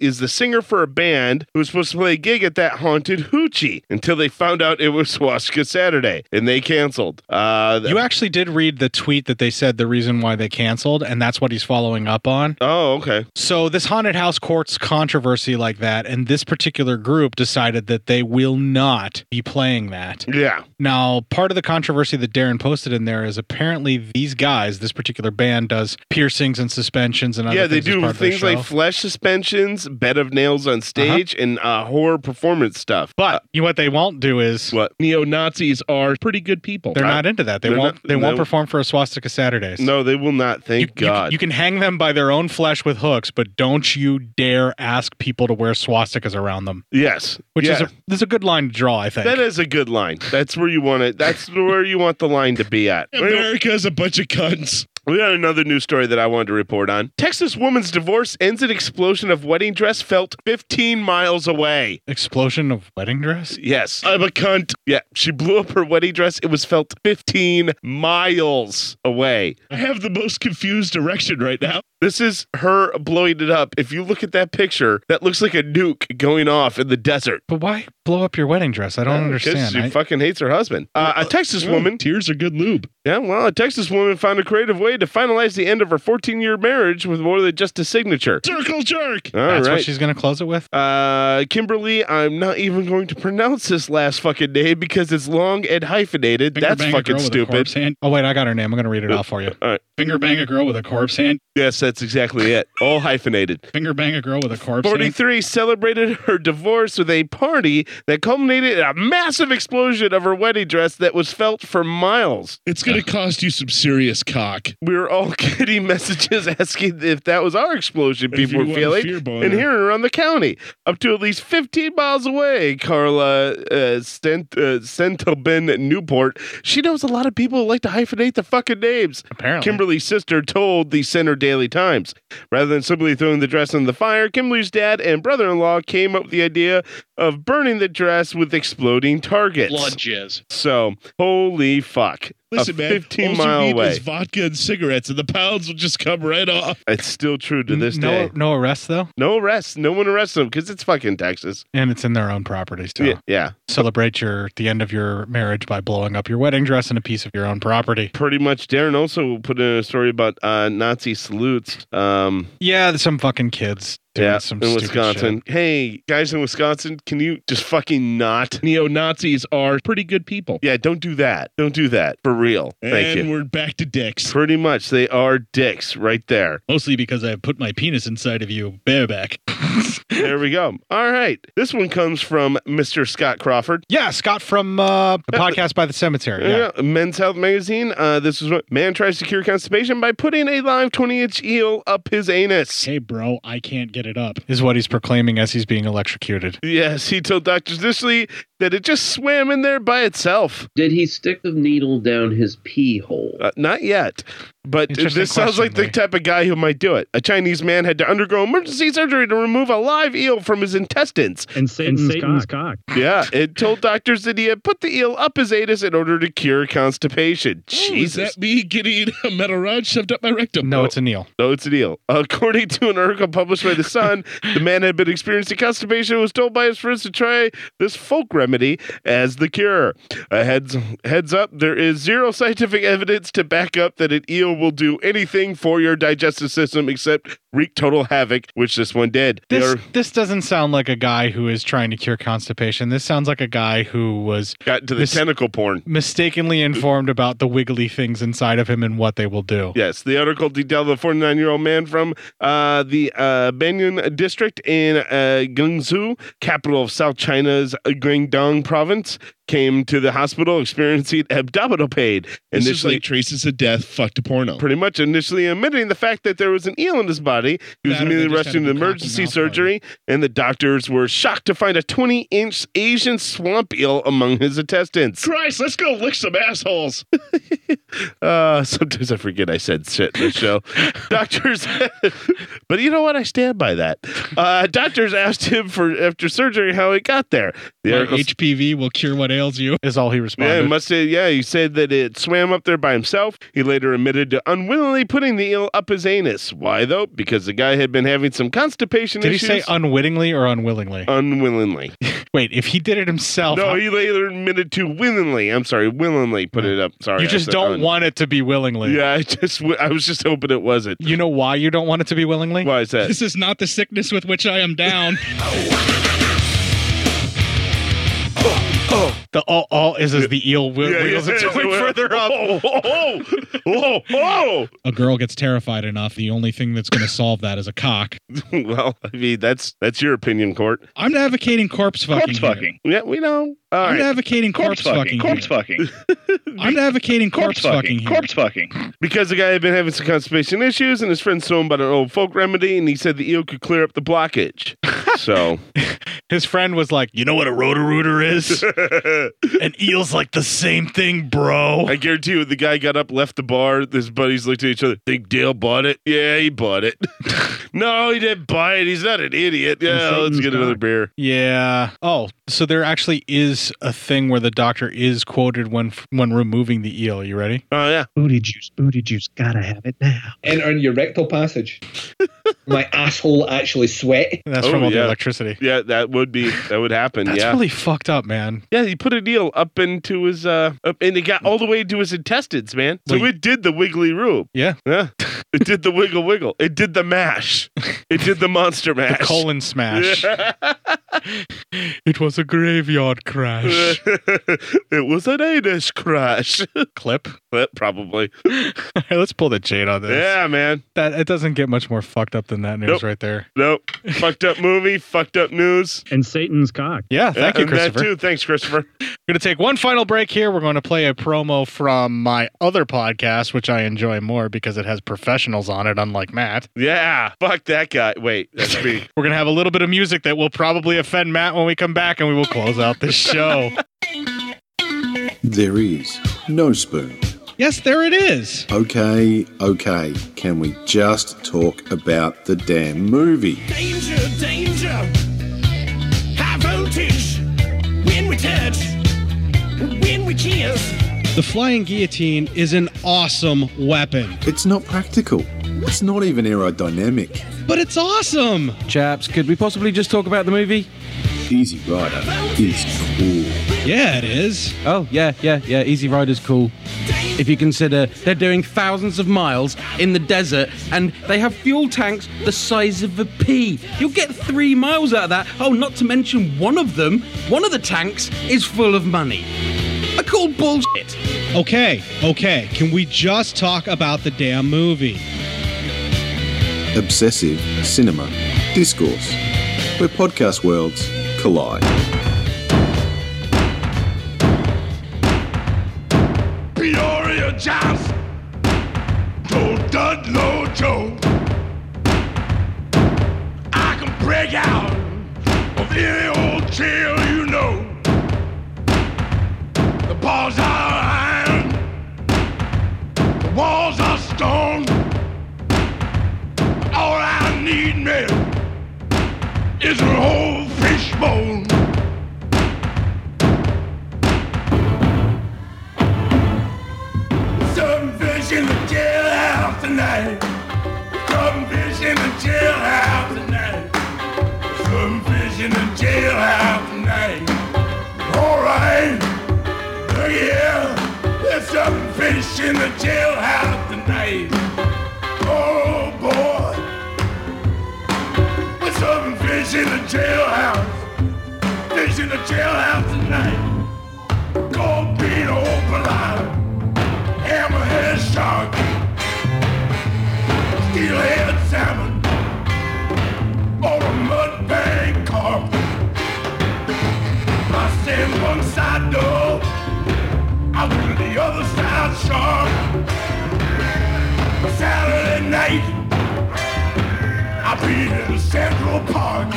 Speaker 4: is the singer for a band who was supposed to play a gig at that haunted hoochie until they found out it was Swastika Saturday and they canceled. Uh,
Speaker 5: you actually did read the tweet that they said the reason why they canceled, and that's what he's following up on.
Speaker 4: Oh, okay.
Speaker 5: So this haunted house courts controversy like that, and this particular group decided that they will not be playing that.
Speaker 4: Yeah.
Speaker 5: Now, part of the controversy that Darren posted in there is apparently these guys, this particular band, does piercings and suspensions and other
Speaker 4: yeah, they
Speaker 5: things as part
Speaker 4: do
Speaker 5: of their
Speaker 4: things like
Speaker 5: show. Uh-huh.
Speaker 4: flesh suspensions, bed of nails on stage, and uh, horror performance stuff. Uh,
Speaker 5: But you know what they won't do is
Speaker 4: what neo Nazis are pretty good people.
Speaker 5: They're not into that. They
Speaker 4: They're
Speaker 5: won't.
Speaker 4: not-
Speaker 5: they won't
Speaker 4: no.
Speaker 5: perform for a swastika Saturdays.
Speaker 4: No, they will not. Thank
Speaker 5: You-
Speaker 4: God.
Speaker 5: You can hang them by their own flesh with hooks, but don't you dare ask people to wear swastikas around them.
Speaker 4: Yes,
Speaker 5: Which is
Speaker 4: Yeah.
Speaker 5: a, this is a good line to draw, I think.
Speaker 4: That is a good line. That's where you want it. That's where you want the line to be at.
Speaker 23: America's a bunch of cunts.
Speaker 4: We got another news story that I wanted to report on. Texas woman's divorce ends in explosion of wedding dress felt 15 miles away.
Speaker 5: Explosion of wedding dress?
Speaker 4: Yes. I'm a cunt. Yeah. She blew up her wedding dress. It was felt 15 miles away.
Speaker 23: I have the most confused erection right now.
Speaker 4: This is her blowing it up. If you look at that picture, that looks like a nuke going off in the desert.
Speaker 5: But why blow up your wedding dress? I don't
Speaker 4: Because
Speaker 5: understand.
Speaker 4: she
Speaker 5: I- Hmm.
Speaker 4: fucking hates her husband. Uh, a Texas woman.
Speaker 23: Tears are good lube.
Speaker 4: Yeah, well, a Texas woman found a creative way to finalize the end of her 14 year marriage with more than just a signature.
Speaker 23: Circle jerk.
Speaker 4: All
Speaker 5: that's
Speaker 4: right.
Speaker 5: what she's going to close it with.
Speaker 4: Uh, Kimberly, I'm not even going to pronounce this last fucking name because it's long and hyphenated.
Speaker 5: Finger
Speaker 4: That's
Speaker 5: bang a girl
Speaker 4: fucking
Speaker 5: with a corpse
Speaker 4: stupid.
Speaker 5: hand. Oh wait, I got her name. I'm going to read it out for you.
Speaker 4: All right.
Speaker 5: Finger bang a girl with a corpse hand.
Speaker 4: Yes, that's exactly it. All hyphenated.
Speaker 5: Finger bang a girl with a corpse hand.
Speaker 4: 43 celebrated her divorce with a party that culminated in a massive explosion of her wedding dress that was felt for miles.
Speaker 23: It's going to cost you some serious cock.
Speaker 4: We were all getting messages asking if that was our explosion
Speaker 23: If
Speaker 4: people
Speaker 23: you
Speaker 4: were
Speaker 23: want a
Speaker 4: feeling
Speaker 23: fear boner.
Speaker 4: and hearing around the county. Up to at least 15 miles away, Carla uh, Stent, uh, Centoben Newport. She knows a lot of people who like to hyphenate the fucking names.
Speaker 5: Apparently.
Speaker 4: Kimberly's sister told the Center Daily Times. Rather than simply throwing the dress in the fire, Kimberly's dad and brother in law came up with the idea of burning the dress with exploding targets.
Speaker 23: Blood jizz.
Speaker 4: So, holy fuck. A
Speaker 23: Listen, man.
Speaker 4: 15
Speaker 23: all
Speaker 4: mile
Speaker 23: you need
Speaker 4: away.
Speaker 23: is vodka and cigarettes, and the pounds will just come right off.
Speaker 4: It's still true to this
Speaker 5: No,
Speaker 4: day.
Speaker 5: no arrest though,
Speaker 4: No arrests. No one arrests them because it's fucking Texas.
Speaker 5: and it's in their own property. So
Speaker 4: Yeah, yeah,
Speaker 5: celebrate your the end of your marriage by blowing up your wedding dress and a piece of your own property.
Speaker 4: pretty much. Darren also put in a story about uh, Nazi salutes. Um,
Speaker 5: Yeah, there's some fucking kids doing
Speaker 4: yeah,
Speaker 5: some
Speaker 4: in
Speaker 5: stupid
Speaker 4: Wisconsin.
Speaker 5: shit.
Speaker 4: Hey, guys in Wisconsin, can you just fucking not?
Speaker 23: Neo Nazis are pretty good people.
Speaker 4: Yeah, don't do that. Don't do that for real. Thank
Speaker 23: and
Speaker 4: you.
Speaker 23: we're back to dicks.
Speaker 4: Pretty much, they are dicks right there.
Speaker 23: Mostly because I put my penis inside of you, bareback.
Speaker 4: there we go. All right, this one comes from Mr. Scott Crawford.
Speaker 5: Yeah, Scott from uh, the podcast by the cemetery. Yeah.
Speaker 4: Yeah. Men's Health magazine. Uh, this is what man tries to cure constipation by putting a live 20 inch eel up his anus.
Speaker 23: Hey, bro, I can't get it up.
Speaker 5: is what he's proclaiming as he's being electrocuted.
Speaker 4: Yes, he told Dr. Dishley that it just swam in there by itself.
Speaker 8: Did he stick the needle down his pee hole?
Speaker 4: Uh, not yet. But this
Speaker 5: Interesting
Speaker 4: sounds
Speaker 5: question,
Speaker 4: like the
Speaker 5: Lee.
Speaker 4: type of guy who might do it. A Chinese man had to undergo emergency surgery to remove a live eel from his intestines.
Speaker 9: And Satan's, cock.
Speaker 4: Yeah, it told doctors that he had put the eel up his anus in order to cure constipation.
Speaker 23: Is
Speaker 4: Jesus.
Speaker 23: that me getting a metal rod shoved up my rectum?
Speaker 5: No, it's a Neil.
Speaker 4: No, it's a deal. According to an article published by The Sun, the man had been experiencing constipation and was told by his friends to try this folk remedy as the cure. A heads heads up, there is zero scientific evidence to back up that an eel will do anything for your digestive system except wreak total havoc, which this one did. They
Speaker 5: This
Speaker 4: are-
Speaker 5: this doesn't sound like a guy who is trying to cure constipation. This sounds like a guy who was
Speaker 4: got to the tentacle porn.
Speaker 5: mistakenly informed about the wiggly things inside of him and what they will do.
Speaker 4: Yes, the article detailed the 49 year old man from uh, the uh, Banyan district in uh, Guangzhou, capital of South China's Guangdong province, came to the hospital experiencing abdominal pain.
Speaker 1: This is like traces of death fucked to porno.
Speaker 4: Pretty much initially admitting the fact that there was an eel in his body. He was
Speaker 1: That or they just
Speaker 4: immediately
Speaker 1: had
Speaker 4: rushed
Speaker 1: a
Speaker 4: into
Speaker 1: big cock
Speaker 4: emergency surgery, and the doctors were shocked to find a 20 inch Asian swamp eel among his intestines.
Speaker 1: Christ, let's go lick some assholes.
Speaker 4: Uh, sometimes I forget I said shit in the show. doctors, but you know what? I stand by that. Uh, doctors asked him for after surgery how it got there. The
Speaker 5: My
Speaker 4: article-
Speaker 5: HPV will cure what ails you is all he responded.
Speaker 4: yeah, it must have, yeah, he said that it swam up there by himself. He later admitted to unwittingly putting the eel up his anus. Why though? Because the guy had been having some constipation
Speaker 5: Did he
Speaker 4: issues.
Speaker 5: say unwittingly or unwillingly?
Speaker 4: unwillingly?
Speaker 5: Wait, if he did it himself,
Speaker 4: no,
Speaker 5: how-
Speaker 4: he later admitted to willingly. I'm sorry, willingly put it up. Sorry,
Speaker 5: you
Speaker 4: I
Speaker 5: just
Speaker 4: said
Speaker 5: don't
Speaker 4: un-
Speaker 5: want it to be willingly.
Speaker 4: Yeah, I just w- I was just hoping it wasn't.
Speaker 5: You know why you don't want it to be willingly?
Speaker 4: Why is that?
Speaker 1: This is not the sickness with which I am down.
Speaker 4: Oh.
Speaker 5: Oh, The all, all is is the eel wi-
Speaker 1: Yeah,
Speaker 5: wiggles
Speaker 1: yeah,
Speaker 5: its
Speaker 1: it's
Speaker 5: way
Speaker 1: a-
Speaker 5: further up.
Speaker 4: oh, oh.
Speaker 1: A girl gets terrified enough. The only thing that's going to solve that is a cock.
Speaker 4: well, I mean that's that's your opinion, Court.
Speaker 1: I'm advocating corpse fucking. here.
Speaker 4: Yeah, we know. All
Speaker 1: I'm
Speaker 4: right.
Speaker 1: advocating corpse, fucking. here.
Speaker 4: fucking.
Speaker 1: I'm advocating corpse, fucking. here.
Speaker 4: fucking. Because the guy had been having some constipation issues, and his friends told him about an old folk remedy, and he said the eel could clear up the blockage. so
Speaker 5: His friend was like, "You know what a roto-rooter is? An eel's like the same thing, bro."
Speaker 4: I guarantee you, the guy got up, left the bar. His buddies looked at each other. Think Dale bought it? Yeah, he bought it. no, he didn't buy it. He's not an idiot. Yeah, let's get another beer.
Speaker 5: Yeah. Oh, so there actually is a thing where the doctor is quoted when when removing the eel. You ready?
Speaker 4: Oh yeah.
Speaker 5: Booty juice. Booty juice. Gotta have it now.
Speaker 9: And earn your rectal passage. My asshole actually sweat.
Speaker 5: That's
Speaker 4: Oh,
Speaker 5: from all
Speaker 4: yeah.
Speaker 5: the electricity.
Speaker 4: Yeah, that would be that would happen.
Speaker 5: That's
Speaker 4: yeah.
Speaker 5: really fucked up, man.
Speaker 4: Yeah, he put a deal up into his uh up and it got all the way into his intestines, man. So it did the wiggly roo.
Speaker 5: Yeah.
Speaker 4: Yeah. It did the wiggle wiggle. It did the mash. It did the monster mash.
Speaker 5: colon smash.
Speaker 4: Yeah.
Speaker 5: It was a graveyard crash.
Speaker 4: it was an anus crash.
Speaker 5: Clip.
Speaker 4: Clip probably.
Speaker 5: All right, let's pull the jade on this.
Speaker 4: Yeah, man.
Speaker 5: That it doesn't get much more fucked up than that news
Speaker 4: Nope.
Speaker 5: right there.
Speaker 4: Nope. fucked up movie, fucked up news.
Speaker 11: And Satan's cock.
Speaker 5: Yeah, thank you,
Speaker 4: and that
Speaker 5: Christopher.
Speaker 4: too. Thanks, Christopher.
Speaker 5: We're going to take one final break here. We're going to play a promo from my other podcast, which I enjoy more because it has professionals on it, unlike Matt.
Speaker 4: Yeah. Fuck that guy. Wait, that's me.
Speaker 5: We're going to have a little bit of music that will probably offend Matt when we come back, and we will close out this show.
Speaker 24: There is no spoon.
Speaker 5: Yes, there it is.
Speaker 24: Okay, okay. Can we just talk about the damn movie?
Speaker 3: Danger, danger. High voltage. When we touch. When we kiss.
Speaker 11: The flying guillotine is an awesome weapon.
Speaker 24: It's not practical. It's not even aerodynamic.
Speaker 11: But it's awesome!
Speaker 25: Chaps, could we possibly just talk about the movie?
Speaker 24: Easy Rider is cool.
Speaker 25: Yeah, it is. Oh, yeah, yeah, yeah. Easy Rider's cool. If you consider they're doing thousands of miles in the desert and they have fuel tanks the size of a pea. You'll get three miles out of that. Oh, not to mention one of them, one of the tanks is full of money. I call bullshit.
Speaker 11: Okay, okay, can we just talk about the damn movie?
Speaker 24: Obsessive cinema discourse, where podcast worlds collide.
Speaker 23: Peoria Jazz. Joe Dudlow Joe. I can break out of any old jail you know. The bars are iron. The walls are stone. All I need, man, is an old fishbone. Some fish in the jailhouse tonight. Some fish in the jailhouse tonight.
Speaker 2: fish in the jailhouse tonight. Oh boy, we're serving fish in the jailhouse. Fish in the jailhouse tonight. Gold beat old piranha, hammerhead shark, steelhead salmon, or a mudbang carp. I stand one side door. I went to the other side sharp. Saturday night, I beat in Central Park.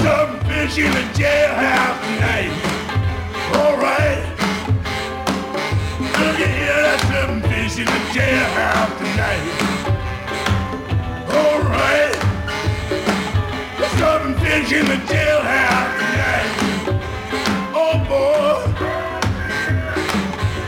Speaker 2: Some fish in the jailhouse tonight. All right. Look at here, that's some fish in the jailhouse tonight. All right. There's some fish in the jailhouse tonight. Oh boy.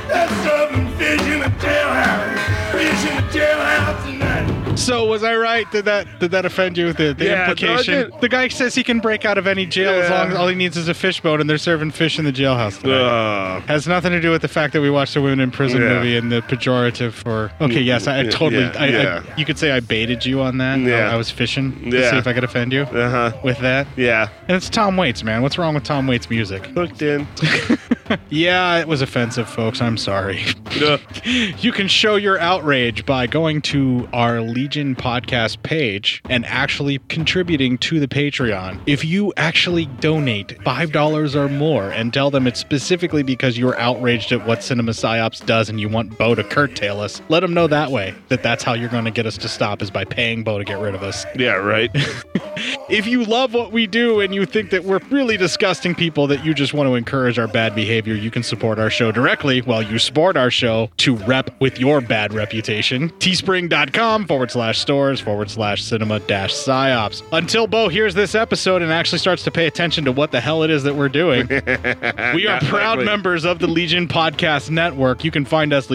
Speaker 2: There's some fish in the jailhouse. Fish in the jailhouse tonight.
Speaker 5: So was I right? Did that did that offend you? The, the
Speaker 2: Yeah, no, it
Speaker 5: implication.
Speaker 2: did.
Speaker 5: the guy says he can break out of any jail as long as all he needs is a fishbone, and they're serving fish in the jailhouse. tonight. Has nothing to do with the fact that we watched the women in prison
Speaker 4: Yeah.
Speaker 5: movie and the pejorative for. Okay, yes, I, I
Speaker 4: Yeah,
Speaker 5: totally.
Speaker 4: yeah,
Speaker 5: I,
Speaker 4: yeah.
Speaker 5: I, you could say I baited you on that.
Speaker 4: Yeah.
Speaker 5: I, I was fishing to
Speaker 4: Yeah.
Speaker 5: see if I could offend you uh-huh. with that.
Speaker 4: Yeah.
Speaker 5: And it's Tom Waits, man. What's wrong with Tom Waits' music?
Speaker 4: Hooked in.
Speaker 5: yeah, it was offensive, folks. I'm sorry. you can show your outrage by going to our Legion podcast page and actually contributing to the Patreon. If you actually donate $5 or more and tell them it's specifically because you're outraged at what Cinema Psyops does and you want Bo to curtail us, let them know that way that that's how you're going to get us to stop is by paying Bo to get rid of us.
Speaker 4: Yeah, right.
Speaker 5: If you love what we do and you think that we're really disgusting people that you just want to encourage our bad behavior, you can support our show directly while you support our show to rep with your bad reputation. Teespring.com forward slash stores forward slash cinema dash psyops. Until Bo hears this episode and actually starts to pay attention to what the hell it is that we're doing, we are
Speaker 4: Yeah,
Speaker 5: proud
Speaker 4: exactly.
Speaker 5: members of the Legion Podcast Network. You can find us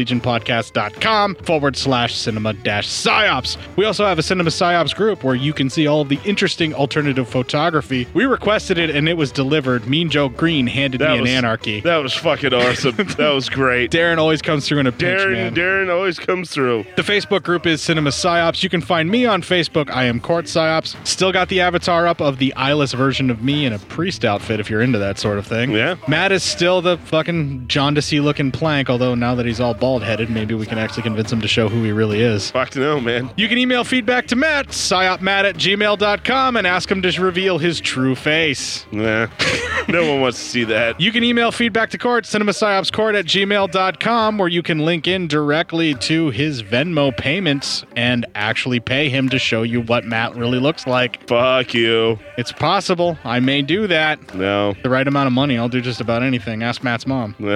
Speaker 5: legionpodcast.com forward slash cinema dash psyops. We also have a cinema psyops group where you can see all of the interesting alternative photography. We requested it and it was delivered. Mean Joe Green handed
Speaker 4: That
Speaker 5: me
Speaker 4: was-
Speaker 5: an anarchy.
Speaker 4: That was fucking awesome. that was great.
Speaker 5: Darren always comes through in a pinch,
Speaker 4: Darren,
Speaker 5: man.
Speaker 4: Darren always comes through.
Speaker 5: The Facebook group is Cinema Psyops. You can find me on Facebook. I am Court Psyops. Still got the avatar up of the eyeless version of me in a priest outfit if you're into that sort of thing. Yeah. Matt is still the fucking John DeCee looking plank, although now that he's all bald headed, maybe we can actually convince him to show who he really is.
Speaker 4: Fuck to know, man.
Speaker 5: You can email feedback to Matt, psyopmatt at gmail.com, and ask him to reveal his true face.
Speaker 4: Nah. no one wants to see that.
Speaker 5: You can email feedback to Court, cinemasciopscourt at gmail.com, where you can link in directly to his Venmo payments and actually pay him to show you what Matt really looks like.
Speaker 4: Fuck you.
Speaker 5: It's possible. I may do that.
Speaker 4: No.
Speaker 5: The right amount of money, I'll do just about anything. Ask Matt's mom. You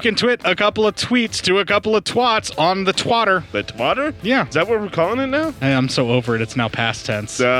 Speaker 5: can twit a couple of tweets to a couple of twats on the twatter.
Speaker 4: The twatter?
Speaker 5: Yeah.
Speaker 4: Is that what we're calling it now?
Speaker 5: Hey, I'm so over it. It's now past tense. I'm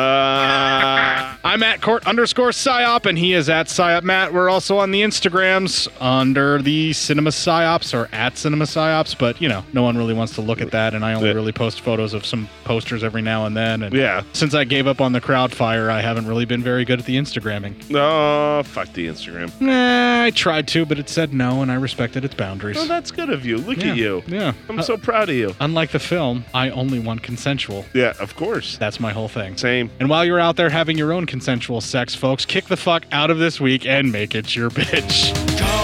Speaker 5: at court underscore psyop, and he is at psyop Matt. We're also on the Instagrams under the cinema psyops or at cinema psyops, but you know, no one really wants to look at that, and I only really post photos of some posters every now and then. And
Speaker 4: Yeah.
Speaker 5: since I gave up on the crowd fire, I haven't really been very good at the Instagramming.
Speaker 4: No, fuck the Instagram.
Speaker 5: Nah, I tried to, but it said no, and I respected its boundaries.
Speaker 4: Oh, that's good of you. Look
Speaker 5: Yeah,
Speaker 4: at you.
Speaker 5: Yeah. Uh,
Speaker 4: I'm so proud of you.
Speaker 5: Unlike the film, I only want consensual.
Speaker 4: Yeah, of course.
Speaker 5: That's my whole thing.
Speaker 4: Same.
Speaker 5: And while you're out there having your own consensual sex, folks, kick the fuck out of this week and make it your bitch.
Speaker 2: Go